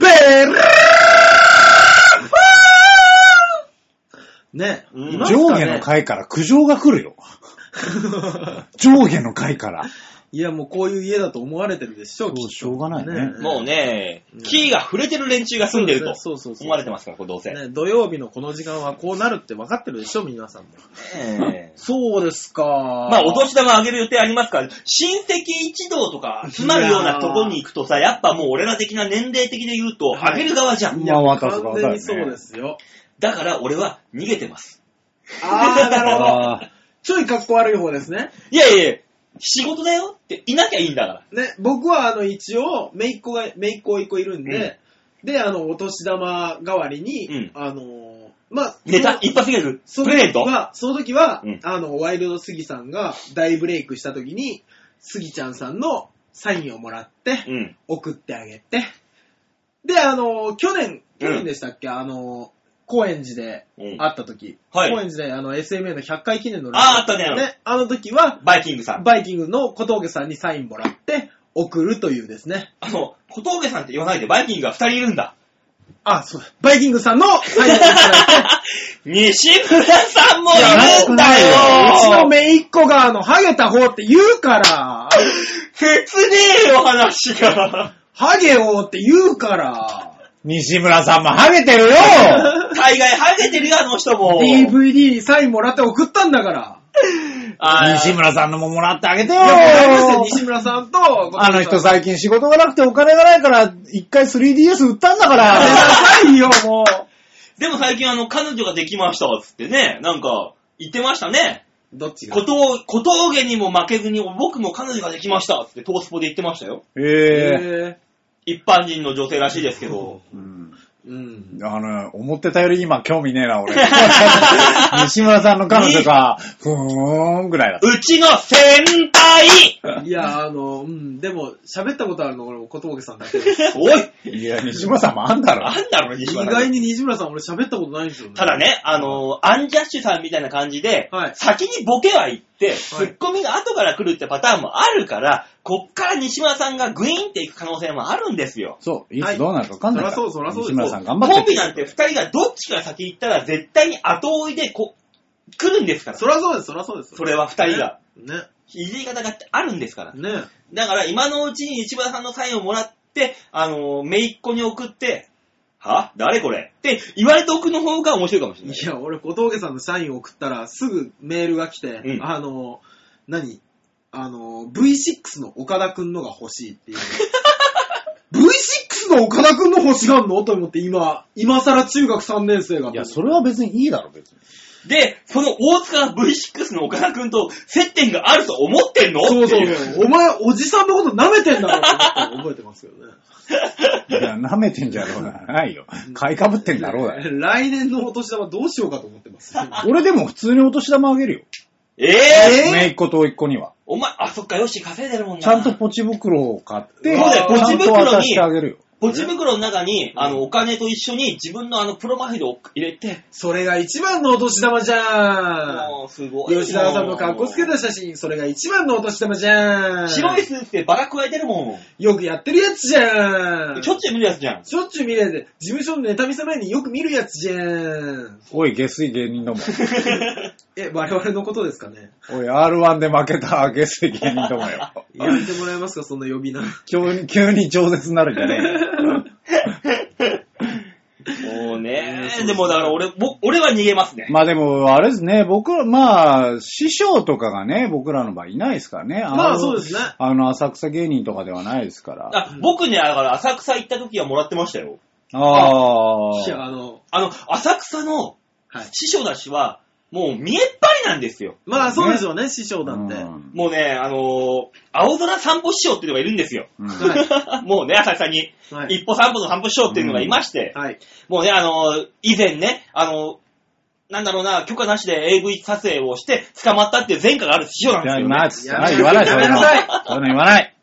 [SPEAKER 4] ベルねえ、
[SPEAKER 3] うん
[SPEAKER 4] います
[SPEAKER 1] 上
[SPEAKER 4] かね
[SPEAKER 1] 下の階から苦情が来るよ。上下の階から。
[SPEAKER 4] いや、もうこういう家だと思われてるでしょ、
[SPEAKER 1] そう
[SPEAKER 4] きっと
[SPEAKER 1] しょうがないね
[SPEAKER 4] え
[SPEAKER 3] もうね
[SPEAKER 4] うん、
[SPEAKER 3] キーが触れてる連中が住んでると
[SPEAKER 4] そうそうそう
[SPEAKER 3] 思われてますから、これどうせ。
[SPEAKER 4] ね、土曜日のこの時間はこうなるって分かってるでしょ、皆さんも。
[SPEAKER 3] ええ
[SPEAKER 4] そうですか。
[SPEAKER 3] まあ、お年玉あげる予定ありますから、親戚一同とか集まるようなとこに行くとさ、やっぱもう俺ら的な年齢的で言うと、
[SPEAKER 4] はい
[SPEAKER 3] あげる側じゃん。
[SPEAKER 1] いや渡す
[SPEAKER 4] 完
[SPEAKER 1] 側だ
[SPEAKER 4] 全
[SPEAKER 1] よね
[SPEAKER 4] にそうですよ。
[SPEAKER 3] だから俺は逃げてます。
[SPEAKER 4] あー、なるほど。
[SPEAKER 1] あー
[SPEAKER 4] ちょい格好悪い方ですね。
[SPEAKER 3] いやいやいや、仕事だよって、いなきゃいいんだから。
[SPEAKER 4] ね、僕はあの一応、めいっ子が、めいっ子一個いるんで、で、あの、お年玉代わりに、
[SPEAKER 3] うん
[SPEAKER 4] あの、まあ、
[SPEAKER 3] ネタ
[SPEAKER 4] その
[SPEAKER 3] 一発ギャグ
[SPEAKER 4] そ
[SPEAKER 3] プ
[SPEAKER 4] の
[SPEAKER 3] レゼン
[SPEAKER 4] 時
[SPEAKER 3] ト
[SPEAKER 4] は、その時は、
[SPEAKER 3] うん
[SPEAKER 4] あの、ワイルド杉さんが大ブレイクした時に、杉ちゃんさんのサインをもらって、
[SPEAKER 3] うん。
[SPEAKER 4] 送ってあげて、で、あの、去年、去年でしたっけ、あの、高円寺で
[SPEAKER 3] うん
[SPEAKER 4] 会った時、
[SPEAKER 3] はい
[SPEAKER 4] 高円寺であの SMA の100回記念のライ
[SPEAKER 3] あー、あっ
[SPEAKER 4] ブ
[SPEAKER 3] たね。
[SPEAKER 4] ね、あの時は、
[SPEAKER 3] バイキングさん。
[SPEAKER 4] バイキングの小峠さんにサインもらって、送るというですね。
[SPEAKER 3] あの、小峠さんって言わないで、バイキングが二人いるんだ。
[SPEAKER 4] あ、そう、バイキングさんのサインをもら って、
[SPEAKER 3] 西村さんもいるんだ
[SPEAKER 4] うちの
[SPEAKER 3] よ
[SPEAKER 4] めいっ子が、あの、ハゲた方って言うから、
[SPEAKER 3] 切ねえよ、話が。
[SPEAKER 4] ハゲをって言うから、
[SPEAKER 1] 西村さんもハゲてるよ
[SPEAKER 3] 大概ハゲてるよ、あの人も。
[SPEAKER 4] DVD にサインもらって送ったんだから。
[SPEAKER 3] あー
[SPEAKER 1] 西村さんのももらってあげてよ
[SPEAKER 4] いや、もらいましたよ、西村さんと、
[SPEAKER 1] あの人
[SPEAKER 4] さん。
[SPEAKER 1] 最近仕事がなくてお金がないから、一回 3DS 売ったんだか
[SPEAKER 4] やめな
[SPEAKER 1] ら。
[SPEAKER 4] さいよ、もう。
[SPEAKER 3] でも最近あの、彼女ができました、つってね、なんか、言ってましたね。
[SPEAKER 4] どっち
[SPEAKER 3] 小峠小峠にも負けずに、僕も彼女ができました、つって、トースポで言ってましたよ。
[SPEAKER 1] ええ
[SPEAKER 4] え
[SPEAKER 3] 一般人の女性らしいですけど。
[SPEAKER 1] うん
[SPEAKER 4] うん。
[SPEAKER 1] あの、思ってたより今興味ねえな、俺。 西村さんの彼女が、ふーんぐらいだった。
[SPEAKER 3] うちの先輩
[SPEAKER 4] いや、あの、うん、でも、喋ったことあるの、俺も小峠さんだけです。
[SPEAKER 3] おい
[SPEAKER 1] いや、西村さんもあんだろ。
[SPEAKER 3] なんだろう、
[SPEAKER 4] 意
[SPEAKER 3] 西村さ
[SPEAKER 4] 外
[SPEAKER 3] ん。
[SPEAKER 4] に西村さん、俺喋ったことないんですよね。
[SPEAKER 3] ただ。ね、あのアンジャッシュさんみたいな感じで、
[SPEAKER 4] はい
[SPEAKER 3] 先にボケは言って、ツッコミが後から来るってパターンもあるから、こっから西村さんがグイーンっていく可能性もあるんですよ。
[SPEAKER 1] そう、い
[SPEAKER 4] は
[SPEAKER 1] つ
[SPEAKER 4] い
[SPEAKER 1] どうなるか分かんないから。
[SPEAKER 4] そらそうそらそうで
[SPEAKER 1] 西
[SPEAKER 4] す
[SPEAKER 1] 村さん頑張って。
[SPEAKER 3] コンビなんて二人がどっちから先行ったら絶対に後追いでこ来るんですから。
[SPEAKER 4] そらそうです、そらそうです。
[SPEAKER 3] それは二人が。
[SPEAKER 4] ね。
[SPEAKER 3] いじり方があるんですから。
[SPEAKER 4] ね。
[SPEAKER 3] だから今のうちに西村さんのサインをもらって、あのー、めいっ子に送って、は誰これって言われておくの方が面白いかもしれない。
[SPEAKER 4] いや、俺、小峠さんのサインを送ったら、すぐメールが来て、
[SPEAKER 3] うん
[SPEAKER 4] あの、何あの、V6 の岡田くんのが欲しいっていう。V6 の岡田くんの欲しがんのと思って、今、今更中学3年生が。
[SPEAKER 1] いや、それは別にいいだろ、別に。
[SPEAKER 3] で、その大塚 V6 の岡田くんと接点があると思ってんの
[SPEAKER 4] そうそう
[SPEAKER 3] ってい
[SPEAKER 4] そう。お前、おじさんのこと舐めてんだろって覚えてますけどね。
[SPEAKER 1] いや、舐めてんじゃろうな。ないよ。買いかぶってんだろうだよ。
[SPEAKER 4] 来年のお年玉どうしようかと思ってます。
[SPEAKER 1] 俺でも普通にお年玉あげるよ。
[SPEAKER 3] ええ
[SPEAKER 4] えー
[SPEAKER 1] めいっ子とおいっ子には。
[SPEAKER 3] お前、あ、そっか、よし、稼いでるもんな。
[SPEAKER 1] ちゃんとポチ袋を買って、
[SPEAKER 4] そう
[SPEAKER 1] ち
[SPEAKER 4] だ
[SPEAKER 1] ゃ
[SPEAKER 4] よ
[SPEAKER 1] ん
[SPEAKER 3] ポチ
[SPEAKER 1] と
[SPEAKER 3] 袋に
[SPEAKER 1] 渡してあげるよ。
[SPEAKER 3] ポチ袋の中に、あの、お金と一緒に自分のあの、プロマイドを入れて、
[SPEAKER 4] それが一番のお年玉じゃん。
[SPEAKER 3] もう、すごい。
[SPEAKER 4] 吉沢さんの格好つけた写真、それが一番のお年玉じゃん。
[SPEAKER 3] 白いスーツでバラ加えてるも
[SPEAKER 4] よくやってるやつじゃん。
[SPEAKER 3] ん。ちょっちゅう見るやつじゃん。
[SPEAKER 4] しょっちゅう見るやつ。事務所のネタ見せ前によく見るやつじゃん。
[SPEAKER 1] おい、下水芸人ども。
[SPEAKER 4] え、我々のことですかね。
[SPEAKER 1] おい、R1 で負けた下水芸人どもよ。
[SPEAKER 4] やめてもらえますか、そんな呼び名。
[SPEAKER 1] 急に、急に饒舌になるんじゃ ね
[SPEAKER 3] もう
[SPEAKER 4] ね
[SPEAKER 3] ね
[SPEAKER 4] え
[SPEAKER 3] でもだから俺、ぼ俺は逃げますね
[SPEAKER 1] え。。まあでも、あれですね、僕ら、まあ、師匠とかがね、僕らの場合いないですからね。
[SPEAKER 4] まあ
[SPEAKER 1] の
[SPEAKER 4] そうですね
[SPEAKER 1] あの、浅草芸人とかではないですから。
[SPEAKER 3] あ僕ね、だから浅草行った時はもらってましたよ。
[SPEAKER 1] あ
[SPEAKER 4] いや、
[SPEAKER 1] あ。
[SPEAKER 4] あの、
[SPEAKER 3] あの、浅草の
[SPEAKER 4] はい。
[SPEAKER 3] 師匠だしは、もう見えっ張りなんですよ。
[SPEAKER 4] まあそうでしょうね、師匠だ
[SPEAKER 1] う
[SPEAKER 4] って。
[SPEAKER 1] ん
[SPEAKER 3] もうね、あのー青空散歩師匠っていうのがいるんですよ。
[SPEAKER 1] うん
[SPEAKER 4] はい。
[SPEAKER 3] もうね、浅草に、
[SPEAKER 4] はい。
[SPEAKER 3] 一歩散歩の散歩師匠っていうのがいまして、
[SPEAKER 4] はい。
[SPEAKER 3] もうね、あのー以前ね、あのーなんだろうな、許可なしで AV 撮影をして捕まったっていう前科がある師匠なん
[SPEAKER 1] い
[SPEAKER 3] です
[SPEAKER 1] や、
[SPEAKER 3] よ、
[SPEAKER 1] 今、
[SPEAKER 3] ね。
[SPEAKER 1] そんな言わない、そんな
[SPEAKER 4] やめなさい
[SPEAKER 1] そんな言わない。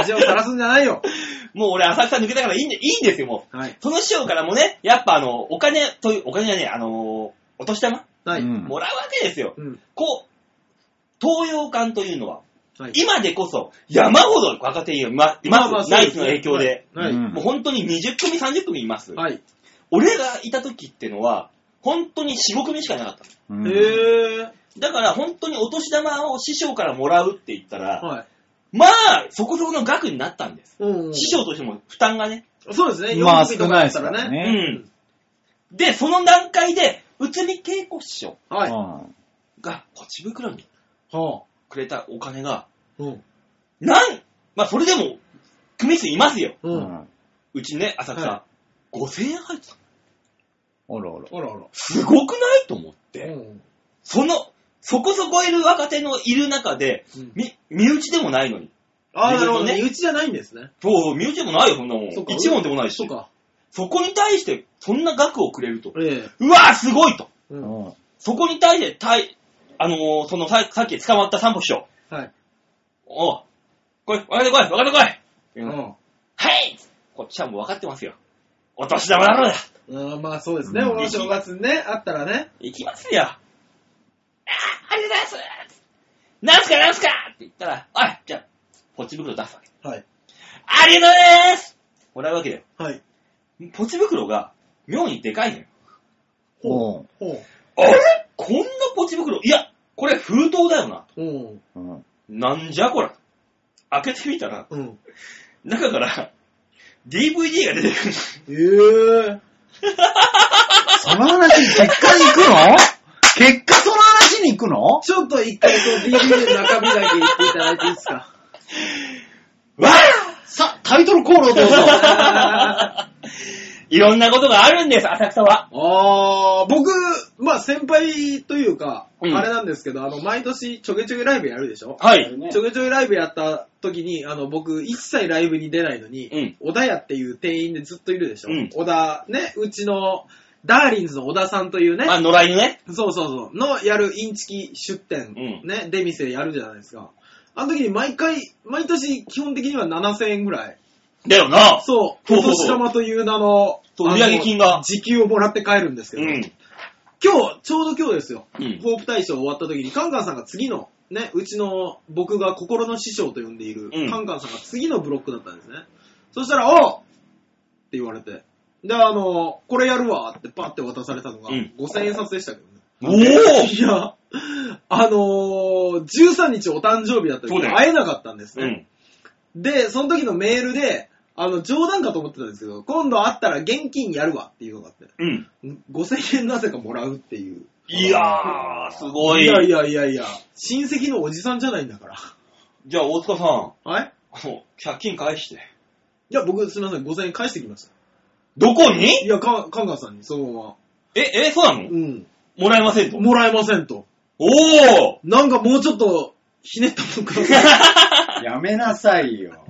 [SPEAKER 4] 味をさらすんじゃないよ。
[SPEAKER 3] もう俺浅草抜けたからいいんでいいんですよ、もう。
[SPEAKER 4] はい。
[SPEAKER 3] その師匠からもね、やっぱあの、お金という、お金じゃねえ、あのーお年玉
[SPEAKER 4] はい。
[SPEAKER 1] うん
[SPEAKER 3] もらうわけですよ。
[SPEAKER 4] うん。
[SPEAKER 3] こう、東洋館というのは、
[SPEAKER 4] はい。
[SPEAKER 3] 今でこそ山ほど若手がいまい
[SPEAKER 4] まあま
[SPEAKER 3] ま
[SPEAKER 4] あ
[SPEAKER 3] す。
[SPEAKER 4] そう
[SPEAKER 3] ナイ
[SPEAKER 4] で
[SPEAKER 3] ツ
[SPEAKER 4] す
[SPEAKER 3] の
[SPEAKER 4] ね
[SPEAKER 3] 影響で。
[SPEAKER 4] はい。
[SPEAKER 1] うん
[SPEAKER 3] もう本当に20組、30組います。
[SPEAKER 4] はい。
[SPEAKER 3] 俺がいた時ってのは、本当に4、5組しかいなかった。
[SPEAKER 1] うん
[SPEAKER 4] へー。
[SPEAKER 3] だから本当にお年玉を師匠からもらうって言ったら、
[SPEAKER 4] はい。
[SPEAKER 3] まあ、そこそこの額になったんです。
[SPEAKER 4] うんうん。
[SPEAKER 3] 師匠としても負担がね。
[SPEAKER 4] そうですね、
[SPEAKER 1] まあ
[SPEAKER 4] 4組
[SPEAKER 1] 少
[SPEAKER 4] と
[SPEAKER 1] な
[SPEAKER 4] か
[SPEAKER 1] いで
[SPEAKER 4] だっ
[SPEAKER 1] す
[SPEAKER 4] た
[SPEAKER 1] からら
[SPEAKER 4] ね。
[SPEAKER 1] ね。
[SPEAKER 3] うん。で、その段階で、内海恵子師匠
[SPEAKER 1] う
[SPEAKER 4] はい。は
[SPEAKER 1] ん
[SPEAKER 3] が、ポチ袋に
[SPEAKER 4] あ。
[SPEAKER 3] くれたお金が、
[SPEAKER 4] うん。
[SPEAKER 3] なん、まあそれでも、組数いますよ。
[SPEAKER 1] う
[SPEAKER 4] うん。
[SPEAKER 1] ん。
[SPEAKER 4] あ
[SPEAKER 1] あ
[SPEAKER 3] うちね、浅草、
[SPEAKER 4] は
[SPEAKER 3] 5000円入ってた。
[SPEAKER 1] らあら。
[SPEAKER 4] らあら。
[SPEAKER 3] すごくないと思って。
[SPEAKER 4] うん
[SPEAKER 3] その、そこそこいる若手のいる中で、
[SPEAKER 4] うん
[SPEAKER 3] み、身内でもないのに。
[SPEAKER 4] ああ、なるほ
[SPEAKER 3] 自
[SPEAKER 4] ど
[SPEAKER 3] 分の
[SPEAKER 4] ね。
[SPEAKER 3] ね
[SPEAKER 4] 身内じゃないんですね。
[SPEAKER 3] そう、身内でもないよ、そんなもん。
[SPEAKER 4] そっか
[SPEAKER 3] 一問でもないし。
[SPEAKER 4] そうか。
[SPEAKER 3] そこに対して、そんな額をくれると。
[SPEAKER 4] ええ。
[SPEAKER 3] うわぁ、すごいと。
[SPEAKER 4] う。
[SPEAKER 1] うんん
[SPEAKER 3] そこに対して、たい、あのーそのさ、さっき捕まった散歩師匠。
[SPEAKER 4] はい。
[SPEAKER 3] おう来い、分かってこい、分かってこい、
[SPEAKER 4] うん。
[SPEAKER 3] はいこっちはもう分かってますよ。お年玉だろうだ
[SPEAKER 4] うんまあそうですね、
[SPEAKER 1] うん
[SPEAKER 4] お正月にね、あったらね。
[SPEAKER 3] 行きますよ。あーありがとうございますなんすかなんすかって言ったら、おい、じゃあ、ポチ袋出すわけ。
[SPEAKER 4] はい。
[SPEAKER 3] ありがとうございますもらうわけだよ。
[SPEAKER 4] はい。
[SPEAKER 3] ポチ袋が、妙にでかいのよ。
[SPEAKER 1] おう
[SPEAKER 4] ほ
[SPEAKER 3] あれこんなポチ袋いや、これ封筒だよな。
[SPEAKER 4] う。うん。
[SPEAKER 1] うん。
[SPEAKER 3] なんじゃこれ。開けてみたら、
[SPEAKER 4] うん。
[SPEAKER 3] 中から DVD が出てくる。
[SPEAKER 4] えぇ
[SPEAKER 1] その話に結果に行くの結果その話に行くの
[SPEAKER 4] ちょっと一回その DVD の中身だけ言っていただいていいですか。
[SPEAKER 3] わ
[SPEAKER 1] さ、タイトルコールをどうぞ。
[SPEAKER 3] あいろんなことがあるんです、浅草は。
[SPEAKER 4] あー、僕、まあ先輩というか、
[SPEAKER 3] うん
[SPEAKER 4] あれなんですけど、あの、毎年ちょげちょげライブやるでしょ
[SPEAKER 3] はい。
[SPEAKER 4] ちょげちょげライブやった時に、あの、僕、一切ライブに出ないのに、小田屋っていう店員でずっといるでしょ、
[SPEAKER 3] うん
[SPEAKER 4] 小田、ね、うちの、ダーリンズの小田さんというね、
[SPEAKER 3] あ、野良犬ね。
[SPEAKER 4] そうそうそう。のやるインチキ出店、
[SPEAKER 3] うん
[SPEAKER 4] ね、出店やるじゃないですか。あの時に毎回、毎年基本的には7000円ぐらい。
[SPEAKER 3] だよな。
[SPEAKER 4] そう。
[SPEAKER 3] そう
[SPEAKER 4] お
[SPEAKER 3] そう
[SPEAKER 4] 年
[SPEAKER 3] そう
[SPEAKER 4] 玉という名の、
[SPEAKER 3] そう
[SPEAKER 4] あの
[SPEAKER 3] 売上金が
[SPEAKER 4] 時給をもらって帰るんですけ
[SPEAKER 3] う
[SPEAKER 4] ど、
[SPEAKER 3] ん。
[SPEAKER 4] 今日、ちょうど今日ですよ。
[SPEAKER 3] うん
[SPEAKER 4] ホープ大賞終わった時に、カンカンさんが次の、ね、うちの僕が心の師匠と呼んでいる、
[SPEAKER 3] うん
[SPEAKER 4] カンカンさんが次のブロックだったんですね。そしたら、おうって言われて。で、あの、これやるわってパッて渡されたのが、
[SPEAKER 3] うん
[SPEAKER 4] 5000円札でしたけどね。
[SPEAKER 3] おー
[SPEAKER 4] いや、あのー、13日お誕生日だったん
[SPEAKER 3] そう
[SPEAKER 4] で
[SPEAKER 3] だよ
[SPEAKER 4] 会えなかったんです
[SPEAKER 3] う
[SPEAKER 4] ね。
[SPEAKER 3] ん。
[SPEAKER 4] で、その時のメールで、あの、冗談かと思ってたんですけど、今度会ったら現金やるわっていうのがあって、
[SPEAKER 3] うん。
[SPEAKER 4] 5000円なぜかもらうっていう。
[SPEAKER 3] いやー、すごい。
[SPEAKER 4] いやいやいやいや、親戚のおじさんじゃないんだから。
[SPEAKER 3] じゃあ、大塚さん、
[SPEAKER 4] はい
[SPEAKER 3] あの、借金返して。
[SPEAKER 4] いや、僕、すみません、5000円返してきました。
[SPEAKER 3] どこに
[SPEAKER 4] いや、カンカンさんにそのまま、
[SPEAKER 3] え、え、そうなの
[SPEAKER 4] うん、
[SPEAKER 3] もらえませんと。
[SPEAKER 4] もらえませんと。
[SPEAKER 3] お ー
[SPEAKER 4] なんかもうちょっと、ひねったもんください。
[SPEAKER 1] やめなさいよ。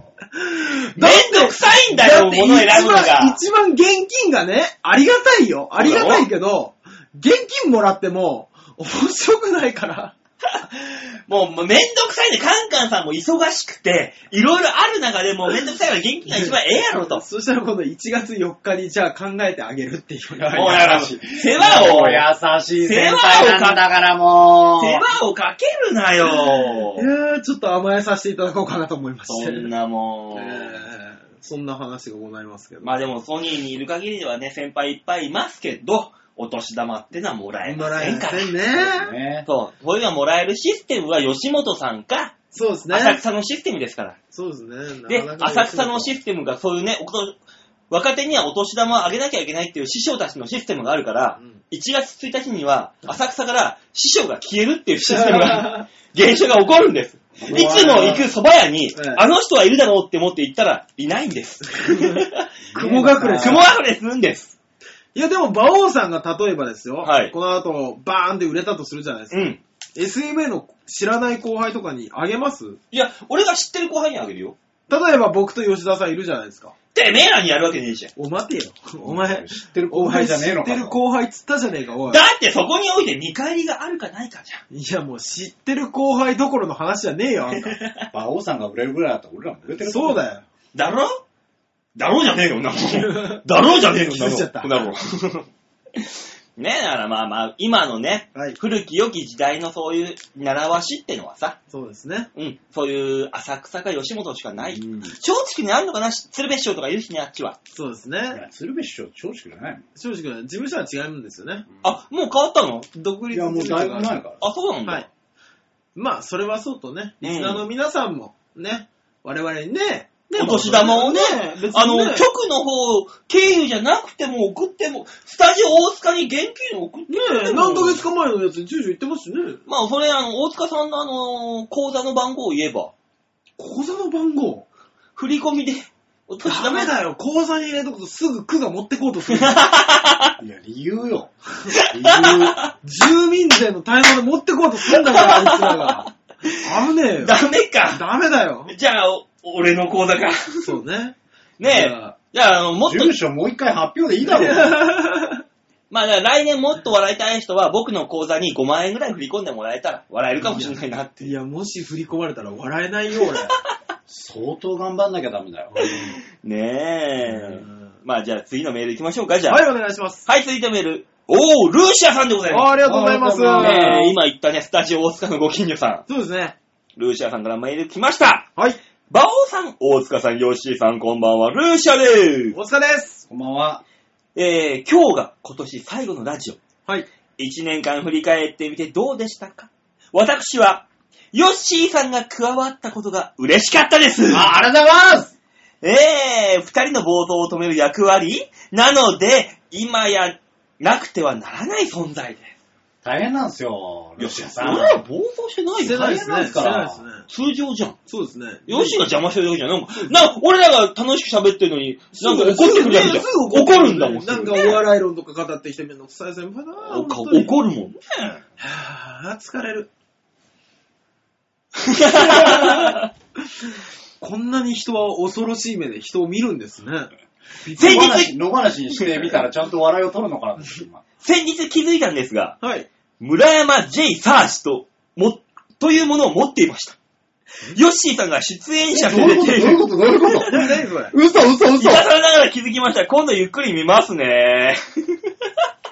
[SPEAKER 3] めんどくさいんだ
[SPEAKER 4] だ
[SPEAKER 3] よ、
[SPEAKER 4] って
[SPEAKER 3] 物選ぶのが。
[SPEAKER 4] 一番、一番現金がね、ありがたいよ。ありがたいけど、現金もらっても、面白くないから。
[SPEAKER 3] もう、もうめんどくさいね。カンカンさんも忙しくて、いろいろある中でもうめんどくさいから元気が一番ええやろ と。も
[SPEAKER 4] そしたら今度1月4日にじゃあ考えてあげるっていう。
[SPEAKER 1] や
[SPEAKER 3] うやら、
[SPEAKER 1] 優し
[SPEAKER 3] 世
[SPEAKER 1] い
[SPEAKER 3] 話を、
[SPEAKER 1] 優しい
[SPEAKER 3] 先
[SPEAKER 1] 先
[SPEAKER 3] 輩
[SPEAKER 1] 輩
[SPEAKER 3] な
[SPEAKER 1] なんんだ
[SPEAKER 3] だ
[SPEAKER 1] からもう。
[SPEAKER 3] 世話をかけるなよ
[SPEAKER 4] い。やー、ちょっと甘えさせていただこうかなと思いまし
[SPEAKER 3] そ
[SPEAKER 4] て。
[SPEAKER 3] んなも
[SPEAKER 4] え
[SPEAKER 3] ん。
[SPEAKER 4] ーそんな話がございますけど。
[SPEAKER 3] まあでも、ソニーにいる限りではね、先輩いっぱいいますけど、お年玉ってのはもらえ
[SPEAKER 4] も
[SPEAKER 3] ま
[SPEAKER 4] ら
[SPEAKER 3] せ
[SPEAKER 4] え
[SPEAKER 3] ん
[SPEAKER 4] ま
[SPEAKER 3] から。
[SPEAKER 4] せんね。
[SPEAKER 1] ね。
[SPEAKER 3] そう。こういうのはもらえるシステムは吉本さんか、
[SPEAKER 4] そうですね。
[SPEAKER 3] 浅草のシステムですから。
[SPEAKER 4] そうですね。
[SPEAKER 3] で、浅草の
[SPEAKER 4] ス
[SPEAKER 3] システムがそういうね、おと若手にはお年玉をあげなきゃいけないっていう師匠たちのシステムがあるから、
[SPEAKER 4] うん
[SPEAKER 3] 1月1日には浅草から師匠が消えるっていうシステムが、 現象が起こるんです。いつ
[SPEAKER 1] うわー
[SPEAKER 3] も行く蕎麦屋に
[SPEAKER 4] ええ、
[SPEAKER 3] あの人はいるだろうって思って行ったら、いないんです。
[SPEAKER 4] 雲隠れ
[SPEAKER 3] 雲隠れするんです。
[SPEAKER 4] いやでも、馬王さんが例えばですよ。
[SPEAKER 3] はい
[SPEAKER 4] この後、バーンって売れたとするじゃないです
[SPEAKER 3] う
[SPEAKER 4] か。
[SPEAKER 3] ん。
[SPEAKER 4] SMA の知らない後輩とかにあげます
[SPEAKER 3] いや、俺が知ってる後輩にあげるよ。
[SPEAKER 4] 例えば僕と吉田さんいるじゃないですか。
[SPEAKER 3] てめえらにやるわけねえじゃん。
[SPEAKER 4] お待てよ。お前、
[SPEAKER 1] 知ってる後輩じゃねえの
[SPEAKER 4] お前
[SPEAKER 1] か
[SPEAKER 4] 知ってる後輩っつったじゃねえか、おい
[SPEAKER 3] だ。ってそこにおいて見返りがあるかないかじゃん。
[SPEAKER 4] いやもう知ってる後輩どころの話じゃねえよ、あんた。
[SPEAKER 1] 馬王さんが売れるぐらいだったら俺らも売れてる。
[SPEAKER 4] そう
[SPEAKER 1] よ。
[SPEAKER 4] だよ。
[SPEAKER 3] だろだろうじゃねえよ、こんなもん。だろうじゃねえよ、こんなもん。
[SPEAKER 4] 気づいちゃった
[SPEAKER 3] こんなもん ねえ、だからまあまあ、今のね、
[SPEAKER 4] はい
[SPEAKER 3] 古き良き時代のそういう習わしってのはさ、
[SPEAKER 4] そうですね。
[SPEAKER 3] うん、そういう浅草か吉本しかない。
[SPEAKER 1] うん
[SPEAKER 3] 松竹にあるのかな鶴瓶師匠とかいるしね、あっちは。
[SPEAKER 4] そうです
[SPEAKER 1] い
[SPEAKER 4] ね。
[SPEAKER 1] や鶴瓶師匠、長子じゃないもん。
[SPEAKER 4] 正直ね、事務所は違うんですよね。
[SPEAKER 3] あ、もう変わったの
[SPEAKER 4] 独
[SPEAKER 1] い
[SPEAKER 4] 立
[SPEAKER 1] や、もうだいぶ前
[SPEAKER 4] ない
[SPEAKER 1] から。
[SPEAKER 3] あ、そうなんだ。
[SPEAKER 4] はい。まあ、それはそうとね、
[SPEAKER 3] うん
[SPEAKER 4] リスナーの皆さんも、ね、我々にね、ね
[SPEAKER 3] お年玉をね
[SPEAKER 4] 別にね
[SPEAKER 3] あの、局の方、経由じゃなくても送っても、スタジオ大塚に現金を送って
[SPEAKER 4] ね
[SPEAKER 3] くれても
[SPEAKER 4] 何ヶ月か前のやつ、住所言ってますね。
[SPEAKER 3] まあ、それ、あの、大塚さんのあの、口座の番号を言えば、
[SPEAKER 4] 口座の番号
[SPEAKER 3] 振り込みで、お年
[SPEAKER 4] ダ
[SPEAKER 3] 玉
[SPEAKER 4] メだよ、口座に入れとくとすぐ区が持ってこうとする。
[SPEAKER 1] いや、理由よ。理由。
[SPEAKER 4] 住民税の滞納で持ってこうとするんだから、あいつらが。危ねえよ。
[SPEAKER 3] ダメか。
[SPEAKER 4] ダメだよ。
[SPEAKER 3] じゃあ、お俺の口座か。
[SPEAKER 4] そうね。
[SPEAKER 3] ねえ。じゃあ、あの、もっと、
[SPEAKER 1] 住所もう一回発表でいい だろう。
[SPEAKER 3] まあ、だから来年もっと笑いたい人は、僕の口座に5万円ぐらい振り込んでもらえたら、笑えるかもしれないなって。
[SPEAKER 4] いや、もし振り込まれたら笑えないよ、俺。
[SPEAKER 1] 相当頑張んなきゃダメだよ。
[SPEAKER 3] ねえ
[SPEAKER 4] ん。
[SPEAKER 3] まあじゃあ次のメール行きましょうか、じゃあ。
[SPEAKER 4] はい、お願いします。
[SPEAKER 3] はい、続いてのメール。おー、ルーシアさんでござい
[SPEAKER 4] あ
[SPEAKER 3] ま
[SPEAKER 4] ありがとうございます。
[SPEAKER 3] す。
[SPEAKER 1] あー
[SPEAKER 3] ねえ、今言ったね、スタジオ大塚のご近所さ
[SPEAKER 4] そうですね。
[SPEAKER 3] ん。ルーシアさんからメール来ました。
[SPEAKER 4] はい。
[SPEAKER 3] バオさん、大塚さん、ヨッシーさん、こんばんは、ルーシアで
[SPEAKER 4] 大塚です。
[SPEAKER 1] こんばんは。
[SPEAKER 3] す。えー、今日が今年最後のラジオ。
[SPEAKER 4] はい。
[SPEAKER 3] 一年間振り返ってみてどうでしたか私は、ヨッシーさんが加わったことが嬉しかったです
[SPEAKER 1] あ、ありがとうございます
[SPEAKER 3] ええ二人の暴走を止める役割なので、今やなくてはならない存在で
[SPEAKER 1] 大変なんですよ、
[SPEAKER 3] す。
[SPEAKER 1] ロシアさん。
[SPEAKER 3] 俺ら暴走してない
[SPEAKER 4] して
[SPEAKER 3] よ。
[SPEAKER 4] ないですね。
[SPEAKER 1] 大変なんで
[SPEAKER 4] し
[SPEAKER 1] す
[SPEAKER 4] て
[SPEAKER 1] から
[SPEAKER 4] ないですね。
[SPEAKER 3] 通常じゃん。
[SPEAKER 4] そうですね。
[SPEAKER 3] ヨッシーが邪魔してるだけじゃん。なんか、なんか俺らが楽しく喋ってるのに、なんか怒ってくるだけじゃん。
[SPEAKER 4] すぐね
[SPEAKER 3] 怒るんだもん。
[SPEAKER 4] なんかお笑い論とか語ってきてみんな、伝え先輩だな
[SPEAKER 3] おか
[SPEAKER 4] 本当に
[SPEAKER 3] 怒る もん。
[SPEAKER 4] はぁ、疲れる。こんなに人は恐ろしい目で人を見るんですね。
[SPEAKER 3] 前
[SPEAKER 1] 野放
[SPEAKER 3] 日
[SPEAKER 1] し、野放しにしてみたらちゃんと笑いを取るのかなって今。
[SPEAKER 3] 先日気づいたんですが、
[SPEAKER 4] はい。
[SPEAKER 3] 村山 J サーチと、も、というものを持っていました。ヨッシーさんが出演者と
[SPEAKER 1] どうい
[SPEAKER 3] 出
[SPEAKER 1] うことどう
[SPEAKER 3] て
[SPEAKER 1] い
[SPEAKER 3] い
[SPEAKER 1] う
[SPEAKER 3] る。
[SPEAKER 1] ことどういうこと
[SPEAKER 4] 何それ
[SPEAKER 1] 嘘嘘嘘
[SPEAKER 3] 今更ながら気づきました。今度ゆっくり見ます ね。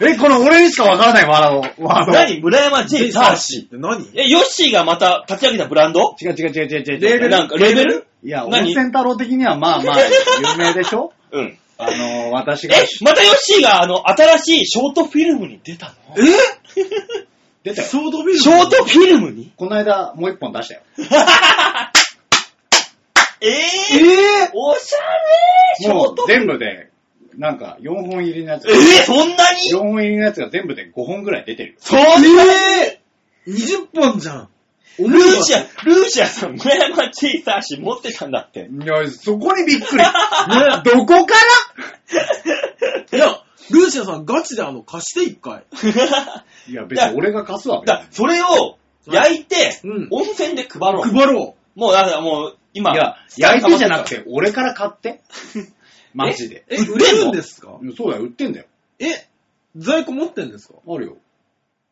[SPEAKER 1] え、この俺にしかわからないワード。ワード。
[SPEAKER 3] 何村山 J サーチ。
[SPEAKER 4] って何
[SPEAKER 3] え、ヨッシーがまた立ち上げたブランド
[SPEAKER 1] 違う違う違う違う違う。
[SPEAKER 4] レーベル
[SPEAKER 3] なんか、レベル
[SPEAKER 1] いや、温
[SPEAKER 3] 何
[SPEAKER 1] 泉太郎的にはまあまあ、有名でしょ
[SPEAKER 3] うん。
[SPEAKER 1] あの、私
[SPEAKER 3] え
[SPEAKER 1] が、
[SPEAKER 3] またヨッシーが、あの、新しいショートフィルムに出たの
[SPEAKER 1] 出たよ。
[SPEAKER 4] ショートビル
[SPEAKER 3] ショートフィルムに
[SPEAKER 1] この間、もう一本出したよ。
[SPEAKER 3] え
[SPEAKER 4] え
[SPEAKER 3] ぇ、
[SPEAKER 4] ぇ、
[SPEAKER 3] おしゃれショ
[SPEAKER 1] も
[SPEAKER 3] ート
[SPEAKER 1] う、全部で、なんか、4本入りのやつ。
[SPEAKER 3] えぇ、そんなに
[SPEAKER 1] 4本入りのやつが全部で5本ぐらい出てるよ。
[SPEAKER 3] そんなに
[SPEAKER 4] え !20 本じゃん。
[SPEAKER 3] ルーシア、ルーシアさん、村山 J サーチ持ってたんだって。
[SPEAKER 1] いや、そこにびっくり。どこか
[SPEAKER 4] いや、ルーシアさんガチであの、貸して一回。
[SPEAKER 1] らいや、別に俺が貸すわけ。
[SPEAKER 3] だそれを焼いて、
[SPEAKER 4] うん
[SPEAKER 3] 温泉で配ろう。
[SPEAKER 4] 配ろ
[SPEAKER 3] もう、だからもう、今、
[SPEAKER 1] いや、焼いてじゃなくて、俺から買って。マジで。
[SPEAKER 4] う。え、
[SPEAKER 3] 売ってんの
[SPEAKER 4] 売れるんですか
[SPEAKER 1] そうだよ、売ってんだよ。
[SPEAKER 4] え、在庫持ってんですか
[SPEAKER 1] あるよ。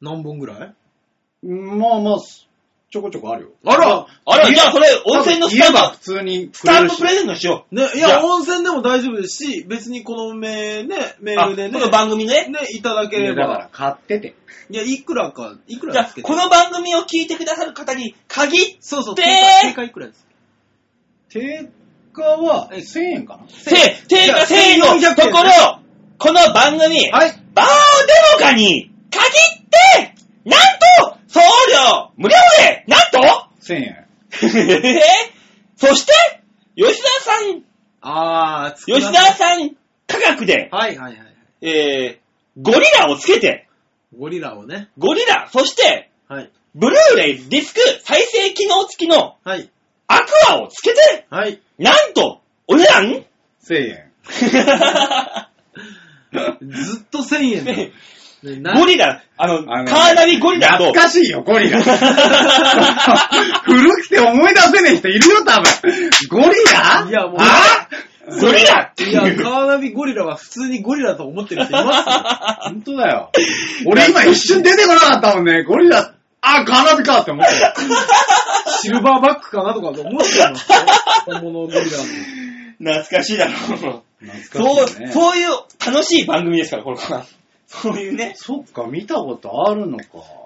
[SPEAKER 4] 何本ぐらい
[SPEAKER 1] まあまあ、ちょこちょこあるよ。
[SPEAKER 4] あら
[SPEAKER 3] あら、じゃあそれ、温泉のスタン
[SPEAKER 1] 言えば
[SPEAKER 3] プ、
[SPEAKER 1] 普通に
[SPEAKER 3] ス
[SPEAKER 1] くれ
[SPEAKER 3] タン
[SPEAKER 1] る
[SPEAKER 3] プ
[SPEAKER 1] し
[SPEAKER 3] プレゼントしよ
[SPEAKER 4] ね、い
[SPEAKER 3] い
[SPEAKER 4] や、
[SPEAKER 3] や
[SPEAKER 4] 温泉でも大丈夫ですし、別にこのメールね、
[SPEAKER 3] う。
[SPEAKER 4] メールでね、
[SPEAKER 3] あこの番組ね。
[SPEAKER 4] ね、いただけ
[SPEAKER 1] い
[SPEAKER 4] れ
[SPEAKER 1] やだから
[SPEAKER 4] ば。
[SPEAKER 1] 買ってて。
[SPEAKER 4] いや、いくらか、いく
[SPEAKER 3] じゃ
[SPEAKER 4] らで
[SPEAKER 3] あ
[SPEAKER 4] すけ、ど。
[SPEAKER 3] この番組を聞いてくださる方に、鍵、
[SPEAKER 4] そうそう、
[SPEAKER 3] で
[SPEAKER 4] 定
[SPEAKER 3] ー
[SPEAKER 4] 価、定価いくらです
[SPEAKER 1] 定価は1000円かな
[SPEAKER 3] せ、定価
[SPEAKER 4] じゃあ
[SPEAKER 3] 制の
[SPEAKER 4] 1400
[SPEAKER 3] ところ、この番組、
[SPEAKER 4] はい。
[SPEAKER 3] バオデモカに、限って、なんと、送料無料で、なんと
[SPEAKER 1] ?1000 円。
[SPEAKER 3] えそして、吉田さん、
[SPEAKER 4] あー、
[SPEAKER 3] 吉田さん価格で、
[SPEAKER 4] はいはいはい。
[SPEAKER 3] えー、ゴリラをつけて、
[SPEAKER 4] ゴリラをね。
[SPEAKER 3] ゴリラ、そして、
[SPEAKER 4] はい。
[SPEAKER 3] ブルーレイディスク再生機能付きの
[SPEAKER 4] はい。
[SPEAKER 3] アクアをつけて、
[SPEAKER 4] はい。
[SPEAKER 3] なんと、お値 段
[SPEAKER 1] 1000円。
[SPEAKER 4] ずっと1000円だ。ねな
[SPEAKER 3] ゴリラ、あの、
[SPEAKER 1] あの
[SPEAKER 3] カーナビゴリラと
[SPEAKER 1] 懐、かしいよ、ゴリ ラ。古くて思い出せない人いるよ、多分。ゴリラ
[SPEAKER 4] いやもう
[SPEAKER 1] あ
[SPEAKER 3] ゴリラって
[SPEAKER 4] い
[SPEAKER 3] い
[SPEAKER 4] や、
[SPEAKER 3] う。
[SPEAKER 4] カーナビゴリラは普通にゴリラと思ってる人います
[SPEAKER 1] 本当だよ。 俺今一瞬出てこなかったもんね。ゴリラ、あ、カーナビかって思ったよ。
[SPEAKER 4] よ。シルバーバックかなとか思ってますよ。本物のゴリラの。
[SPEAKER 3] 懐かしいだろう。
[SPEAKER 1] 懐か
[SPEAKER 3] そう
[SPEAKER 1] しい、ね。
[SPEAKER 3] そういう楽しい番組ですから、このコーナーそういう ね。
[SPEAKER 1] そっか、見たことあるのか。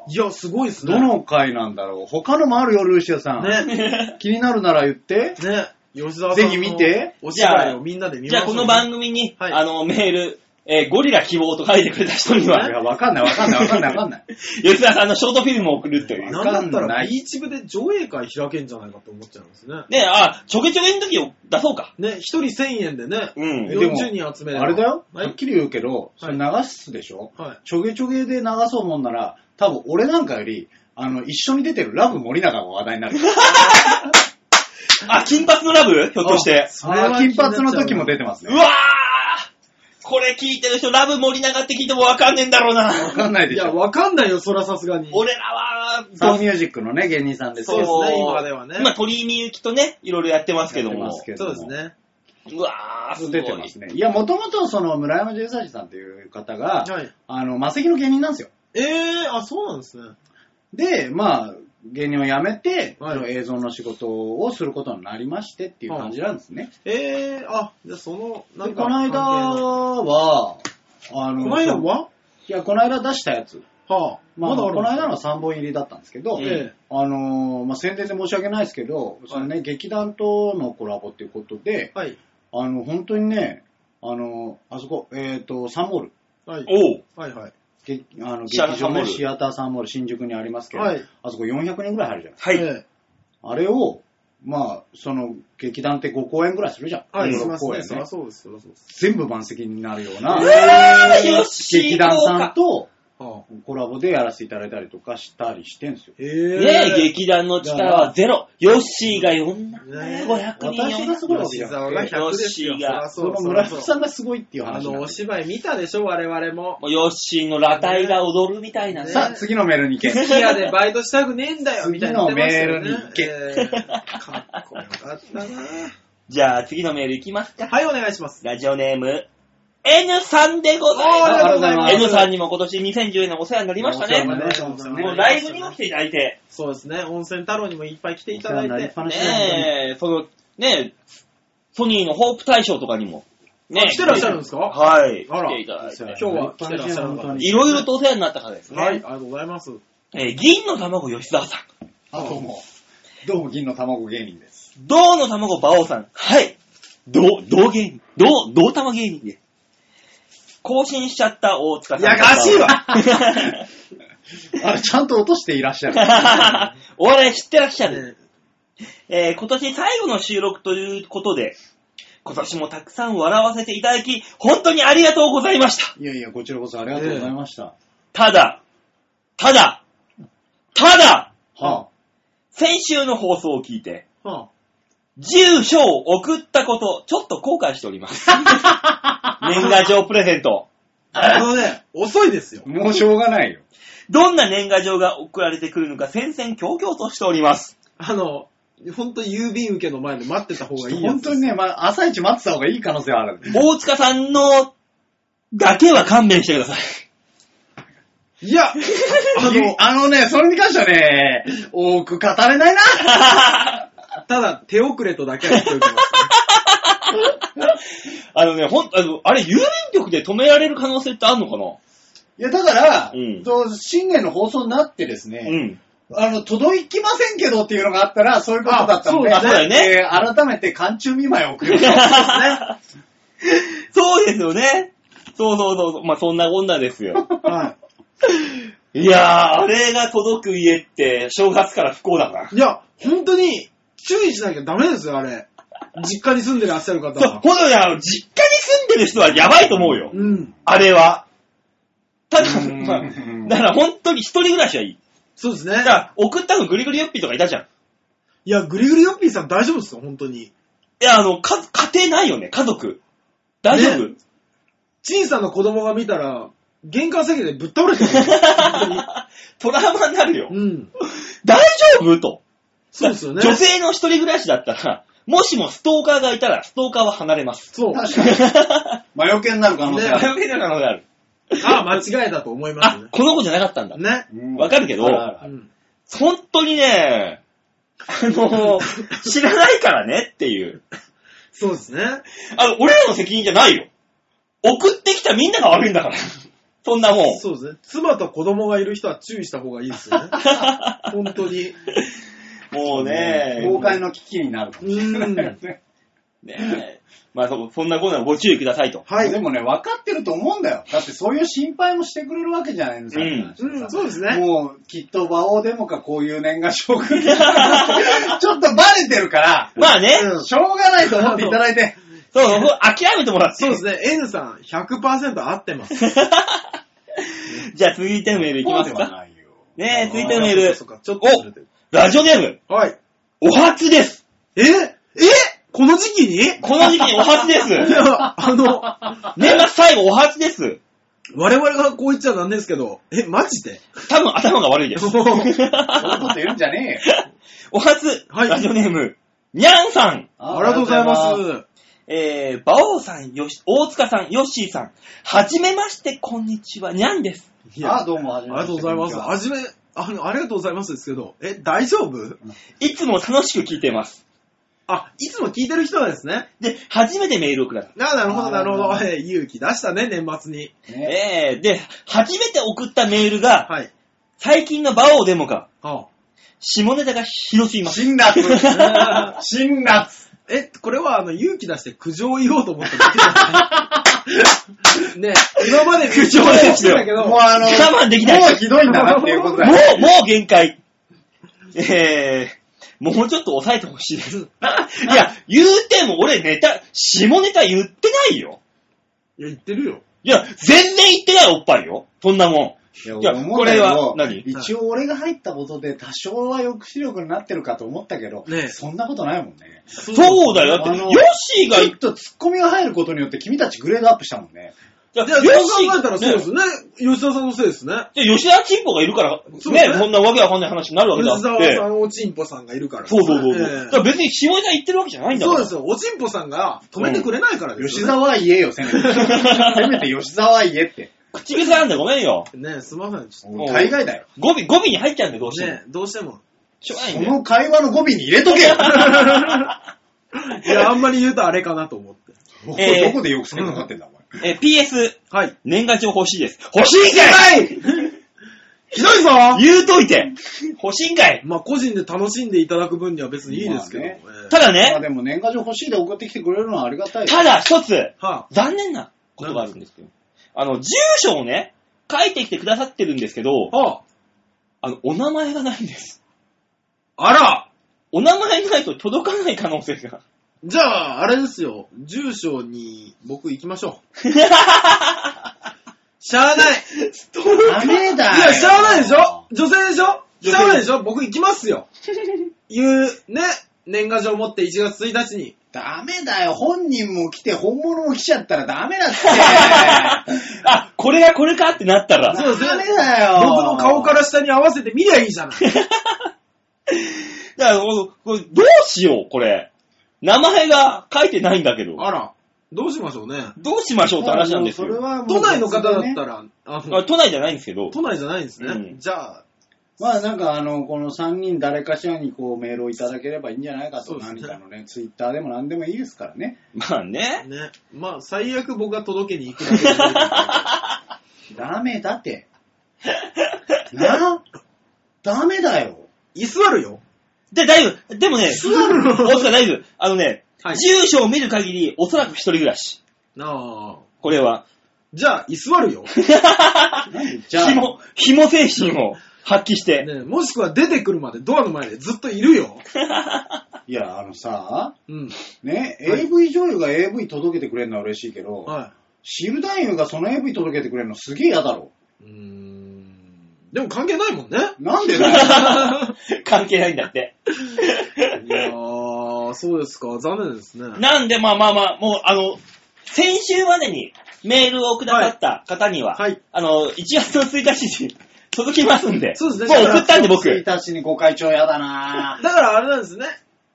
[SPEAKER 4] いや、すごいですね。
[SPEAKER 1] どの回なんだろう。他のもあるよ、ルーシアさん。
[SPEAKER 4] ね。
[SPEAKER 1] 気になるなら言って。
[SPEAKER 4] ね。吉田さん。
[SPEAKER 1] ぜひ見て。
[SPEAKER 4] お芝居をみんなで見
[SPEAKER 3] じ
[SPEAKER 4] まし
[SPEAKER 3] ゃあ、この番組に、
[SPEAKER 4] はい
[SPEAKER 3] あの、メール、えーゴリラ希望と書いてくれた人に
[SPEAKER 1] い
[SPEAKER 3] は、
[SPEAKER 1] や、わかんない、わかんない、わかんない、わかんない。
[SPEAKER 3] 吉田さんのショートフィルムを送るという。
[SPEAKER 4] なんだったら、ビーチ部で上映会開けんじゃないかと思っちゃうんですね。
[SPEAKER 3] ねあ、ちょけちょけの時を出そうか。
[SPEAKER 4] ね、一人1000円でね、
[SPEAKER 3] うん。
[SPEAKER 1] でも
[SPEAKER 4] 40人集めれば
[SPEAKER 1] あれだよ、
[SPEAKER 4] は
[SPEAKER 1] はっ
[SPEAKER 4] い。
[SPEAKER 1] きり言うけど、それ流すでしょ、
[SPEAKER 4] はい
[SPEAKER 1] ちょげちょげで流そうもんなら、多分俺なんかより、あの、一緒に出てるラブ森永が話題になる。
[SPEAKER 3] あ、金髪のラブひょっとして。
[SPEAKER 4] それは
[SPEAKER 1] ああ、金
[SPEAKER 4] 気になっちゃう
[SPEAKER 1] 髪の時も出てます
[SPEAKER 3] う
[SPEAKER 1] ね。
[SPEAKER 3] わーこれ聞いてる人、ラブ森永って聞いてもわかんねえんだろう
[SPEAKER 1] わ
[SPEAKER 3] な。
[SPEAKER 1] かんないで
[SPEAKER 4] い
[SPEAKER 1] し
[SPEAKER 4] や、
[SPEAKER 1] ょ。
[SPEAKER 4] わかんないよ、そらさすがに。
[SPEAKER 3] 俺らは、
[SPEAKER 1] サンミュージックのね、芸人さんです
[SPEAKER 4] そう
[SPEAKER 1] け
[SPEAKER 4] で
[SPEAKER 1] ど。
[SPEAKER 4] すね今ではね
[SPEAKER 3] 今、鳥居みゆきとね、いろいろやってますけど
[SPEAKER 1] やって
[SPEAKER 3] も
[SPEAKER 1] ま。すけど
[SPEAKER 4] そう
[SPEAKER 1] も
[SPEAKER 4] です。ね。
[SPEAKER 3] うわー、すごい。
[SPEAKER 1] 出てますね。いや、もともとその村山十三さんという方が、
[SPEAKER 4] はい
[SPEAKER 1] あの、魔石の芸人なんですよ。
[SPEAKER 4] えー、あ、そうなんですね。
[SPEAKER 1] で、まあ、芸人を辞めて、
[SPEAKER 4] はい
[SPEAKER 1] その映像の仕事をすることになりましてっていう感じなんですね。
[SPEAKER 4] えー、あ、じゃあその、なん
[SPEAKER 1] で、
[SPEAKER 4] か。
[SPEAKER 1] この間は、あの、
[SPEAKER 4] この間はい
[SPEAKER 1] や、この間出したやつ。
[SPEAKER 4] はあ、
[SPEAKER 1] まあ、
[SPEAKER 4] だあ
[SPEAKER 1] こ
[SPEAKER 4] る
[SPEAKER 1] の間の3本入りだったんですけど、
[SPEAKER 4] ええ
[SPEAKER 1] あのーまあ、宣伝で申し訳ないですけど、そのね、劇団とのコラボっていうことで、
[SPEAKER 4] はい。
[SPEAKER 1] あの、本当にね、あのーあそこ、えっ、と、サンモール、
[SPEAKER 4] はい。
[SPEAKER 3] おう。
[SPEAKER 4] はいはい。
[SPEAKER 1] 劇あの
[SPEAKER 3] シアター
[SPEAKER 1] 劇
[SPEAKER 3] サ
[SPEAKER 1] 場
[SPEAKER 3] ンモー
[SPEAKER 1] の
[SPEAKER 3] ル
[SPEAKER 1] シアターサンモール新宿にありますけど、
[SPEAKER 4] はい
[SPEAKER 1] あそこ400人ぐらい入るじゃない
[SPEAKER 3] はい。
[SPEAKER 4] え
[SPEAKER 1] あれを、まあ、その劇団って5公演ぐらいするじゃん。
[SPEAKER 4] ーはい、
[SPEAKER 1] 五
[SPEAKER 4] します
[SPEAKER 1] 公演
[SPEAKER 4] ね。そりゃそうです、そりゃそうです。
[SPEAKER 1] 全部満席になるような、
[SPEAKER 3] えーよっしー
[SPEAKER 1] 劇団さんと
[SPEAKER 4] はあ、
[SPEAKER 1] コラボでやらせていただいたりとかしたりしてんですよ。
[SPEAKER 4] えー、
[SPEAKER 3] ねえ、劇団の力はゼロ。ヨッシーが4んだね。
[SPEAKER 4] ね
[SPEAKER 3] 500人
[SPEAKER 1] 私がすごいわけじ
[SPEAKER 4] 吉
[SPEAKER 1] ゃな
[SPEAKER 4] 沢
[SPEAKER 1] く
[SPEAKER 4] が
[SPEAKER 1] て、
[SPEAKER 4] 100ですよ。
[SPEAKER 3] 吉沢
[SPEAKER 1] そ
[SPEAKER 4] そりゃ
[SPEAKER 1] の
[SPEAKER 4] そう
[SPEAKER 1] 村
[SPEAKER 4] そ
[SPEAKER 1] 木
[SPEAKER 4] りゃ
[SPEAKER 1] さ
[SPEAKER 4] そうん
[SPEAKER 1] がすごいっていう
[SPEAKER 4] あ
[SPEAKER 1] 話
[SPEAKER 4] の、
[SPEAKER 1] なん
[SPEAKER 4] お
[SPEAKER 1] ですよ
[SPEAKER 4] 芝居見たでしょ、我々も。
[SPEAKER 3] もうヨッシーの裸体が踊るみたいなね。
[SPEAKER 1] さあ、次のメールに行け。
[SPEAKER 4] スキヤでバイトしたくねえんだよ、みたいな言ってましたよね。
[SPEAKER 1] 次のメールに行け
[SPEAKER 4] えーかっこよかったな
[SPEAKER 3] じゃあ次のメールいきますか。
[SPEAKER 4] はい、お願いします。
[SPEAKER 3] ラジオネーム、N さんでござい
[SPEAKER 1] あ
[SPEAKER 3] ま。
[SPEAKER 1] りがとうございますす
[SPEAKER 3] N さんにも今年2010年お世話になりました
[SPEAKER 1] お世話にな
[SPEAKER 3] ね。
[SPEAKER 1] りましたね
[SPEAKER 3] もうライブにも来ていただいて、
[SPEAKER 4] そうですね、温泉太郎にもいっぱい来てい
[SPEAKER 1] お世
[SPEAKER 4] ただ
[SPEAKER 1] 話に
[SPEAKER 4] い。
[SPEAKER 1] なりってぱなしだね
[SPEAKER 3] ねえ、その、ねえ、ソニーのホープ大賞とかにも、ねえ
[SPEAKER 4] 来てらっしゃるんですか
[SPEAKER 3] はい。
[SPEAKER 4] あら
[SPEAKER 3] 来ていただいて。
[SPEAKER 4] 今日は来てらっしゃらなかった
[SPEAKER 3] いろいろとお世話になった方ですね。
[SPEAKER 4] はい、ありがとうございます。
[SPEAKER 3] えー銀の卵吉沢さん。
[SPEAKER 1] あ、どうも。どうも、銀の卵芸人です。
[SPEAKER 3] 銅の卵馬王さん。はい。銅、銅芸人。銅、銅玉芸人です。更新しちゃった大塚さん。
[SPEAKER 1] やかしい わあれ、ちゃんと落としていらっしゃる。
[SPEAKER 3] お笑い知ってらっしゃる。
[SPEAKER 4] ね
[SPEAKER 3] えー今年最後の収録ということで、今年もたくさん笑わせていただき、本当にありがとうございました。
[SPEAKER 1] いやいや、こちらこそありがとうございました。
[SPEAKER 3] ただ、ただ、ただ、
[SPEAKER 1] は
[SPEAKER 3] 先週の放送を聞いて、
[SPEAKER 4] は
[SPEAKER 3] 住所を送ったこと、ちょっと後悔しております。年賀状プレゼント。
[SPEAKER 4] あ、あのね、遅いですよ
[SPEAKER 1] あ、。もうしょうがないよ。
[SPEAKER 3] どんな年賀状が送られてくるのか戦々恐々としております。
[SPEAKER 4] あの、ほんと郵便受けの前で待ってた方がいいやつ
[SPEAKER 1] 本当にね、まあ、朝一待ってた方がいい可能性はある。
[SPEAKER 3] 大塚さんのだけは勘弁してください。
[SPEAKER 4] いや、あの、
[SPEAKER 1] あのね、それに関してはね、多く語れ ないな。
[SPEAKER 4] ただ手遅れとだけは言っておきます、ね。
[SPEAKER 3] あのね、ほん、あの、あれ、郵便局で止められる可能性ってあんのかない
[SPEAKER 1] や、だから、
[SPEAKER 3] うん
[SPEAKER 1] と新年の放送になってです
[SPEAKER 3] う
[SPEAKER 1] ね、
[SPEAKER 3] ん。
[SPEAKER 1] あの、届きませんけどっていうのがあったら、そういうことだったので、
[SPEAKER 3] あそうだね
[SPEAKER 1] えー改めて寒中見舞いを送る。
[SPEAKER 3] そうですよね。そうそうそうそう。まあ、そんなこんなです よ。
[SPEAKER 4] はい
[SPEAKER 3] やー、あれが届く家って、正月から不幸だから。
[SPEAKER 4] い。いや、本当に注意しなきゃダメですよ、あれ。実家に住んでらっしゃる方
[SPEAKER 3] そう、
[SPEAKER 4] は。
[SPEAKER 3] ほんとね、あの、実家に住んでる人はやばいと思うよ。
[SPEAKER 4] うん。
[SPEAKER 3] あれは。ただ、
[SPEAKER 1] うん
[SPEAKER 3] まあ、だから本当に一人暮らしはいい。
[SPEAKER 4] そうです
[SPEAKER 3] だ
[SPEAKER 4] ね
[SPEAKER 3] か。ら、送ったのグリグリヨッピーとかいたじゃん。い
[SPEAKER 4] いや、ぐりぐりよっぴーさん大丈夫ですか、本当に。
[SPEAKER 3] や、あの、か、家庭ないよね、家族。大丈夫、
[SPEAKER 4] ねちいさんの子供が見たら、玄関先でぶっ倒れてる。本
[SPEAKER 3] トラウマになるよ
[SPEAKER 4] 当。にうん。
[SPEAKER 3] 大丈夫と。
[SPEAKER 4] そうですよね。
[SPEAKER 3] 女性の一人暮らしだったら、もしもストーカーがいたら、ストーカーは離れます。
[SPEAKER 4] そう。
[SPEAKER 1] 確かに。魔除けになる可能性あ
[SPEAKER 3] あ
[SPEAKER 1] る。
[SPEAKER 3] れなのである。
[SPEAKER 4] ああ、間違えたと思います
[SPEAKER 3] あ、この子じゃなかったんだ。
[SPEAKER 4] ね。ね。
[SPEAKER 1] うん
[SPEAKER 3] わかるけど
[SPEAKER 1] あるあるあ
[SPEAKER 4] う
[SPEAKER 1] る
[SPEAKER 4] ん。
[SPEAKER 3] 本当にね、あの、知らないからねっていう。
[SPEAKER 4] そうですね。
[SPEAKER 3] あの、俺らの責任じゃないよ。送ってきたみんなが悪いんだから。そんなもん。
[SPEAKER 4] そうですね。妻と子供がいる人は注意した方がいいです よね。本当に。
[SPEAKER 3] もうね、
[SPEAKER 1] 崩壊の危機になるかもしれないよね。
[SPEAKER 3] ねえ。まあそ、そんなことはご注意くださいと。
[SPEAKER 4] はい
[SPEAKER 1] で。もね、分かってると思うんだよ。だってそういう心配もしてくれるわけじゃないのさ。
[SPEAKER 3] うん
[SPEAKER 4] うん、そうですね。
[SPEAKER 1] もう、きっと馬王でもかこういう年賀状を送 るちょっとバレてるから、
[SPEAKER 3] まあね、
[SPEAKER 4] うん
[SPEAKER 1] しょうがないと思っていただいて。
[SPEAKER 3] そうそう、諦めてもらって。
[SPEAKER 4] そうですね。N さん、100%合ってます。
[SPEAKER 3] じゃあ続いてのメールいきます
[SPEAKER 1] そうでは
[SPEAKER 3] か。
[SPEAKER 1] ないよ
[SPEAKER 3] ねえ、続いてのメール
[SPEAKER 4] そ。うか、ちょっとずれてる。
[SPEAKER 3] ラジオネーム、
[SPEAKER 4] はい。
[SPEAKER 3] お初です。
[SPEAKER 4] ええこの時期にい
[SPEAKER 3] この時期にお初 です。
[SPEAKER 4] や、あ の、
[SPEAKER 3] 年末最後お初です。
[SPEAKER 4] 我々がこう言っちゃなんですけど、え、マジで
[SPEAKER 3] 多分頭が悪いです。
[SPEAKER 1] そんなこと言うんじゃねえよ。
[SPEAKER 3] お初、
[SPEAKER 4] はい
[SPEAKER 3] ラジオネーム、にゃんさん。
[SPEAKER 4] ありがとうございま。
[SPEAKER 1] ありがとうございます
[SPEAKER 3] えー、馬王さん、よし、大塚さん、ヨッシーさん。はじめまして、こんにちは、にゃんです。
[SPEAKER 4] い
[SPEAKER 1] す。あ、
[SPEAKER 4] や、
[SPEAKER 1] どうも、あ
[SPEAKER 4] ありがとうございます。はじめあの、ありがとうございますですけど、え、大丈夫
[SPEAKER 3] いつも楽しく聞いてます。
[SPEAKER 4] あ、いつも聞いてる人なんですね。
[SPEAKER 3] で、初めてメールをくださっ
[SPEAKER 4] ななるほど、
[SPEAKER 5] あー
[SPEAKER 4] なるほど。え 勇気出したね、年末に。
[SPEAKER 3] た。ええで、初めて送ったメールが、
[SPEAKER 4] はい。
[SPEAKER 3] 最近のバオーデモか、
[SPEAKER 4] あ
[SPEAKER 3] 下ネタが広すぎます。
[SPEAKER 1] 辛辣。辛辣。
[SPEAKER 4] え、これは、あの、勇気出して苦情を言おうと思っただけだ ね。ね今まで苦
[SPEAKER 3] 情ですよ
[SPEAKER 4] だけ ど、
[SPEAKER 1] もうあの、
[SPEAKER 3] 我慢できない
[SPEAKER 1] もうひどいんだなっていうことだ
[SPEAKER 3] も
[SPEAKER 1] よ。
[SPEAKER 3] う、もう限界。ええもうちょっと抑えてほしい です。いや、言うても俺ネタ、下ネタ言ってないよ。
[SPEAKER 4] いや、言ってるよ。
[SPEAKER 3] いや、全然言ってないおっぱいよ。そんなもん。
[SPEAKER 1] い
[SPEAKER 3] いや、これは何、
[SPEAKER 1] 一応俺が入ったことで多少は抑止力になってるかと思ったけど、
[SPEAKER 4] ねえ
[SPEAKER 1] そんなことないもんね。
[SPEAKER 4] そ
[SPEAKER 3] そうだよ。だって、
[SPEAKER 1] あ
[SPEAKER 3] ヨ
[SPEAKER 1] の
[SPEAKER 3] ッシーが
[SPEAKER 1] ちょ
[SPEAKER 3] 言っ
[SPEAKER 1] っとツッコミが入ることによって君たちグレードアップしたもんね。
[SPEAKER 3] た、ヨ
[SPEAKER 4] じゃあ、そう考えた
[SPEAKER 3] が
[SPEAKER 4] らそうですね。吉田さんのせいですね。
[SPEAKER 3] で吉田チンポがいるから、
[SPEAKER 4] そうね
[SPEAKER 3] ね、こんなわけわかんない話になるわけだ
[SPEAKER 4] 吉
[SPEAKER 3] っ
[SPEAKER 4] 沢さ
[SPEAKER 3] て。
[SPEAKER 4] ん、おちんぽさんがいるから。
[SPEAKER 3] そうそうそうそう。
[SPEAKER 4] ええ
[SPEAKER 3] だから別に下ネタ言ってるわけじゃないんだか
[SPEAKER 4] そ
[SPEAKER 3] ら。
[SPEAKER 4] うですよ。おちんぽさんが止めてくれないからです
[SPEAKER 1] 吉
[SPEAKER 4] よ、ね。
[SPEAKER 1] 沢は言えよ、せ めて。せめて吉沢は言えって。
[SPEAKER 3] 口癖なんでごめんよ。
[SPEAKER 4] ねえ、すません。ちょっ
[SPEAKER 3] ん
[SPEAKER 1] 大概だよ。
[SPEAKER 3] 語尾、語尾に入っちゃうんでどうし
[SPEAKER 4] と
[SPEAKER 3] ても。
[SPEAKER 4] ねえ、どうしても。
[SPEAKER 3] しょうがない
[SPEAKER 1] こ
[SPEAKER 3] んだよ。
[SPEAKER 1] の会話の語尾に入れと けよ
[SPEAKER 4] いや、あんまり言うとあれかなと思って。
[SPEAKER 1] お
[SPEAKER 3] え
[SPEAKER 1] い
[SPEAKER 3] ー
[SPEAKER 1] どこで抑制かかってんだ、お前。
[SPEAKER 3] え、PS、
[SPEAKER 4] はい。
[SPEAKER 3] 年賀状欲しいです。欲しいんかい
[SPEAKER 1] はい
[SPEAKER 4] ひどいぞ
[SPEAKER 3] 言うといて。欲しいんかい
[SPEAKER 4] まあ、個人で楽しんでいただく分には別にいいですけど。
[SPEAKER 1] まあね
[SPEAKER 4] ええ
[SPEAKER 3] ただ
[SPEAKER 1] まあ
[SPEAKER 3] ね、
[SPEAKER 1] でも年賀状欲しいで送ってきてくれるのはありがたいよ。
[SPEAKER 3] ただ一つ、
[SPEAKER 4] は
[SPEAKER 3] 残念なことがあるんですよ。あの、住所をね、書いてきてくださってるんですけど
[SPEAKER 4] あ、、は
[SPEAKER 3] あの、お名前がないんです。
[SPEAKER 4] あ、あら
[SPEAKER 3] お名前がないと届かない可能性が。
[SPEAKER 4] じゃあ、あれですよ。住所に僕行きましょう。しゃあない。い
[SPEAKER 1] ダメだよ
[SPEAKER 4] や、しゃあないでしょ女性でしょ
[SPEAKER 3] 女性
[SPEAKER 4] しゃあないでしょ僕行きますよ。いう、ね、年賀状持って1月1日に。
[SPEAKER 1] ダメだよ。本人も来て、本物も来ちゃったらダメだって。
[SPEAKER 3] あ、これがこれかってなったら。
[SPEAKER 4] そうですね
[SPEAKER 1] ダメだよ。
[SPEAKER 4] 僕の顔から下に合わせて見りゃいいじゃない。
[SPEAKER 3] だからこのこれどうしよう、これ。名前が書いてないんだけど。
[SPEAKER 4] あら、どうしましょうね。
[SPEAKER 3] どうしましょうって話なんです
[SPEAKER 1] それ
[SPEAKER 3] よ。
[SPEAKER 1] はもう
[SPEAKER 4] 都内の方だった
[SPEAKER 1] ら。
[SPEAKER 4] ら、あの
[SPEAKER 3] あ都内じゃないんですけど。
[SPEAKER 4] 都内じゃないんですね。
[SPEAKER 3] うん
[SPEAKER 4] じゃあ、
[SPEAKER 1] まあなんかあの、この3人誰かしらにこうメールをいただければいいんじゃないか
[SPEAKER 4] そ
[SPEAKER 1] と。
[SPEAKER 4] うですね
[SPEAKER 1] 何かのね、ツイッターでも何でもいいですからね。
[SPEAKER 3] まあね。
[SPEAKER 4] ね、まあ、最悪僕が届けに行く だけでいいと思う。
[SPEAKER 1] ダメだって。 なダメだよ。
[SPEAKER 4] 居座るよ。
[SPEAKER 3] で、だいぶ、でもね、大塚だいぶ、あのね、
[SPEAKER 4] はい
[SPEAKER 3] 住所を見る限り、おそらく一人暮らし。
[SPEAKER 4] ああ。
[SPEAKER 3] これは。
[SPEAKER 4] じゃあ、居座るよ。
[SPEAKER 1] なんでじゃあ、
[SPEAKER 3] 紐、紐精神 を発揮して。
[SPEAKER 4] ね、もしくは出てくるまでドアの前でずっとい るよ。
[SPEAKER 1] いや、あのさ、
[SPEAKER 4] うん。
[SPEAKER 1] ね、
[SPEAKER 4] はい
[SPEAKER 1] AV 女優が AV 届けてくれるのは嬉しいけど、
[SPEAKER 4] は
[SPEAKER 1] シルダインがその AV 届けてくれるのすげえ嫌だろ。
[SPEAKER 4] い。うーん。でも関係ない もんね。
[SPEAKER 1] なんでだよ。
[SPEAKER 3] 関係ないんだって。
[SPEAKER 4] いやー、そうですか。残念ですね。
[SPEAKER 3] なんで、まあまあまあ、もう、あの、先週までにメールをくださった方には、
[SPEAKER 4] はい
[SPEAKER 3] あの、1月の1日に届きますんで、
[SPEAKER 4] そうですね
[SPEAKER 3] もう送ったんで僕。
[SPEAKER 1] 1日にご会長嫌だな
[SPEAKER 4] だからあれなんですね。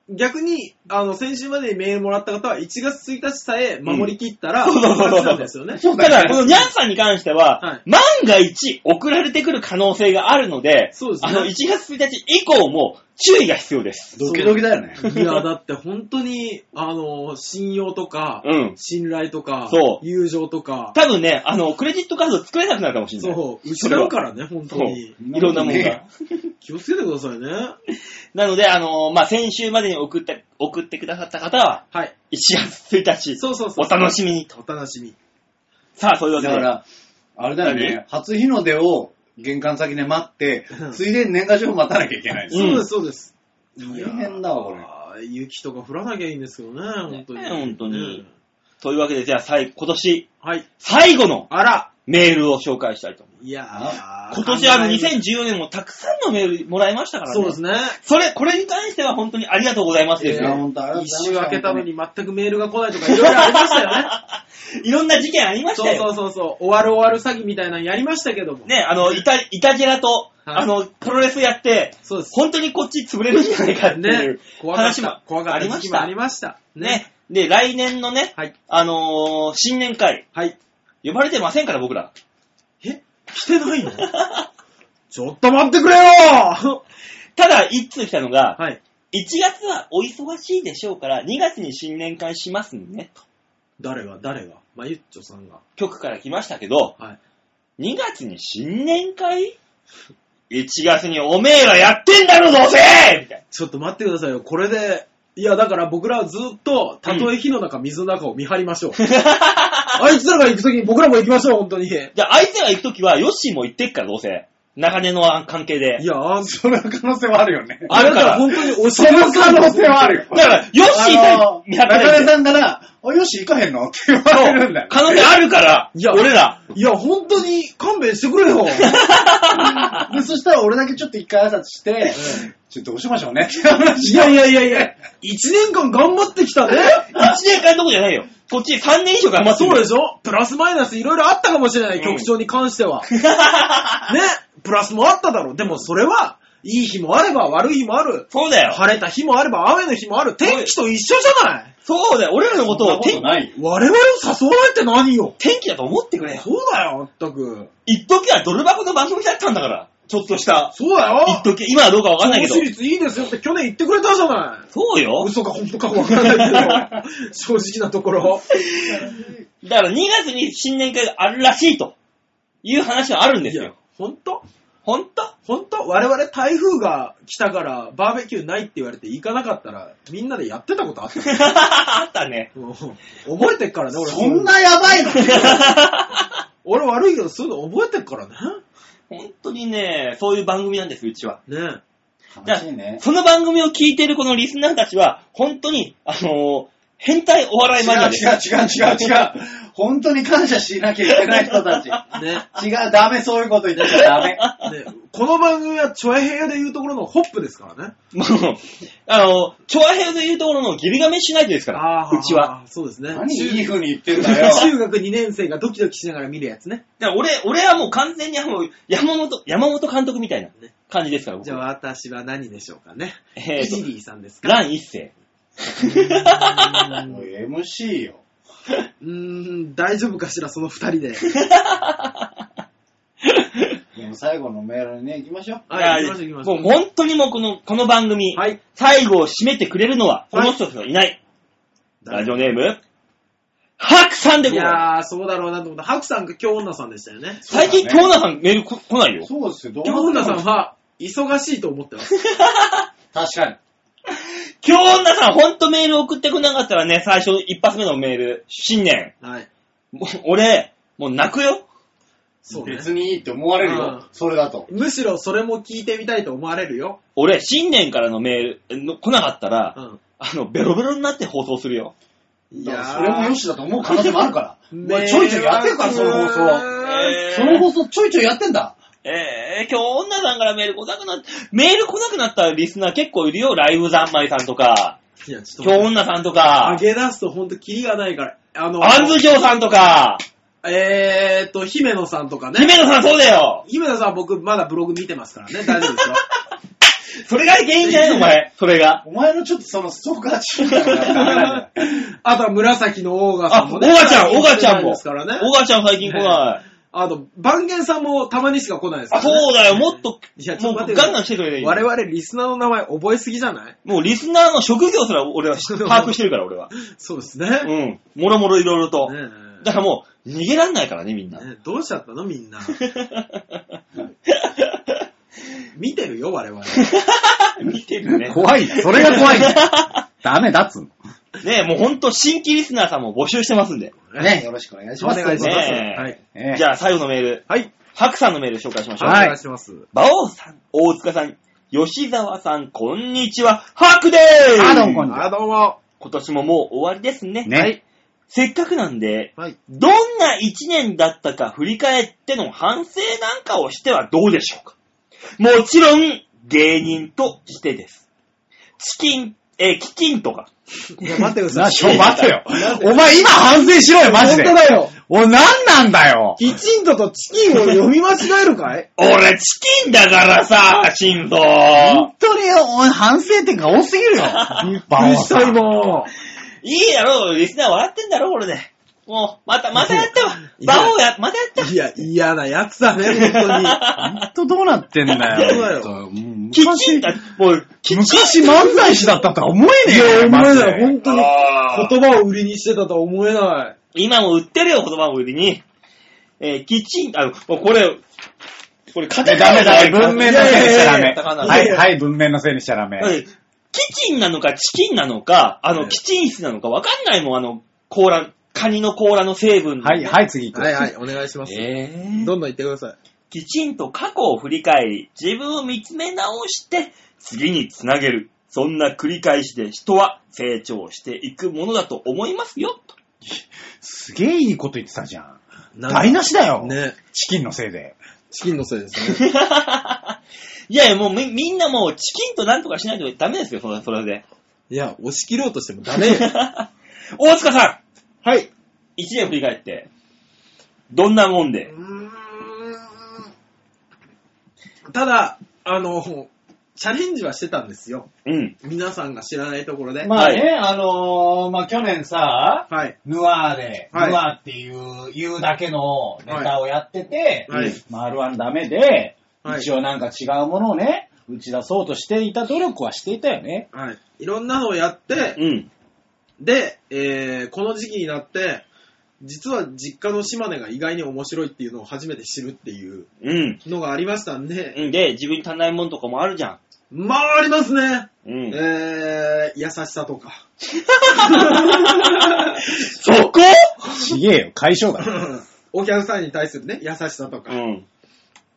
[SPEAKER 4] 逆に、あの、先週までにメールもらった方は、1月1日さえ守り切ったら、
[SPEAKER 3] うんそうそうそうそう
[SPEAKER 4] 勝ちなんですよね。
[SPEAKER 1] そう
[SPEAKER 3] た
[SPEAKER 1] だ
[SPEAKER 3] だ、
[SPEAKER 1] よ
[SPEAKER 3] このニャンさんに関しては、
[SPEAKER 4] はい
[SPEAKER 3] 万が一送られてくる可能性があるので、
[SPEAKER 4] そうですね
[SPEAKER 3] あの、1月1日以降も注意が必要です。
[SPEAKER 1] ドキドキだよね。
[SPEAKER 4] いや、だって本当に、あの、信用とか、
[SPEAKER 3] うん
[SPEAKER 4] 信頼とか、
[SPEAKER 3] そう
[SPEAKER 4] 友情とか、
[SPEAKER 3] 多分ね、あの、クレジットカード作れなくなるかもしれない。
[SPEAKER 4] そう、
[SPEAKER 3] それ
[SPEAKER 4] 失
[SPEAKER 3] は
[SPEAKER 4] うからね、本当
[SPEAKER 3] そう。
[SPEAKER 4] に。
[SPEAKER 3] いろんなものが
[SPEAKER 1] ね。
[SPEAKER 4] 気をつけてくださいね。
[SPEAKER 3] なので、あのまあ、先週までに送って、送ってくださった方は、
[SPEAKER 4] はい。
[SPEAKER 3] 1月1日、
[SPEAKER 4] そうそうそう。
[SPEAKER 3] お楽しみにと。
[SPEAKER 4] お楽しみ。
[SPEAKER 3] さあ、そういうわけ
[SPEAKER 1] だ
[SPEAKER 3] で
[SPEAKER 1] か。ら、あれだよね、初日の出を玄関先で待って
[SPEAKER 4] う、ん
[SPEAKER 1] ついでに年賀状を待たなきゃいけないんです
[SPEAKER 3] う
[SPEAKER 1] よ。
[SPEAKER 3] ん
[SPEAKER 4] そうです、そうです。
[SPEAKER 1] 大変だわ、これ。
[SPEAKER 4] あー雪とか降らなきゃいいんですけどね、本当に。
[SPEAKER 3] ね本当に
[SPEAKER 4] うん
[SPEAKER 3] というわけで、じゃあ、最後、今年、
[SPEAKER 4] はい。
[SPEAKER 3] 最後の
[SPEAKER 4] あら、
[SPEAKER 3] メールを紹介したいと思い
[SPEAKER 4] いや
[SPEAKER 3] ま
[SPEAKER 4] ー
[SPEAKER 3] す。今年、あの、
[SPEAKER 4] 考える
[SPEAKER 3] 2014年もたくさんのメールもらいましたからね。
[SPEAKER 4] そうですね。
[SPEAKER 3] それ、これに関しては本当にありがとうございますです
[SPEAKER 1] いや
[SPEAKER 3] よ。
[SPEAKER 1] 本当ありがとうございま
[SPEAKER 4] 一
[SPEAKER 1] した
[SPEAKER 4] 周開けたのに全くメールが来ないとかいろいろありまし たよね。
[SPEAKER 3] いろんな事件ありまし
[SPEAKER 4] そ
[SPEAKER 3] た
[SPEAKER 4] う
[SPEAKER 3] よ。
[SPEAKER 4] そうそうそう。終わる終わる詐欺みたいなのやりましたけども。
[SPEAKER 3] ね、あの、イタ、イタジェラと、
[SPEAKER 4] はい
[SPEAKER 3] あの、プロレスやって、
[SPEAKER 4] そうです。
[SPEAKER 3] 本当にこっち潰れるんじゃないかっていう
[SPEAKER 4] ね。怖かっ
[SPEAKER 3] 話も
[SPEAKER 4] た。怖かった。
[SPEAKER 3] ありまし
[SPEAKER 4] あ
[SPEAKER 3] た
[SPEAKER 4] り。ました。
[SPEAKER 3] ね。で、来年のね、
[SPEAKER 4] はい。
[SPEAKER 3] あのー新年会、
[SPEAKER 4] はい。
[SPEAKER 3] 呼ばれてませんから、僕ら。
[SPEAKER 4] え来てないのちょっと待ってくれよ
[SPEAKER 3] ただ、一通来たのが、
[SPEAKER 4] はい。
[SPEAKER 3] 1月はお忙しいでしょうから、2月に新年会しますんでね、と。
[SPEAKER 4] 誰が誰がまゆっちょさんが。
[SPEAKER 3] 局から来ましたけど、
[SPEAKER 4] はい。
[SPEAKER 3] 2月に新年会 ?1 月におめえらやってんだろ、どうせみたい
[SPEAKER 4] ちょっと待ってくださいよ。これで、いや、だから僕らはずっと、たとえ火の中、水の中を見張りましょう。 あいつらが行くときに僕らも行きましょう、本当に。い
[SPEAKER 3] な。じゃあ、相手が行くときは、ヨッシーも行ってっから、どうせ。長年の関係で。
[SPEAKER 4] や、あん
[SPEAKER 6] それは可能性はあるよね。
[SPEAKER 3] あ
[SPEAKER 4] あ
[SPEAKER 3] るか
[SPEAKER 4] な
[SPEAKER 3] ら
[SPEAKER 4] たは本当にお
[SPEAKER 6] その可能性はあ るよ。
[SPEAKER 3] だから、ヨッシーさん見張って
[SPEAKER 6] 中
[SPEAKER 3] ない
[SPEAKER 6] 根
[SPEAKER 3] で
[SPEAKER 6] さんから、あ、よし、行かへんのって言われるんだよ。
[SPEAKER 3] 可能性あるから、
[SPEAKER 4] いや
[SPEAKER 3] 俺ら。
[SPEAKER 4] いや、本当に勘弁してくれよ。
[SPEAKER 6] で、そしたら俺だけちょっと一回挨拶して、ちょっとどうしましょうねって話。
[SPEAKER 4] いやいやいやいや、一年間頑張ってきたね。
[SPEAKER 3] 1年間どころじゃないよ。こっち3年以上頑張って
[SPEAKER 4] そうで
[SPEAKER 3] し
[SPEAKER 4] しょプラスマイナスいろいろあったかもしれない、
[SPEAKER 3] うん
[SPEAKER 4] 局長に関 しては。ね、プラスもあっただろう。でもそれは、いい日もあれば悪い日もある。
[SPEAKER 3] そうだよ。
[SPEAKER 4] 晴れた日もあれば雨の日もある。天気と一緒じゃない
[SPEAKER 3] そうだよ。俺らのことを
[SPEAKER 6] そん
[SPEAKER 3] 天
[SPEAKER 6] なないよ。
[SPEAKER 4] 我々を誘わないって何よ
[SPEAKER 3] 天気だと思ってくれよ。
[SPEAKER 4] そうだよ、まったく。
[SPEAKER 3] 一時はドル箱の番組だったんだから。ちょっとした。
[SPEAKER 4] そうだよ
[SPEAKER 3] 一時、今はどうかわかんないけど
[SPEAKER 4] 私。立いいですよって去年言ってくれたじゃない。
[SPEAKER 3] そうよ。
[SPEAKER 4] 嘘か本当かわからないけど、正直なところ。
[SPEAKER 3] だから2月に新年会があるらしいという話はあるんで
[SPEAKER 4] い
[SPEAKER 3] す
[SPEAKER 4] や
[SPEAKER 3] よ。、
[SPEAKER 4] 本当
[SPEAKER 3] ほんと
[SPEAKER 4] 本当我々台風が来たからバーベキューないって言われて行かなかったら、みんなでやってたことあった。
[SPEAKER 3] あったね。
[SPEAKER 4] うん覚えてっからね、俺。
[SPEAKER 6] そんなやば いの
[SPEAKER 4] 俺悪いけど、そういうの覚えてっからね。
[SPEAKER 3] 本当にね、そういう番組なんです、うちは。
[SPEAKER 4] ね
[SPEAKER 6] 悲しいね。
[SPEAKER 3] その番組を聞いてるこのリスナーたちは、本当に、あのー変態お
[SPEAKER 6] 違
[SPEAKER 3] 笑
[SPEAKER 6] う
[SPEAKER 3] いマニアです。
[SPEAKER 6] 違う違う違う違う。本当に感謝しなきゃいけない人たち。
[SPEAKER 4] ね
[SPEAKER 6] 違う、ダメ、そういうこと言っちゃダメ。
[SPEAKER 4] ねこの番組はチョエヘアで言うところのホップですからね。
[SPEAKER 3] もう、あの、チョアヘアでいうところのギリガメしないですから、
[SPEAKER 4] ー
[SPEAKER 3] うちは。。
[SPEAKER 4] そうですね。
[SPEAKER 6] 何いい
[SPEAKER 4] 中
[SPEAKER 6] 風に言ってんだよ。
[SPEAKER 4] 中学2年生がドキドキしながら見るやつね。
[SPEAKER 3] だから俺、俺はもう完全にもう山本、山本監督みたいな
[SPEAKER 4] ね
[SPEAKER 3] 感じですから、僕
[SPEAKER 4] じゃあ私は何でしょうかね。
[SPEAKER 3] え
[SPEAKER 4] イ
[SPEAKER 3] ーと
[SPEAKER 4] ジリーさんですか
[SPEAKER 3] ラン一世。
[SPEAKER 6] もう MC よ。
[SPEAKER 4] うーん、大丈夫かしら、その二人で。
[SPEAKER 6] でも最後のメールにね、行きましょう。
[SPEAKER 4] はい、
[SPEAKER 3] だ
[SPEAKER 4] 行き
[SPEAKER 3] か
[SPEAKER 4] ましょう行き
[SPEAKER 3] ら
[SPEAKER 4] まし
[SPEAKER 3] もう本当にもうこの、この番組、
[SPEAKER 4] はい。
[SPEAKER 3] 最後を締めてくれるのは、この人しかいない。ラジオネーム、ハクさんで
[SPEAKER 4] い
[SPEAKER 3] ございます。
[SPEAKER 4] やー、そうだろうなと思った。ハクさんが京女さんでしたよね。
[SPEAKER 3] 最近、
[SPEAKER 6] そうだね
[SPEAKER 3] 京奈さんメールこ来ないよ。
[SPEAKER 6] そうですよ、ど
[SPEAKER 4] 京女さん
[SPEAKER 6] 確
[SPEAKER 4] は、忙しいと思ってます。
[SPEAKER 6] かに。
[SPEAKER 3] 京奈さん、ほんとメール送ってくれなかったらね、最初一発目のメール、新年。
[SPEAKER 4] はい。
[SPEAKER 3] もう俺、もう泣くよ。
[SPEAKER 4] そうね。
[SPEAKER 6] 別にいいって思われる
[SPEAKER 4] うん
[SPEAKER 6] よ。それだと。
[SPEAKER 4] むしろそれも聞いてみたいと思われるよ。
[SPEAKER 3] 俺、新年からのメールえの来なかったら、
[SPEAKER 4] うん。
[SPEAKER 3] あの、ベロベロになって放送するよ。
[SPEAKER 4] い
[SPEAKER 6] だからそれもよしだと思う可能性もあるから。
[SPEAKER 4] ー
[SPEAKER 6] もうちょいちょいやってるから、その放送。
[SPEAKER 3] えー
[SPEAKER 6] その放送ちょいちょいやってんだ。
[SPEAKER 3] えー、今日女さんからメール来なくなった、メール来なくなったリスナー結構いるよ。ライブ三昧さんとか、
[SPEAKER 4] いや、ちょっと
[SPEAKER 3] 今日
[SPEAKER 4] 待って。
[SPEAKER 3] 女さんと
[SPEAKER 4] 上
[SPEAKER 3] か、
[SPEAKER 4] げ出すとほんとキリがないから。あの、
[SPEAKER 3] 安ずきょうさんとか、
[SPEAKER 4] えーっと、姫野さんとかね。
[SPEAKER 3] 姫野さんそうだよ。
[SPEAKER 4] 姫野さんは僕まだブログ見てますからね。大丈夫で すよ。
[SPEAKER 3] それが原因じゃないの、お前。それが。
[SPEAKER 6] お前のちょっとそのストーカー中毒がダメなんだよ。
[SPEAKER 4] あとは紫のオーガさ
[SPEAKER 3] あ、
[SPEAKER 4] ん
[SPEAKER 3] オ
[SPEAKER 4] もね。
[SPEAKER 3] ガちゃん、オガちゃんも。
[SPEAKER 4] ですからね。
[SPEAKER 3] オガちゃん最近来ない。
[SPEAKER 4] あと、番犬さんもたまにしか来ないですか
[SPEAKER 3] あ
[SPEAKER 4] ら、ね。
[SPEAKER 3] そうだよ、もっと
[SPEAKER 4] いや、ち
[SPEAKER 3] も
[SPEAKER 4] ょっ
[SPEAKER 3] う
[SPEAKER 4] と待ってく
[SPEAKER 3] ガ
[SPEAKER 4] ださい
[SPEAKER 3] ンガン来てくれないい。
[SPEAKER 4] 我々リスナーの名前覚えすぎじゃない
[SPEAKER 3] もうリスナーの職業すら俺は把握してるから、俺は。
[SPEAKER 4] そうですね。ね
[SPEAKER 3] うん。もろもろいろいろと。
[SPEAKER 4] え
[SPEAKER 3] だからもう、逃げらんないからね、みんな。
[SPEAKER 4] ねえどうしちゃったのみん な。見てるよ、我々。
[SPEAKER 3] 見てるね。
[SPEAKER 1] 怖い。それが怖い。ダメだっつう
[SPEAKER 3] ねえ、もうほんと新規リスナーさんも募集してますんで。
[SPEAKER 6] ね、よろしくお願いします。
[SPEAKER 4] お願いします。
[SPEAKER 3] ねえ
[SPEAKER 4] はい。
[SPEAKER 1] の。
[SPEAKER 3] じゃあ最後のメール、
[SPEAKER 4] はい。
[SPEAKER 3] ハクさんのメール紹介しましょう。
[SPEAKER 4] お願いします。
[SPEAKER 3] 馬王さん、大塚さん、吉沢さん、こんにちは、ハクでーす
[SPEAKER 1] あどうもこんにちは
[SPEAKER 4] あ、どうも。
[SPEAKER 3] 今年ももう終わりですね。
[SPEAKER 1] ね。
[SPEAKER 4] はい
[SPEAKER 3] せっかくなんで、
[SPEAKER 4] はい。
[SPEAKER 3] どんな一年だったか振り返っての反省なんかをしてはどうでしょうかもちろん、芸人としてです。チキン、えー、基金とか。
[SPEAKER 4] いや、待ってくださ。
[SPEAKER 1] ないちょ、待てよ。お前今反省しろよ、マジで。
[SPEAKER 4] 本当だよ。
[SPEAKER 1] お、なんなんだよ。
[SPEAKER 4] きちんととチキンを読み間違えるかい
[SPEAKER 3] 俺、チキンだからさ、心臓。
[SPEAKER 1] 本当に、お反省点が多すぎるよ。
[SPEAKER 4] びっくりした、今。
[SPEAKER 3] いいだろう、リスナー笑ってんだろ、これで。もう、また、またやったわ。
[SPEAKER 4] いや
[SPEAKER 3] 馬王や、またやった。
[SPEAKER 4] いや、嫌なやつだね、本当 に。
[SPEAKER 6] ほんとどうなってんだ
[SPEAKER 4] そうだ
[SPEAKER 6] よ。
[SPEAKER 4] よ
[SPEAKER 6] ほんともう
[SPEAKER 3] キッチン
[SPEAKER 6] 昔、
[SPEAKER 3] だ。もう、キッチン。
[SPEAKER 6] 昔漫才師だったとは思えねえ
[SPEAKER 4] いや、
[SPEAKER 6] よ。
[SPEAKER 4] 思
[SPEAKER 6] マ
[SPEAKER 4] え
[SPEAKER 6] ジで
[SPEAKER 4] ない。本当に。言葉を売りにしてたとは思えない。
[SPEAKER 3] 今も売ってるよ、言葉を売りに。えーキッチン、あの、もうこれ、これ、カ
[SPEAKER 6] いやダ
[SPEAKER 3] タカ
[SPEAKER 6] メ
[SPEAKER 3] ナ
[SPEAKER 6] だ、
[SPEAKER 3] だ
[SPEAKER 6] 俺
[SPEAKER 3] よ。
[SPEAKER 6] 文面のせいにしちゃダ
[SPEAKER 4] いや
[SPEAKER 6] メ
[SPEAKER 4] いやいやいや。高菜
[SPEAKER 6] はい、はい、文面のせいにしちゃダメ。
[SPEAKER 3] うんキチンなのかチキンなのか、あ
[SPEAKER 4] え
[SPEAKER 3] の、
[SPEAKER 4] え
[SPEAKER 3] キチン質なのかわかんないもん、あの、甲羅、カニの甲羅の成分。
[SPEAKER 6] はい、はい、次行く。
[SPEAKER 4] はいはい、お願いします。
[SPEAKER 3] え
[SPEAKER 4] どん
[SPEAKER 3] ー
[SPEAKER 4] どん言ってくださ
[SPEAKER 3] きちんと過去を振り返り、自分を見つめ直して、次につなげる。そんな繰り返しで人は成長していくものだと思いますよ。と
[SPEAKER 6] すげえいいこと言ってたじゃん。
[SPEAKER 4] い。なんか
[SPEAKER 6] 台無しだよ。
[SPEAKER 4] ね。
[SPEAKER 6] チキンのせいで。
[SPEAKER 4] チキンのせいですね。
[SPEAKER 3] いやいや、もうみみんなもうチキンとなんとかしないとダメですよ、それそれで。
[SPEAKER 4] いや、押し切ろうとしてもダメよ。
[SPEAKER 3] 大塚さ
[SPEAKER 4] はい。
[SPEAKER 3] ん、一年振り返って、どんなもんで、
[SPEAKER 4] ただ、あの、チャレンジはしてたんですよ。
[SPEAKER 3] うん、
[SPEAKER 4] 皆さんが知らないところで。
[SPEAKER 1] まあね、あのー、まあ去年さ、
[SPEAKER 4] はい。
[SPEAKER 1] ヌアーで、
[SPEAKER 4] はい
[SPEAKER 1] ヌアーっていう、言うだけのネタをやってて、
[SPEAKER 4] はいはい
[SPEAKER 1] まあ R1 ダメで、
[SPEAKER 4] はい
[SPEAKER 1] 一応なんか違うものをね、打ち出そうとしていた努力はしていたよ ね。
[SPEAKER 4] はい。いろんなのをやって、
[SPEAKER 3] うん、
[SPEAKER 4] で、えーこの時期になって、実は実家の島根が意外に面白いっていうのを初めて知るっていう
[SPEAKER 3] うん。
[SPEAKER 4] のがありましたんで、
[SPEAKER 3] うんで、自分に足んないもんとかもあるじゃん。
[SPEAKER 4] まあありますね。
[SPEAKER 3] うん。
[SPEAKER 4] えー優しさ とか。
[SPEAKER 3] そこ
[SPEAKER 6] ちげえよ、解消だ。
[SPEAKER 4] お客さんに対するね、優しさとか、
[SPEAKER 3] うん。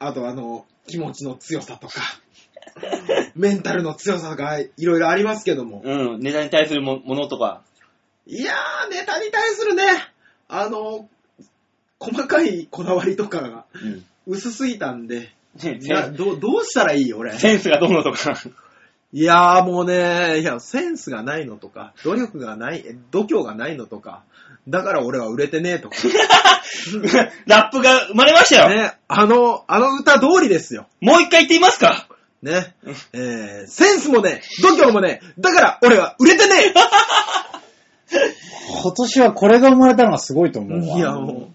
[SPEAKER 4] あとあの、気持ちの強さとか、 メンタルの強さとか、いろいろありますけども。
[SPEAKER 3] うん。ネタに対するもものとか。
[SPEAKER 4] いやー、ネタに対するね、あの、細かいこだわりとかが
[SPEAKER 3] うん。
[SPEAKER 4] 薄すぎたんで、
[SPEAKER 3] ね
[SPEAKER 4] いやどうどうしたらいい俺。
[SPEAKER 3] センスがどうのとか。
[SPEAKER 4] いやーもうね、いや、センスがないのとか、努力がない、え度胸がないのとか、だから俺は売れてねえとか、
[SPEAKER 3] ラップが生まれましたよ。
[SPEAKER 4] ね、あの、あの歌通りですよ。
[SPEAKER 3] もう一回言ってみますか
[SPEAKER 4] ね、えー、センスもね、度胸もね、だから俺は売れてね
[SPEAKER 1] 今年はこれが生まれたのがすごいと 思
[SPEAKER 4] え
[SPEAKER 1] うわ。
[SPEAKER 4] いやもう、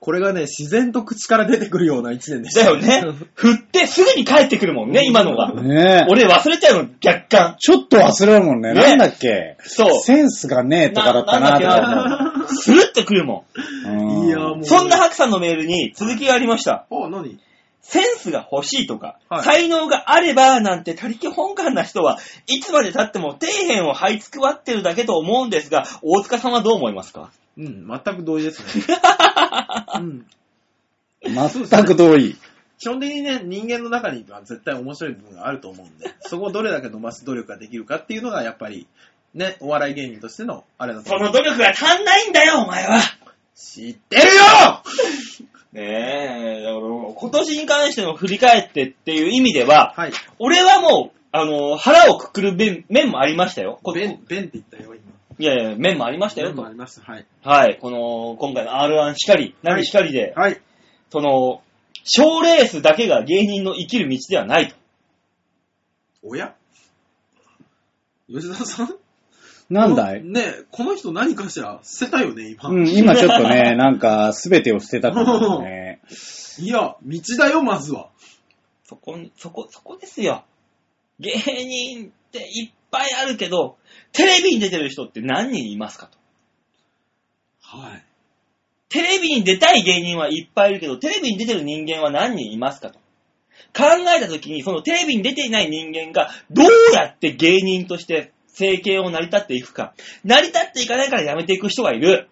[SPEAKER 4] これがね、自然と口から出てくるような一年でし
[SPEAKER 3] だ
[SPEAKER 4] た。
[SPEAKER 3] よね。振ってすぐに帰ってくるもんね、今のが。
[SPEAKER 1] ねえ。
[SPEAKER 3] 俺忘れちゃうの、逆感。
[SPEAKER 1] ちょっと忘れるもんね。
[SPEAKER 3] ね
[SPEAKER 1] なんだっけ
[SPEAKER 3] そう
[SPEAKER 1] センスがねえとかだったな
[SPEAKER 3] な
[SPEAKER 1] と
[SPEAKER 3] スルッとくるも
[SPEAKER 1] か思う。
[SPEAKER 4] いや
[SPEAKER 1] うん
[SPEAKER 4] も
[SPEAKER 3] ん。
[SPEAKER 4] う。
[SPEAKER 3] そんな白さんのメールに続きがありました。
[SPEAKER 4] あ、何
[SPEAKER 3] センスが欲しいとか、
[SPEAKER 4] はい
[SPEAKER 3] 才能があればなんて他力本願な人はいつまで経っても底辺を這いつくばってるだけと思うんですが、大塚さんはどう思いますか
[SPEAKER 4] うん、全く同意ですね。うん。
[SPEAKER 1] 全く同意。
[SPEAKER 4] 基本的にね、人間の中には絶対面白い部分があると思うんで、そこをどれだけ伸ばす努力ができるかっていうのが、やっぱり、ね、お笑い芸人としての、あれだと
[SPEAKER 3] そ
[SPEAKER 4] 思う
[SPEAKER 3] の。努力が足んないんだよ、お前は
[SPEAKER 4] 知ってるよ
[SPEAKER 3] ねえ、だから今年に関しての振り返ってっていう意味では、
[SPEAKER 4] はい。
[SPEAKER 3] 俺はもう、あの、腹をくくる面面もありましたよ。こ
[SPEAKER 4] ベン、ベンって言ったよ、今。
[SPEAKER 3] いやいや、面もありましたよ
[SPEAKER 4] ベンもあ
[SPEAKER 3] と。
[SPEAKER 4] りました。はい。
[SPEAKER 3] はい、この、今回の R1 しかり、何しかりで、
[SPEAKER 4] はい。
[SPEAKER 3] その、賞レースだけが芸人の生きる道ではないと。
[SPEAKER 4] おや吉田さん
[SPEAKER 1] なんだい
[SPEAKER 4] このねこの人何かしら捨てたよね、今。
[SPEAKER 1] うん、今ちょっとね、なんか、すべてを捨てたと思う ね。
[SPEAKER 4] いや、道だよ、まずは。
[SPEAKER 3] そこに、そこ、そこですよ。芸人っていっぱいあるけど、テレビに出てる人って何人いますかと。
[SPEAKER 4] はい。
[SPEAKER 3] テレビに出たい芸人はいっぱいいるけど、テレビに出てる人間は何人いますかと。考えたときに、そのテレビに出ていない人間が、どうやって芸人として生計を成り立っていくか。成り立っていかないから辞めていく人がいる。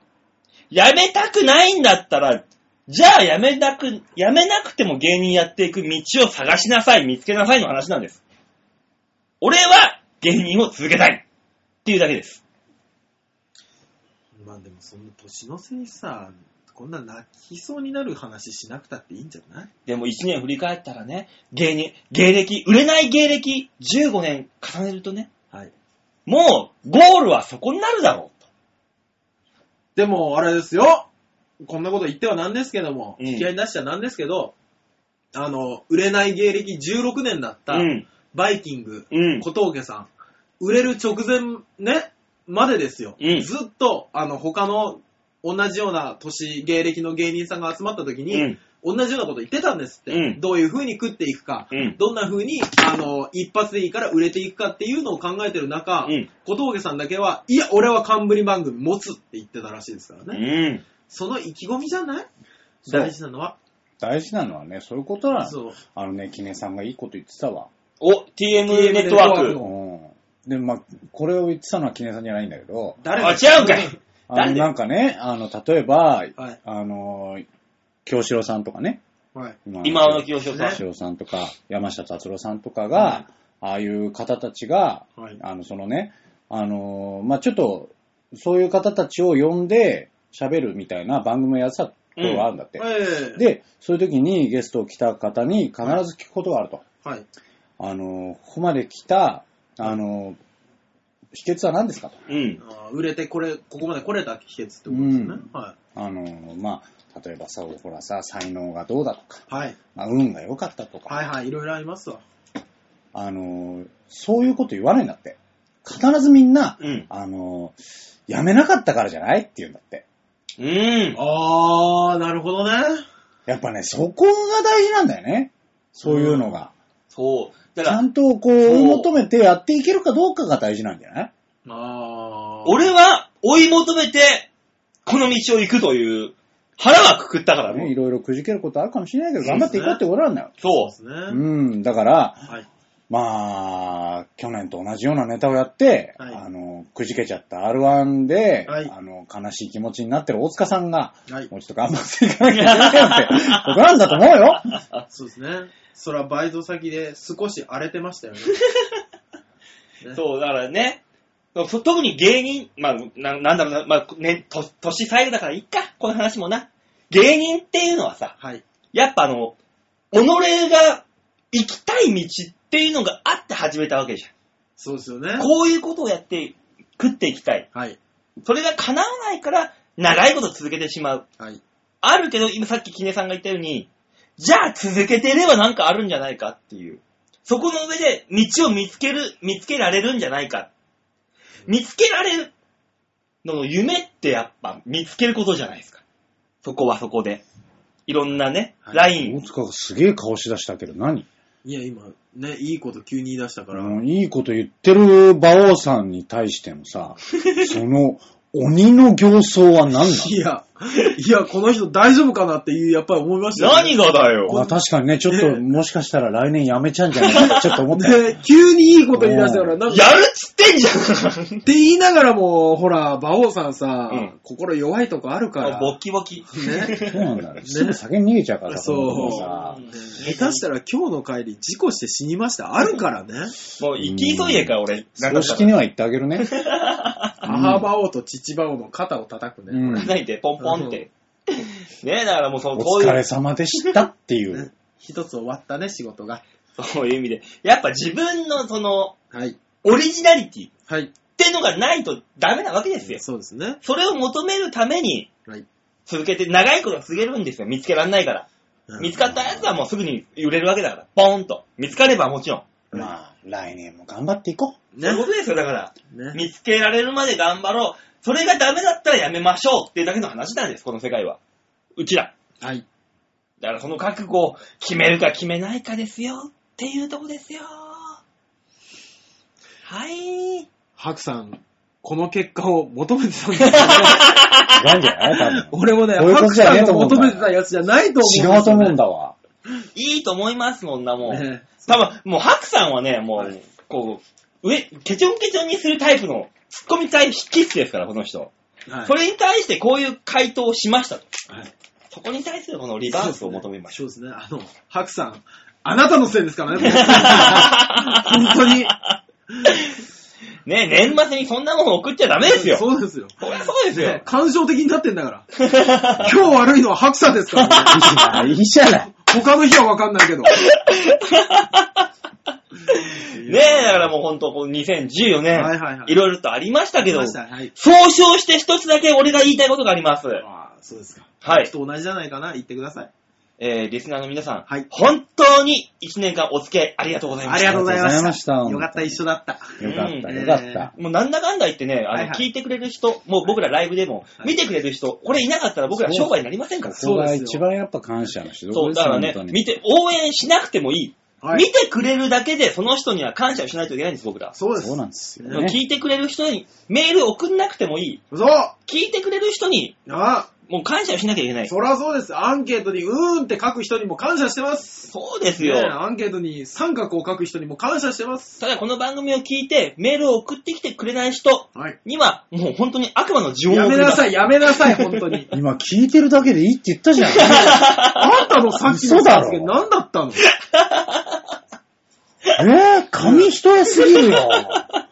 [SPEAKER 3] 辞めたくないんだったら、じゃあ辞めなく、辞めなくても芸人やっていく道を探しなさい、見つけなさいの話なんです。俺は芸人を続けたいっていうだけです。
[SPEAKER 4] まあでも、そんな年のせいさ、こんな泣きそうになる話しなくたっていいんじゃない
[SPEAKER 3] でも一年振り返ったらね、芸人、芸歴、売れない芸歴15年重ねるとね、
[SPEAKER 4] はい。
[SPEAKER 3] もうゴールはそこになるだろうと。
[SPEAKER 4] でも、あれですよ。こんなこと言ってはなんですけども、
[SPEAKER 3] うん
[SPEAKER 4] 引き合い出しちゃなんですけど、あの、売れない芸歴16年だった、
[SPEAKER 3] うん、
[SPEAKER 4] バイキング、
[SPEAKER 3] うん、
[SPEAKER 4] 小峠さん、売れる直前ね、までですよ。
[SPEAKER 3] うん
[SPEAKER 4] ずっと、あの、他の同じような年、芸歴の芸人さんが集まった時に、
[SPEAKER 3] うん
[SPEAKER 4] 同じようなこと言ってたんですって。
[SPEAKER 3] うん
[SPEAKER 4] どういう風に食っていくか、
[SPEAKER 3] うん
[SPEAKER 4] どんな風に、あの、一発でいいから売れていくかっていうのを考えてる中、
[SPEAKER 3] うん
[SPEAKER 4] 小峠さんだけは、いや、俺は冠番組持つって言ってたらしいですからね。
[SPEAKER 3] うん。
[SPEAKER 4] その意気込みじゃない
[SPEAKER 1] そう
[SPEAKER 4] 大事なのは。
[SPEAKER 1] 大事なのはね、そういうことなの。
[SPEAKER 4] そう。
[SPEAKER 1] あのね、キネさんがいいこと言ってたわ。
[SPEAKER 3] お、TM ネットワ
[SPEAKER 4] う
[SPEAKER 3] ー
[SPEAKER 4] ん
[SPEAKER 3] ク。
[SPEAKER 1] うん。で、まあ、これを言ってたのはキネさんじゃないんだけど、
[SPEAKER 4] 誰
[SPEAKER 3] あ、違うんかい。
[SPEAKER 1] あ
[SPEAKER 3] 誰
[SPEAKER 1] の、
[SPEAKER 3] だ
[SPEAKER 1] なんかね、あの、例えば、
[SPEAKER 4] はい
[SPEAKER 1] あの、京志郎さんとかね、
[SPEAKER 4] はい。
[SPEAKER 3] 今和の清志郎さ
[SPEAKER 1] 京
[SPEAKER 3] ん。
[SPEAKER 1] 志郎さんとか、山下達郎さんとかが、ああいう方たちが、
[SPEAKER 4] はい。
[SPEAKER 1] あの、そのね、あの、まあ、ちょっと、そういう方たちを呼んで喋るみたいな番組をやってたことがあるんだって。
[SPEAKER 4] ええ
[SPEAKER 1] で、そういう時にゲストを来た方に必ず聞くことがあると。
[SPEAKER 4] はい。
[SPEAKER 1] あの、ここまで来た、あの、秘訣は何ですかと。
[SPEAKER 3] うん。
[SPEAKER 4] あー売れてこれ、ここまで来れた秘訣ってことですよね。
[SPEAKER 1] うん
[SPEAKER 4] は
[SPEAKER 1] あの、まあ、例えばさ、ほらさ、才能がどうだとか、
[SPEAKER 4] い。はい。
[SPEAKER 1] まあ、運が良かったとか、
[SPEAKER 4] はいはい。いろいろありますわ。
[SPEAKER 1] あの、そういうこと言わないんだって。必ずみんな、
[SPEAKER 3] うん。
[SPEAKER 1] あの、やめなかったからじゃないって言うんだって。
[SPEAKER 3] うん。
[SPEAKER 4] あー、なるほどね。
[SPEAKER 1] やっぱね、そこが大事なんだよね。そういうのが。
[SPEAKER 3] そう。だ
[SPEAKER 1] ち
[SPEAKER 3] か
[SPEAKER 1] ゃ
[SPEAKER 3] ら、
[SPEAKER 1] んとこう、追い
[SPEAKER 3] そう
[SPEAKER 1] 求めてやっていけるかどうかが大事なんじゃない
[SPEAKER 4] あー。
[SPEAKER 3] 俺は追い求めて、この道を行くという、腹はくくったから
[SPEAKER 1] ね、
[SPEAKER 3] ね。
[SPEAKER 1] いろいろくじけることあるかもしれないけど、頑張っていこうってことなんだよ。
[SPEAKER 3] そう
[SPEAKER 4] で。すね。
[SPEAKER 1] うん、だから、
[SPEAKER 4] はい。
[SPEAKER 1] まあ、去年と同じようなネタをやって、
[SPEAKER 4] はい
[SPEAKER 1] あの、くじけちゃった R1 で、
[SPEAKER 4] はい
[SPEAKER 1] あの、悲しい気持ちになってる大塚さんが、
[SPEAKER 4] はい
[SPEAKER 1] もうちょっと頑張っていかなきゃいけないって ことなんだと思うよ。
[SPEAKER 4] あ、そうですね。そらバイト先で少し荒れてましたよね。
[SPEAKER 3] そう、だからね、そ特に芸人、まあ、ななんだろうな、まあ、ね、と年最後だからいっか、この話もな。芸人っていうのはさ、
[SPEAKER 4] はい。
[SPEAKER 3] やっぱあの、己が行きたい道っていうのがあって始めたわけじ
[SPEAKER 4] そうですよ
[SPEAKER 3] ゃ
[SPEAKER 4] ね
[SPEAKER 3] ん。。こういうことをやって食っていきたい。
[SPEAKER 4] はい。
[SPEAKER 3] それが叶わないから、長いこと続けてしまう。
[SPEAKER 4] はい。
[SPEAKER 3] あるけど、今さっきキネさんが言ったように、じゃあ続けてればなんかあるんじゃないかっていう。そこの上で道を見つける、見つけられるんじゃないか。見つけられるのの夢ってやっぱ見つけることじゃないですか。そこはそこで。いろんなね、
[SPEAKER 4] はい
[SPEAKER 3] ライ
[SPEAKER 1] 大
[SPEAKER 3] ン。
[SPEAKER 1] 塚がすげえ顔しだしたけど何、
[SPEAKER 4] いや、今、ね、いいこと急に言い出したから。
[SPEAKER 1] うんいいこと言ってる馬王さんに対しても さ、その、鬼の形相は何なの
[SPEAKER 4] いや、いや、この人大丈夫かなっていう、やっぱり思いましたよ、
[SPEAKER 3] 何
[SPEAKER 4] ね。
[SPEAKER 3] がだよ。
[SPEAKER 1] あ確かにね、ちょっと、もしかしたら来年やめちゃうんじゃないかってちょっと思ったよ。
[SPEAKER 4] ね、急にいいこと言い出したから、なんか、
[SPEAKER 3] やるっつってんじゃ
[SPEAKER 4] って言いながらも、ほら、馬王さんさ、
[SPEAKER 3] うん
[SPEAKER 4] 心弱いとこあるか
[SPEAKER 3] ん。
[SPEAKER 4] ら。
[SPEAKER 3] ボキボキ。
[SPEAKER 4] ね。
[SPEAKER 1] そうなんだよ。すぐ酒に逃げちゃうからさ、
[SPEAKER 4] そう
[SPEAKER 1] この子はさ
[SPEAKER 4] 下手したら今日の帰り、事故して死にました。あるからね。
[SPEAKER 3] もう行き急いでから俺。なん
[SPEAKER 1] 葬
[SPEAKER 3] か
[SPEAKER 1] 式には行ってあげるね。
[SPEAKER 4] 母馬王と父馬王の肩を叩くね。
[SPEAKER 1] うん
[SPEAKER 3] 叩いて、ポンポンって。ねえ、だからもうその、こ
[SPEAKER 1] お
[SPEAKER 3] うい
[SPEAKER 1] 疲
[SPEAKER 3] う
[SPEAKER 1] れ様でしたっていう。
[SPEAKER 4] 一つ終わったね、仕事が。
[SPEAKER 3] そういう意味で。やっぱ自分のその、
[SPEAKER 4] はい。
[SPEAKER 3] オリジナリティっ
[SPEAKER 4] はい。
[SPEAKER 3] てのがないとダメなわけですよ。
[SPEAKER 4] そうですね。
[SPEAKER 3] それを求めるために、
[SPEAKER 4] はい。
[SPEAKER 3] 続けて、長いこと続けるんですよ。見つけられないから。見つかったやつはもうすぐに売れるわけだから。ポーンと。見つかればもちろん。
[SPEAKER 1] まあ、来年も頑張っていこう。
[SPEAKER 3] そういうことですよ、だから。
[SPEAKER 4] ね。
[SPEAKER 3] 見つけられるまで頑張ろう。それがダメだったらやめましょうっていうだけの話なんです、この世界は。うちら。
[SPEAKER 4] はい。
[SPEAKER 3] だからその覚悟を決めるか決めないかですよっていうとこですよ。はい。
[SPEAKER 4] ハクさん、この結果を求めてたんだけど、
[SPEAKER 1] なんじゃない多分。
[SPEAKER 4] 俺もね、
[SPEAKER 1] こういう
[SPEAKER 4] ハ
[SPEAKER 1] こと
[SPEAKER 4] ク
[SPEAKER 1] じゃ
[SPEAKER 4] さ
[SPEAKER 1] ねえ
[SPEAKER 4] んが
[SPEAKER 1] と思うんだ
[SPEAKER 4] 求めてたやつじゃないと思う、
[SPEAKER 1] 違うと思うん。だわ。
[SPEAKER 3] いいと思いますもんな、もう。
[SPEAKER 4] ね
[SPEAKER 3] 多分、もう、ハクさんはね、もう、
[SPEAKER 4] はい
[SPEAKER 3] こう、上、ケチョンケチョンにするタイプの、ツッコミタイプ筆記室ですから、この人。
[SPEAKER 4] はい
[SPEAKER 3] それに対してこういう回答をしましたと。
[SPEAKER 4] はい
[SPEAKER 3] そこに対するこのリバースを求めましょ
[SPEAKER 4] そうですね。あの、ハクさん、あなたのせいですからね。本当に。
[SPEAKER 3] う。 ね年末にそんなもの送っちゃダメ ですよ。そ
[SPEAKER 4] そうですよ。
[SPEAKER 3] りゃそうですよ。
[SPEAKER 4] 感傷的になってんだから。今日悪いのはハクさんですから、ね。
[SPEAKER 1] まあ いいじゃない。
[SPEAKER 4] 他の日はわかんないけど。
[SPEAKER 3] ねえ、だからもうほんと、こう2014年、
[SPEAKER 4] はいはいはい
[SPEAKER 3] ろいろとありましたけど、
[SPEAKER 4] ましたはい。
[SPEAKER 3] 総称して一つだけ俺が言いたいことがあります。
[SPEAKER 4] ああ、そうですか。
[SPEAKER 3] はい
[SPEAKER 4] 僕と同じじゃないかな。言ってください。
[SPEAKER 3] えー、リスナーの皆さん、
[SPEAKER 4] はい
[SPEAKER 3] 本当に1年間お付き合いありがとうございま
[SPEAKER 4] あ
[SPEAKER 3] し
[SPEAKER 4] り
[SPEAKER 3] た。
[SPEAKER 4] がとうございま
[SPEAKER 1] ありがとうございま
[SPEAKER 4] し。
[SPEAKER 1] したた
[SPEAKER 4] よかった、一緒だった。
[SPEAKER 1] よかった、
[SPEAKER 3] うん
[SPEAKER 1] よかった。
[SPEAKER 3] もうなんだかんだ言ってね、あの、
[SPEAKER 4] はいはい
[SPEAKER 3] 聞いてくれる人、もう僕らライブでも、
[SPEAKER 4] はい
[SPEAKER 3] 見てくれる人、これいなかったら僕ら商売になりませんから。
[SPEAKER 1] そこ
[SPEAKER 4] そう
[SPEAKER 1] が
[SPEAKER 4] ですよ
[SPEAKER 1] 一番やっぱ感謝のしどこ
[SPEAKER 3] そう、
[SPEAKER 1] ろで
[SPEAKER 3] だ
[SPEAKER 1] すよ、
[SPEAKER 3] か
[SPEAKER 1] 本
[SPEAKER 3] らね
[SPEAKER 1] 当、
[SPEAKER 3] 見
[SPEAKER 1] に。
[SPEAKER 3] て、応援しなくてもいい。
[SPEAKER 4] はい
[SPEAKER 3] 見てくれるだけで、その人には感謝をしないといけないんです、僕ら。
[SPEAKER 4] そうです。
[SPEAKER 1] そ
[SPEAKER 4] そうう
[SPEAKER 1] なんですよね。。
[SPEAKER 3] 聞いてくれる人にメール送んなくてもいい。
[SPEAKER 4] あ
[SPEAKER 3] 聞いてくれる人に、もう感謝をしなきゃいけない。
[SPEAKER 4] そりゃそうです。アンケートにうーんって書く人にも感謝してます。
[SPEAKER 3] そうです
[SPEAKER 4] ね
[SPEAKER 3] よ。
[SPEAKER 4] アンケートに三角を書く人にも感謝してます。
[SPEAKER 3] ただこの番組を聞いて、メールを送ってきてくれない人
[SPEAKER 4] はい。
[SPEAKER 3] には、もう本当に悪魔の呪文を
[SPEAKER 4] や
[SPEAKER 3] 送
[SPEAKER 4] め
[SPEAKER 3] りま
[SPEAKER 4] な
[SPEAKER 3] す
[SPEAKER 4] さい、やめなさい、本当に
[SPEAKER 1] 今聞いてるだけでいいって言ったじゃん。
[SPEAKER 4] あんたのさっきの
[SPEAKER 1] 嘘だろ
[SPEAKER 4] 発言何だったの
[SPEAKER 1] えー、紙一重すぎるよ。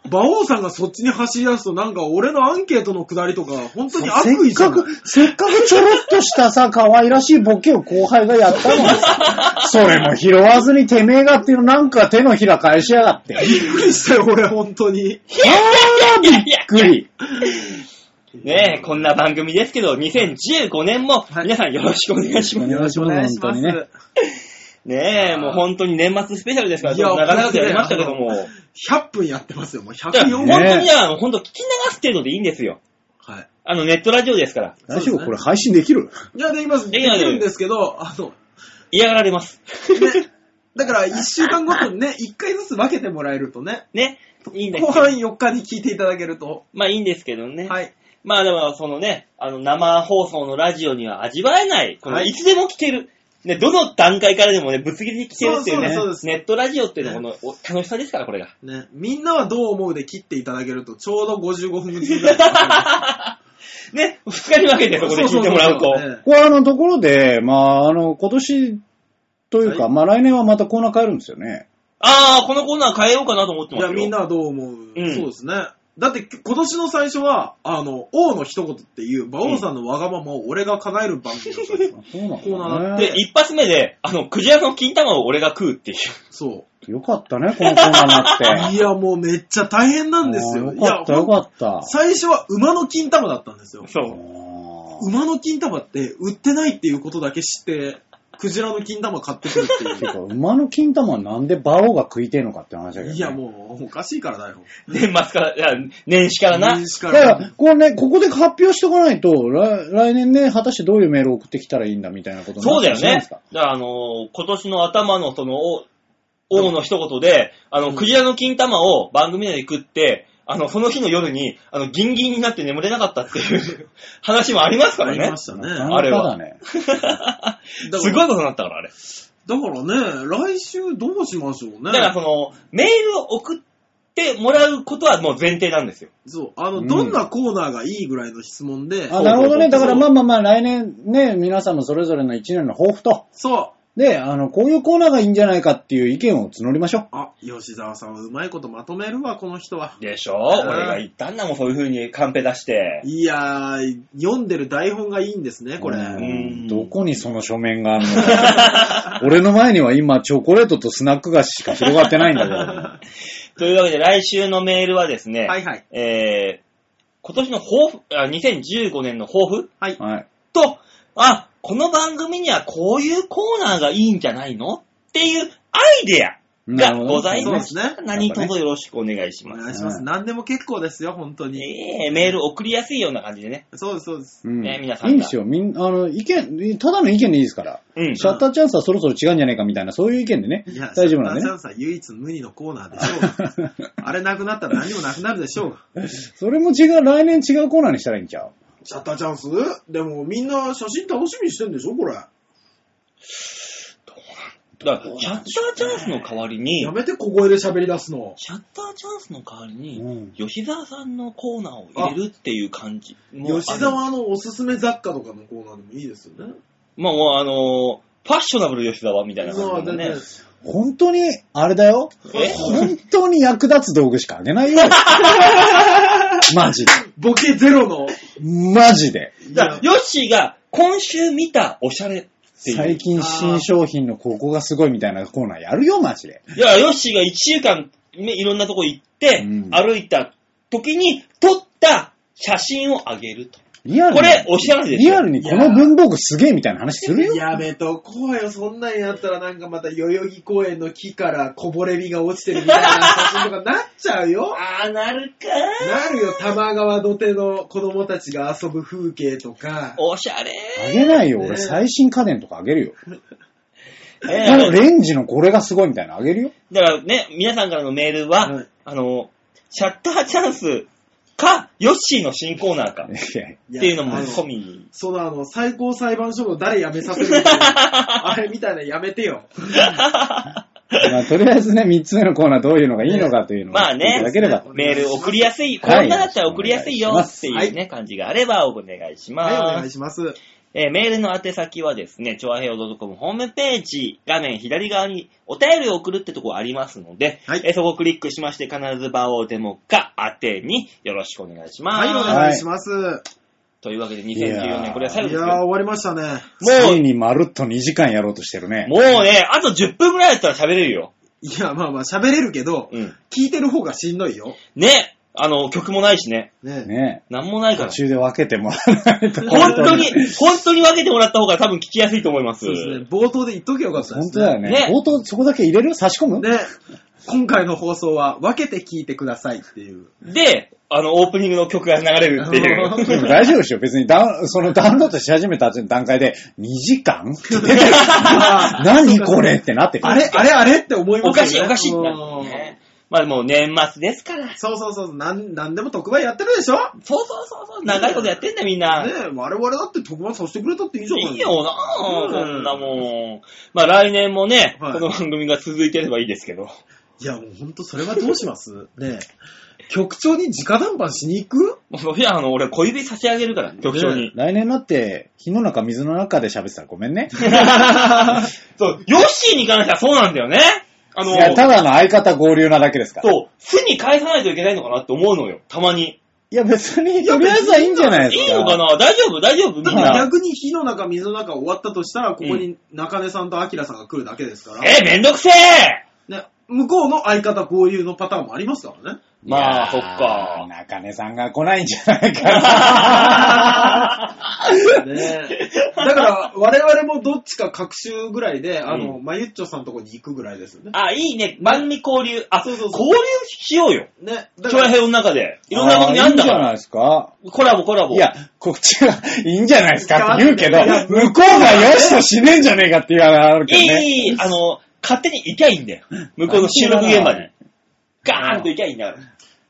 [SPEAKER 4] 馬王さんがそっちに走り出すとなんか俺のアンケートの下りとか本当に悪
[SPEAKER 1] せ
[SPEAKER 4] 意
[SPEAKER 1] っ
[SPEAKER 4] じゃ
[SPEAKER 1] か
[SPEAKER 4] ん。
[SPEAKER 1] く、せっかくちょろっとしたさ、可愛らしいボケを後輩がやったのにさ、それも拾わずにてめえがっていうなんか手のひら返しやがって。あ
[SPEAKER 4] びっくりしたよ俺本当に。
[SPEAKER 1] ー、びっくり。
[SPEAKER 3] ねえ、こんな番組ですけど、2015年も
[SPEAKER 4] はい
[SPEAKER 3] 皆さんよろしくお願いします。
[SPEAKER 1] よろしくお願いします。ね、
[SPEAKER 3] ねえ、もう本当に年末スペシャルですから、
[SPEAKER 4] いや
[SPEAKER 3] なかなかとやりましたけども。
[SPEAKER 4] 100分やってますよ、もう
[SPEAKER 3] だから
[SPEAKER 4] 104
[SPEAKER 3] 本
[SPEAKER 4] 分。
[SPEAKER 1] ね
[SPEAKER 3] 当にあの、本当聞き流す程度でいいんですよ。
[SPEAKER 4] はい。
[SPEAKER 3] あの、ネットラジオですから。
[SPEAKER 1] 大丈夫これ配信できる
[SPEAKER 4] いや、できます。
[SPEAKER 3] で
[SPEAKER 4] で
[SPEAKER 3] き
[SPEAKER 4] き
[SPEAKER 3] ない
[SPEAKER 4] るんですけど、あの、
[SPEAKER 3] 嫌がられます。
[SPEAKER 4] ね、だから1週間ごとにね、1回ずつ分けてもらえるとね、
[SPEAKER 3] ね。いいんだけ
[SPEAKER 4] 後
[SPEAKER 3] ど。
[SPEAKER 4] 半4日に聞いていただけると。
[SPEAKER 3] まあいいんですけどね。
[SPEAKER 4] はい。
[SPEAKER 3] まあでも、そのね、あの、生放送のラジオには味わえない、この、
[SPEAKER 4] はい
[SPEAKER 3] いつでも聞ける。ね、どの段階からでもね、ぶつ切りに聞けるっていうね、
[SPEAKER 4] そうそうですそう
[SPEAKER 3] ネットラジオっていうのはこの、お楽しさですから、これが。
[SPEAKER 4] ね、みんなはどう思うで切っていただけると、ちょうど55分ぐらいかか
[SPEAKER 3] ね、二日に分けて
[SPEAKER 4] る。
[SPEAKER 3] そこで 聞いてもらうと。
[SPEAKER 4] そそそそ
[SPEAKER 1] これあの、ところで、まあ、あの、今年というか、
[SPEAKER 4] はい
[SPEAKER 1] まあ来年はまたコーナー変えるんですよね。
[SPEAKER 3] ああ、このコーナー変えようかなと思って
[SPEAKER 4] ええ
[SPEAKER 3] ま
[SPEAKER 4] い
[SPEAKER 3] す
[SPEAKER 4] や、
[SPEAKER 3] よ。
[SPEAKER 4] みんなはどう思う、
[SPEAKER 3] ん
[SPEAKER 4] そうですね。だって今年の最初は、あの、王の一言っていう、馬王さんのわがままを俺が叶える番組 だったんですよ
[SPEAKER 1] そうなん
[SPEAKER 4] コーナー
[SPEAKER 1] だ
[SPEAKER 4] だっ
[SPEAKER 3] で
[SPEAKER 1] ね。、
[SPEAKER 3] 一発目で、あの、クジラの金玉を俺が食うっていう。
[SPEAKER 4] そ
[SPEAKER 1] よかったね、このコーナーになって。
[SPEAKER 4] う。いや、もうめっちゃ大変なんです
[SPEAKER 1] あ
[SPEAKER 4] よ。
[SPEAKER 1] ーよかった、
[SPEAKER 4] いや
[SPEAKER 1] よかった。
[SPEAKER 4] 最初は馬の金玉だったんですよ。
[SPEAKER 3] そう。
[SPEAKER 4] 馬の金玉って売ってないっていうことだけ知って、クジラの金玉買ってくるって
[SPEAKER 1] て
[SPEAKER 4] い
[SPEAKER 1] か、馬の金玉はなんで馬王が食いてんのかって話だけど、
[SPEAKER 4] う。
[SPEAKER 1] ね。
[SPEAKER 4] いや、もう、おかしいからだよ。
[SPEAKER 3] 年末から、いや年始からな。
[SPEAKER 4] 年始か
[SPEAKER 1] だからら、これね、ここで発表しとかないと、来来年ね、果たしてどういうメールを送ってきたらいいんだみたいなことにな
[SPEAKER 3] そう
[SPEAKER 1] った
[SPEAKER 3] だ
[SPEAKER 1] り
[SPEAKER 3] よ
[SPEAKER 1] しないん
[SPEAKER 3] ね
[SPEAKER 1] ですか。
[SPEAKER 3] だから、あのー今年の頭のその、お王の一言で、あの、クジラの金玉を番組内で食って、あの、その日の夜に、あの、ギンギンになって眠れなかったっていう 話もありますか
[SPEAKER 4] あ
[SPEAKER 3] ら
[SPEAKER 4] り
[SPEAKER 3] ね
[SPEAKER 4] ま。したね。
[SPEAKER 1] なかな
[SPEAKER 4] だ
[SPEAKER 1] かだね。
[SPEAKER 3] すごいことになったから、あれ。
[SPEAKER 4] からね、来週どうしましょう
[SPEAKER 3] だから、
[SPEAKER 4] ね。
[SPEAKER 3] その、メールを送ってもらうことはもう前提なんですよ。
[SPEAKER 4] そう、あ
[SPEAKER 1] う
[SPEAKER 4] の、
[SPEAKER 1] ん
[SPEAKER 4] どんなコーナーがいいぐらいの質問で、
[SPEAKER 1] あ、なるほどね。だからまあ
[SPEAKER 4] あ、
[SPEAKER 1] まあまあ、来年ね、皆さんのそれぞれの1年の抱負と、
[SPEAKER 4] そう。
[SPEAKER 1] で、あの、こういうコーナーがいいんじゃないかっていう意見を募りましょう。
[SPEAKER 4] あ、吉沢さんはうまいことまとめるわ、この人は。
[SPEAKER 3] でしょ
[SPEAKER 4] ん
[SPEAKER 3] 俺が言ったんだもん、そういう風にカンペ出して。
[SPEAKER 4] いやー、読んでる台本がいいんですね、これ。
[SPEAKER 1] うん
[SPEAKER 3] うん
[SPEAKER 1] どこにその書面があるのか。俺の前には今、チョコレートとスナック菓子しか広がってないんだ
[SPEAKER 3] というわけで、来週のメールはですね、
[SPEAKER 4] はいはい。
[SPEAKER 3] えー、今年の抱負、あ2015年の抱負
[SPEAKER 4] はい
[SPEAKER 1] け。ど。はい。
[SPEAKER 3] と、あ、この番組にはこういうコーナーがいいんじゃないのっていうアイデア
[SPEAKER 1] な
[SPEAKER 3] が
[SPEAKER 1] るほど
[SPEAKER 3] ございま
[SPEAKER 4] そう
[SPEAKER 3] し
[SPEAKER 4] で
[SPEAKER 3] た。
[SPEAKER 4] す
[SPEAKER 3] 何卒よろしくお願いし
[SPEAKER 4] お
[SPEAKER 3] ます。
[SPEAKER 4] 願いします。
[SPEAKER 1] うん
[SPEAKER 4] 何でも結構ですよ、本当に。
[SPEAKER 3] えー、メール送りやすいような感じでね。
[SPEAKER 4] そうです、そうです。
[SPEAKER 1] うん
[SPEAKER 3] ね皆さんが
[SPEAKER 1] いいんですよ。みん、あの、意見、ただの意見でいいですから。
[SPEAKER 3] うん。
[SPEAKER 1] シャッターチャンスはそろそろ違うんじゃないかみたいな、そういう意見でね
[SPEAKER 4] い や、、
[SPEAKER 1] 大丈夫なんで
[SPEAKER 4] シャ
[SPEAKER 1] ね
[SPEAKER 4] ッ。ターチャンスは唯一無二のコーナーでしょうが。 あれなくなったら何もなくなるでしょうが。
[SPEAKER 1] それも違う、来年違うコーナーにしたらいいんちゃう
[SPEAKER 4] シャッターチャンスでもみんな写真楽しみにしてんでしょこれ。
[SPEAKER 3] だからシャッターチャンスの代わりに、
[SPEAKER 4] めて小声で喋り出すの。
[SPEAKER 3] シャッターチャンスの代わり
[SPEAKER 1] う
[SPEAKER 3] に
[SPEAKER 1] ん、
[SPEAKER 3] 吉沢さんのコーナーを入れるっていう感じもある。
[SPEAKER 4] 吉沢のおすすめ雑貨とかのコーナーでもいいですよね。
[SPEAKER 3] まあ、もうあのー、ファッショナブル吉沢みたいな感じで
[SPEAKER 4] 全
[SPEAKER 3] ね
[SPEAKER 4] 然。
[SPEAKER 1] 本当に、あれだよ。
[SPEAKER 3] え
[SPEAKER 1] 本当に役立つ道具しかあげない よ。マジで。
[SPEAKER 4] ボケゼロの。
[SPEAKER 1] マジで。
[SPEAKER 3] だから、ヨッシーが今週見たおしゃれっていう。
[SPEAKER 1] 最近新商品のここがすごいみたいなコーナーやるよ、マジで。
[SPEAKER 3] いや、ヨッシーが1週間、ね、いろんなとこ行って、
[SPEAKER 1] うん
[SPEAKER 3] 歩いた時に撮った写真をあげると。
[SPEAKER 1] リアル
[SPEAKER 3] こ
[SPEAKER 1] に
[SPEAKER 3] れ、おしゃれです
[SPEAKER 1] リ
[SPEAKER 3] よ
[SPEAKER 1] アルにこの文房具すげえみたいな話するよ。
[SPEAKER 4] やめとこうよ、そんなんやったらなんかまた代々木公園の木からこぼれ火が落ちてるみたいな写真とかなっちゃうよ。
[SPEAKER 3] あー、なるか
[SPEAKER 4] なるよ、玉川土手の子供たちが遊ぶ風景とか
[SPEAKER 3] ー。。おしゃれ
[SPEAKER 1] あげないよ、
[SPEAKER 4] ね
[SPEAKER 1] 俺。最新家電とかあげるよ。
[SPEAKER 3] ー。
[SPEAKER 1] こ
[SPEAKER 3] え
[SPEAKER 1] の
[SPEAKER 3] ー
[SPEAKER 1] レンジのこれがすごいみたいなのあ げるよ。
[SPEAKER 3] だからね、皆さんからのメールは、
[SPEAKER 4] はい
[SPEAKER 3] あの、シャッターチャンスか、ヨッシーの新コーナーか、っ
[SPEAKER 1] いやい
[SPEAKER 4] いや
[SPEAKER 3] ていうのも
[SPEAKER 4] あ
[SPEAKER 3] 込み。
[SPEAKER 4] そのあの、最高裁判所の誰辞めさせるみた いなあれみたいなやめてよ。
[SPEAKER 1] やまあとりあえずね、3つ目のコーナーどういうのがいいのかというのを
[SPEAKER 3] まあね
[SPEAKER 1] 言っていただければ。
[SPEAKER 3] メール送りやすい、こん
[SPEAKER 1] はい
[SPEAKER 3] なだったら送りやすいよ
[SPEAKER 1] お願いします
[SPEAKER 3] っていうね、感じがあればお願いしま
[SPEAKER 4] はい、
[SPEAKER 3] す。
[SPEAKER 4] お願いします。
[SPEAKER 3] えーメールの宛先はですね、ちょあへよ .com ホームページ、画面左側にお便りを送るってとこありますので、
[SPEAKER 4] はい
[SPEAKER 3] えーそこをクリックしまして、必ず場をデモか宛てによろしくお願いします。
[SPEAKER 4] はい、お願いします。
[SPEAKER 3] というわけで
[SPEAKER 1] い
[SPEAKER 3] 2014
[SPEAKER 1] や
[SPEAKER 3] 年、
[SPEAKER 1] ー
[SPEAKER 3] これは最後
[SPEAKER 4] い
[SPEAKER 3] です
[SPEAKER 4] やー、
[SPEAKER 3] よ。
[SPEAKER 4] 終わりましたね。
[SPEAKER 1] つ
[SPEAKER 3] も、
[SPEAKER 1] いうにまるっと2時間やろうとしてるね。
[SPEAKER 3] もうね、あと10分くらいだったら喋れるよ。
[SPEAKER 4] いや、まあまあ、喋れるけど、
[SPEAKER 3] うん。
[SPEAKER 4] 聞いてる方がしんどいよ。
[SPEAKER 3] ね、あの、曲もないしね、
[SPEAKER 4] ね
[SPEAKER 1] ね
[SPEAKER 3] なんもないか
[SPEAKER 1] 途
[SPEAKER 3] ら。
[SPEAKER 1] 中で分けてもらわないと。
[SPEAKER 3] 本当に、本当に分けてもらった方が多分聞きやすいと思います。
[SPEAKER 4] そうですね。冒頭で言っとけばよかったで
[SPEAKER 1] 本
[SPEAKER 4] す
[SPEAKER 1] 当だよ
[SPEAKER 4] ね。
[SPEAKER 1] ね。
[SPEAKER 3] ね
[SPEAKER 1] 冒頭そこだけ入れる差し込む
[SPEAKER 4] ね。今回の放送は分けて聞いてくださいっていう。
[SPEAKER 3] で、あの、オープニングの曲が流れるっていう。
[SPEAKER 1] でも大丈夫でしょ別にダウン、そのダウンロードし始めた段階で、2時 間って出てる何これってなってくる
[SPEAKER 4] あれあれあれって思い
[SPEAKER 3] お
[SPEAKER 4] ます
[SPEAKER 3] か
[SPEAKER 4] よ
[SPEAKER 3] し
[SPEAKER 4] ね。
[SPEAKER 3] い、おかしいってなる
[SPEAKER 4] う
[SPEAKER 3] もん
[SPEAKER 4] ん
[SPEAKER 3] ね。まあもう年末ですから。
[SPEAKER 4] そうそうそう。なん、なんでも特売やってるでしょね
[SPEAKER 3] そうそうそうそう、長いことやってんだみんな。
[SPEAKER 4] え、我々だって特売させてくれたっていいじゃん。
[SPEAKER 3] いいよなぁ、
[SPEAKER 4] うん
[SPEAKER 3] こんなもん。まあ来年もね、
[SPEAKER 4] はい
[SPEAKER 3] この番組が続いてればいいですけど。
[SPEAKER 4] いや、もうほんとそれはどうします ねえ。局長に直談判しに行く
[SPEAKER 3] もうそりゃあの、俺小指差し上げるから、局長に。
[SPEAKER 1] 来年になって、火の中、水の中で喋ってたらごめんね。
[SPEAKER 3] そう、ヨッシーに関してはそうなんだよね。あ
[SPEAKER 1] い
[SPEAKER 3] の、
[SPEAKER 1] や、ただの相方合流なだけですから。
[SPEAKER 3] そう、巣に返さないといけないのかなって思うのよ、たまに。
[SPEAKER 1] いや、別に、とりあえずはいいんじゃないですか。
[SPEAKER 3] いいのかな大丈夫大丈夫みん
[SPEAKER 4] だから
[SPEAKER 3] な。
[SPEAKER 4] 逆に火の中、水の中終わったとしたら、ここに中根さんとアキラさんが来るだけですから。
[SPEAKER 3] えー、めんどくせえ
[SPEAKER 4] ね、向こうの相方合流のパターンもありますからね。
[SPEAKER 3] まあ、
[SPEAKER 1] い
[SPEAKER 3] そっ
[SPEAKER 1] やー
[SPEAKER 3] か。
[SPEAKER 1] 中根さんが来ないんじゃないかな。
[SPEAKER 4] ねえ だから、我々もどっちか各週ぐらいで、あの、まゆっちょさんとこに行くぐらいですよね。
[SPEAKER 3] あ、いいね。番組交流。あ、
[SPEAKER 4] そうそうそう
[SPEAKER 3] 交流しようよ。
[SPEAKER 4] ね。だ
[SPEAKER 3] ち
[SPEAKER 4] か
[SPEAKER 3] ょい
[SPEAKER 4] ら、
[SPEAKER 3] へいの中で。 いろんな番組あん
[SPEAKER 1] い
[SPEAKER 3] だ
[SPEAKER 1] いんじ
[SPEAKER 3] か
[SPEAKER 1] ゃない
[SPEAKER 3] ら。
[SPEAKER 1] ですか。
[SPEAKER 3] コラボコラボ。
[SPEAKER 1] いや、こっちがいいんじゃないですかって言うけど、
[SPEAKER 4] いや
[SPEAKER 1] 向こうがよしとしねえんじゃねえかっていうのがある
[SPEAKER 3] い
[SPEAKER 1] けど
[SPEAKER 3] い、
[SPEAKER 1] ね。
[SPEAKER 3] いい、いいあの、勝手に行きゃいいんだよ。向こうの収録現場に。ガーンと行きゃいいんだから。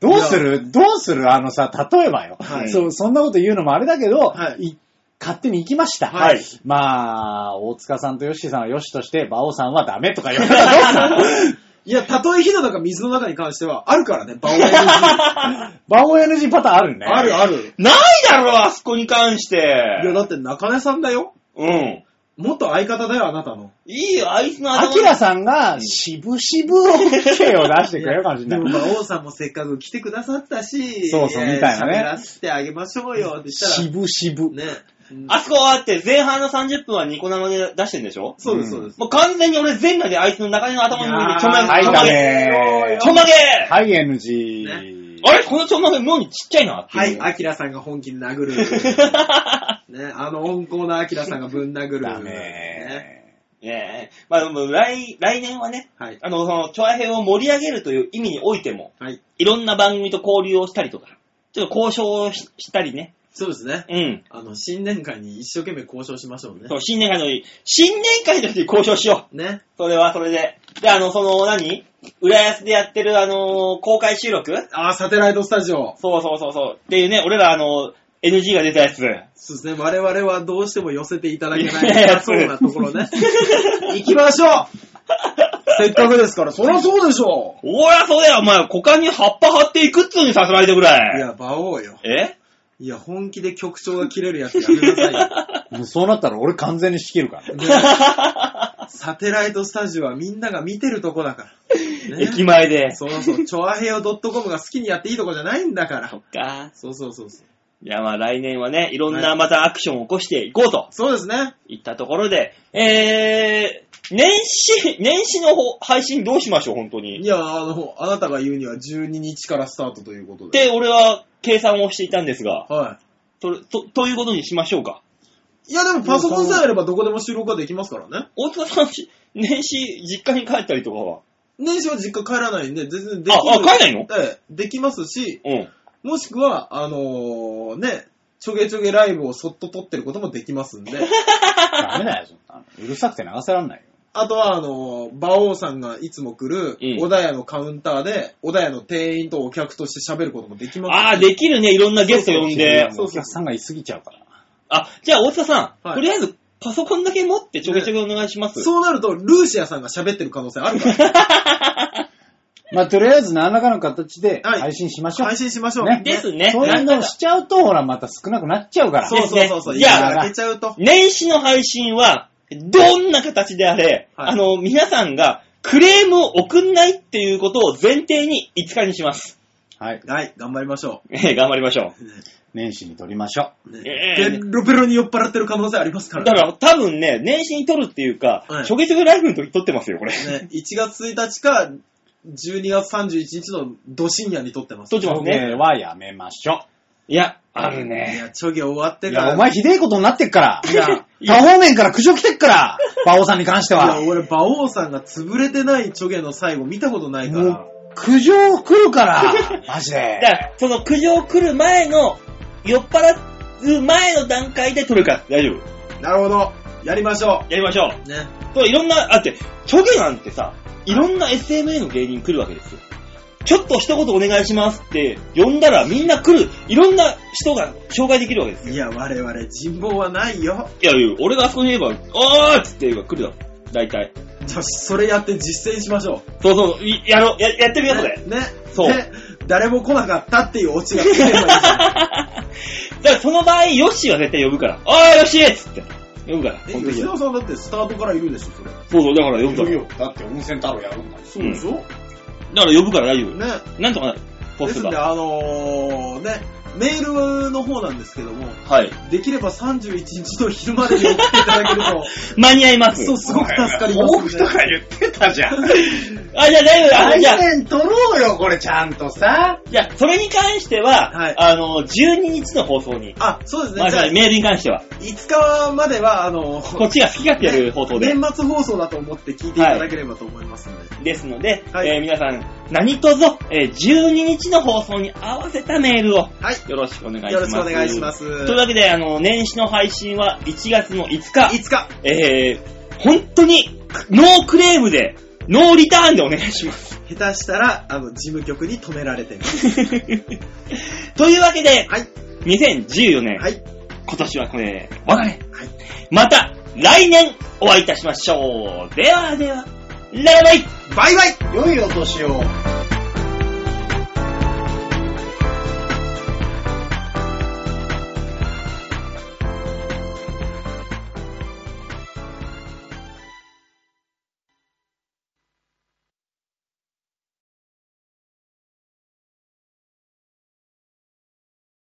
[SPEAKER 1] どうするどうするあのさ、例えばよ、
[SPEAKER 4] はい
[SPEAKER 1] そう。そんなこと言うのもあれだけど、
[SPEAKER 4] はい
[SPEAKER 1] い勝手に行きました。
[SPEAKER 4] はい
[SPEAKER 1] まあ、大塚さんとヨッシーさんはヨシとして、馬王さんはダメとか言われたらどう する
[SPEAKER 4] いや、たとえ火の中、水の中に関しては、あるからね、場を
[SPEAKER 1] 馬王 NG パターンあるね。
[SPEAKER 4] あるある。
[SPEAKER 3] ないだろ、あそこに関し
[SPEAKER 4] いや、
[SPEAKER 3] て。
[SPEAKER 4] だって中根さんだよ。
[SPEAKER 3] うん。
[SPEAKER 4] 元相方だよ、あなたの。
[SPEAKER 3] いいよ、あいつの
[SPEAKER 1] ア
[SPEAKER 3] 頭
[SPEAKER 1] キラさんが、しぶしぶ OK を出してくれるかもしれ
[SPEAKER 4] でも、
[SPEAKER 1] ない。
[SPEAKER 4] まあ、王さんもせっかく来てくださったし、
[SPEAKER 1] そうそう
[SPEAKER 4] えー
[SPEAKER 1] みたいなね
[SPEAKER 4] 喋らせてあげましょうよ、って
[SPEAKER 1] し
[SPEAKER 4] 言っ
[SPEAKER 1] ぶしぶ。
[SPEAKER 4] たら、ね。うん
[SPEAKER 3] あそこはあって、前半の30分はニコ生で出してんでしょ
[SPEAKER 4] そうです、そうです。
[SPEAKER 3] もう完全に俺全裸であいつの中根の頭の上にちょまげ、
[SPEAKER 1] はい、
[SPEAKER 3] ちょ
[SPEAKER 1] ダ
[SPEAKER 3] まげ、
[SPEAKER 1] メ
[SPEAKER 3] ちょまげ
[SPEAKER 1] はい、NG。
[SPEAKER 3] あれこのちょまげ妙にちっちゃいなって
[SPEAKER 4] は
[SPEAKER 3] いう
[SPEAKER 4] い、アキラさんが本気で殴 る。ね、あの温厚なアキラさんがぶん殴る。
[SPEAKER 1] ダ
[SPEAKER 4] ね
[SPEAKER 1] メ
[SPEAKER 3] ねえ。まあでも来、来年はね、
[SPEAKER 4] はい。
[SPEAKER 3] あの、その、チョアヘを盛り上げるという意味においても、
[SPEAKER 4] はい。
[SPEAKER 3] いろんな番組と交流をしたりとか、ちょっと交渉をししたりね。
[SPEAKER 4] そうですね。
[SPEAKER 3] うん。
[SPEAKER 4] あの、新年会に一生懸命交渉しましょうね
[SPEAKER 3] そ。の新年会の時、新年会の時に交渉しよう。
[SPEAKER 4] ね。
[SPEAKER 3] それはそれで。で、あの、その、何浦安でやってる、あのー公開収録
[SPEAKER 4] あー、サテライトスタジオ。
[SPEAKER 3] そうそうそうそう。っていうね、俺ら、あの、NG が出たやつ。
[SPEAKER 4] そうですね。我々はどうしても寄せていただけない
[SPEAKER 3] やいや
[SPEAKER 4] いそうなところね。 行きましょ うせっかくですから、そりゃそうでしょ
[SPEAKER 3] おら、そうだよ、お前、股間に葉っぱ張っていくっつうにさせられてく
[SPEAKER 4] うい
[SPEAKER 3] らい。
[SPEAKER 4] や、馬王よ。
[SPEAKER 3] え
[SPEAKER 4] いや、本気で局長が切れるやつやめなさいよ。
[SPEAKER 1] もうそうなったら俺完全に仕切る から。
[SPEAKER 4] サテライトスタジオはみんなが見てるとこだから。ね
[SPEAKER 3] 駅前で。
[SPEAKER 4] そうそう、チョアヘヨ .com が好きにやっていいとこじゃないんだから
[SPEAKER 3] そ。っか。
[SPEAKER 4] そうそうそうそう。
[SPEAKER 3] いや、まあ来年はね、いろん
[SPEAKER 4] は
[SPEAKER 3] ないまたアクションを起こしていこうと
[SPEAKER 4] そうですね。
[SPEAKER 3] いったところで、えー、年始、年始の方配信どうしましょう、本当
[SPEAKER 4] い
[SPEAKER 3] に。
[SPEAKER 4] や、あの、あなたが言うには12日からスタートということ
[SPEAKER 3] っ
[SPEAKER 4] で。
[SPEAKER 3] て、俺は計算をしていたんですが、
[SPEAKER 4] は
[SPEAKER 3] それ、と、ということにしましょうか。
[SPEAKER 4] いや、でもパソコンさえあればどこでも収録ができますからね。
[SPEAKER 3] 大塚さん、し年始、実家に帰ったりとかは。
[SPEAKER 4] 年始は実家帰らないんで、全然できる。
[SPEAKER 3] あ、あ、帰らないの
[SPEAKER 4] ええ、できますし、
[SPEAKER 3] うん。
[SPEAKER 4] もしくは、あのーね、ちょげちょげライブをそっと撮ってることもできますん で、
[SPEAKER 1] ダメだよ、そんなの。うるさくて流せらんないよ。
[SPEAKER 4] あとは、あのー、馬王さんがいつも来る
[SPEAKER 3] うん、
[SPEAKER 4] 小田屋のカウンターで、小田屋の店員とお客として喋ることもできます。
[SPEAKER 3] ああ、できるね。いろんなゲスト呼んで。
[SPEAKER 1] お客さんがいすぎちゃうから。
[SPEAKER 3] あ、じゃあ大塚さん、
[SPEAKER 4] はい
[SPEAKER 3] とりあえずパソコンだけ持ってちょびちょびお願いします。
[SPEAKER 4] そうなると、ルーシアさんが喋ってる可能性あ るから、
[SPEAKER 1] まあ、とりあえず何らかの形で
[SPEAKER 4] はい
[SPEAKER 1] 配信しましょう。
[SPEAKER 4] 配信しましょう。
[SPEAKER 1] ね
[SPEAKER 3] ですね。
[SPEAKER 1] そういうのをしちゃうと、ほら、また少なくなっちゃうから。
[SPEAKER 4] そうそうそうそう。
[SPEAKER 3] ですねじゃあ
[SPEAKER 4] いや開けちゃうと。
[SPEAKER 3] 年始の配信は、どんな形であれ、
[SPEAKER 4] はい
[SPEAKER 3] あの、皆さんがクレームを送んないっていうことを前提に5日にします。
[SPEAKER 1] はい。
[SPEAKER 4] はい、頑張りましょ
[SPEAKER 3] えー頑張りましょ
[SPEAKER 1] 年始に撮りましょ
[SPEAKER 4] う。ね
[SPEAKER 3] ええ
[SPEAKER 4] ベロベロに酔っ払ってる可能性ありますか
[SPEAKER 3] う。
[SPEAKER 4] ら。
[SPEAKER 3] だから多分ね、年始に撮るっていうか、
[SPEAKER 4] はい
[SPEAKER 3] 初月ぐライブの時撮ってますよ、これ。
[SPEAKER 4] ね、1月1日か12月31日のど深夜に撮ってます。
[SPEAKER 3] 撮っ
[SPEAKER 1] う。
[SPEAKER 3] てます
[SPEAKER 1] 上
[SPEAKER 3] ね。
[SPEAKER 1] 下はやめましょ
[SPEAKER 3] いや、ある
[SPEAKER 4] い
[SPEAKER 3] ね。
[SPEAKER 4] や、ちょげ終わっ
[SPEAKER 1] う。
[SPEAKER 4] て
[SPEAKER 1] い
[SPEAKER 4] から。
[SPEAKER 1] や、お前ひでえことになってっから。
[SPEAKER 4] いや、
[SPEAKER 1] 他方面から苦情来てっから。馬王さんに関して
[SPEAKER 4] いや
[SPEAKER 1] は。
[SPEAKER 4] 俺、馬王さんが潰れてないチョゲの最後見たことないか
[SPEAKER 1] も
[SPEAKER 4] ら。
[SPEAKER 1] う、苦情来るから。マジで
[SPEAKER 3] だか。ら、その苦情来る前の、酔っ払う前の段階で撮るから、大丈夫。
[SPEAKER 4] なるほど。やりましょ
[SPEAKER 3] やりましょう。
[SPEAKER 4] う。ね。
[SPEAKER 3] そういろんな、あって、チョゲなんてさ、いろんな SMA の芸人来るわけですよ。ちょっと一言お願いしますって呼んだらみんな来る、いろんな人が紹介できるわけですよ。
[SPEAKER 4] いや、我々人望はないよ。
[SPEAKER 3] いやいや、俺があそこに言えば、おーっつって言えば来るだろ。大体。
[SPEAKER 4] じゃあ、それやって実践しましょ
[SPEAKER 3] そうそう、いやろう、ややってみよ
[SPEAKER 4] う。
[SPEAKER 3] う、そ
[SPEAKER 4] ね
[SPEAKER 3] れ。。
[SPEAKER 4] ね
[SPEAKER 3] そう
[SPEAKER 4] で誰も来なかったっていうオチが来ればいいじゃん。
[SPEAKER 3] だからその場合、ヨッシーは絶対呼ぶから。おー、ヨッシーっつって。呼ぶから。
[SPEAKER 4] え
[SPEAKER 3] その時
[SPEAKER 4] 吉
[SPEAKER 3] は
[SPEAKER 4] 田さんだってスタートからいるでしょ、それ。
[SPEAKER 3] そうそう、だから呼ぶから。
[SPEAKER 1] だって温泉太郎やるんだ
[SPEAKER 4] そうでしょ、
[SPEAKER 3] だから呼ぶから大丈夫。
[SPEAKER 4] ね。
[SPEAKER 3] なんとかなる。ポス
[SPEAKER 4] ですんで、
[SPEAKER 3] が。
[SPEAKER 4] あのー、ね、メールの方なんですけども、
[SPEAKER 3] はい。
[SPEAKER 4] できれば31日の昼までに送っていただけると、
[SPEAKER 3] 間に合います。
[SPEAKER 4] そう、すごく助かりま
[SPEAKER 6] 豆腐
[SPEAKER 4] す、
[SPEAKER 6] とか
[SPEAKER 4] ね。
[SPEAKER 6] 言ってたじゃん。
[SPEAKER 3] あ、じゃあ大丈夫。あ、
[SPEAKER 6] 来
[SPEAKER 3] じゃあ。
[SPEAKER 6] 年撮ろうよ、これちゃんとさ。
[SPEAKER 3] じゃあ、それに関しては、
[SPEAKER 4] はい
[SPEAKER 3] あの、12日の放送に。
[SPEAKER 4] あ、そうです
[SPEAKER 3] ま
[SPEAKER 4] ね。
[SPEAKER 3] あ、
[SPEAKER 4] じ
[SPEAKER 3] じ
[SPEAKER 4] ゃ
[SPEAKER 3] ゃ
[SPEAKER 4] あ
[SPEAKER 3] あ、、メールに関しては、
[SPEAKER 4] 5日までは、あのー、
[SPEAKER 3] こっちが好き勝手やる放送で。
[SPEAKER 4] 年末放送だと思って聞いていただければと思いますので。
[SPEAKER 3] ですので、
[SPEAKER 4] はい
[SPEAKER 3] えー皆さん、何とぞ、えー12日の放送に合わせたメールを、
[SPEAKER 4] はい。
[SPEAKER 3] よろしくお願いします。
[SPEAKER 4] よろしくお願いしま。す。
[SPEAKER 3] というわけで、あの、年始の配信は1月の5日、
[SPEAKER 4] いつか、
[SPEAKER 3] えー、本当に、ノークレームで、ノーリターンでお願いします。
[SPEAKER 4] 下手したら、あの、事務局に止められてる。
[SPEAKER 3] というわけで、
[SPEAKER 4] はい。
[SPEAKER 3] 2014年、
[SPEAKER 4] はい。
[SPEAKER 3] 今年はこれ、わかれ。
[SPEAKER 4] はい
[SPEAKER 3] また、来年お会いいたしましょう。ではでは、ララバイ
[SPEAKER 4] バイバイ
[SPEAKER 6] 良いお年を。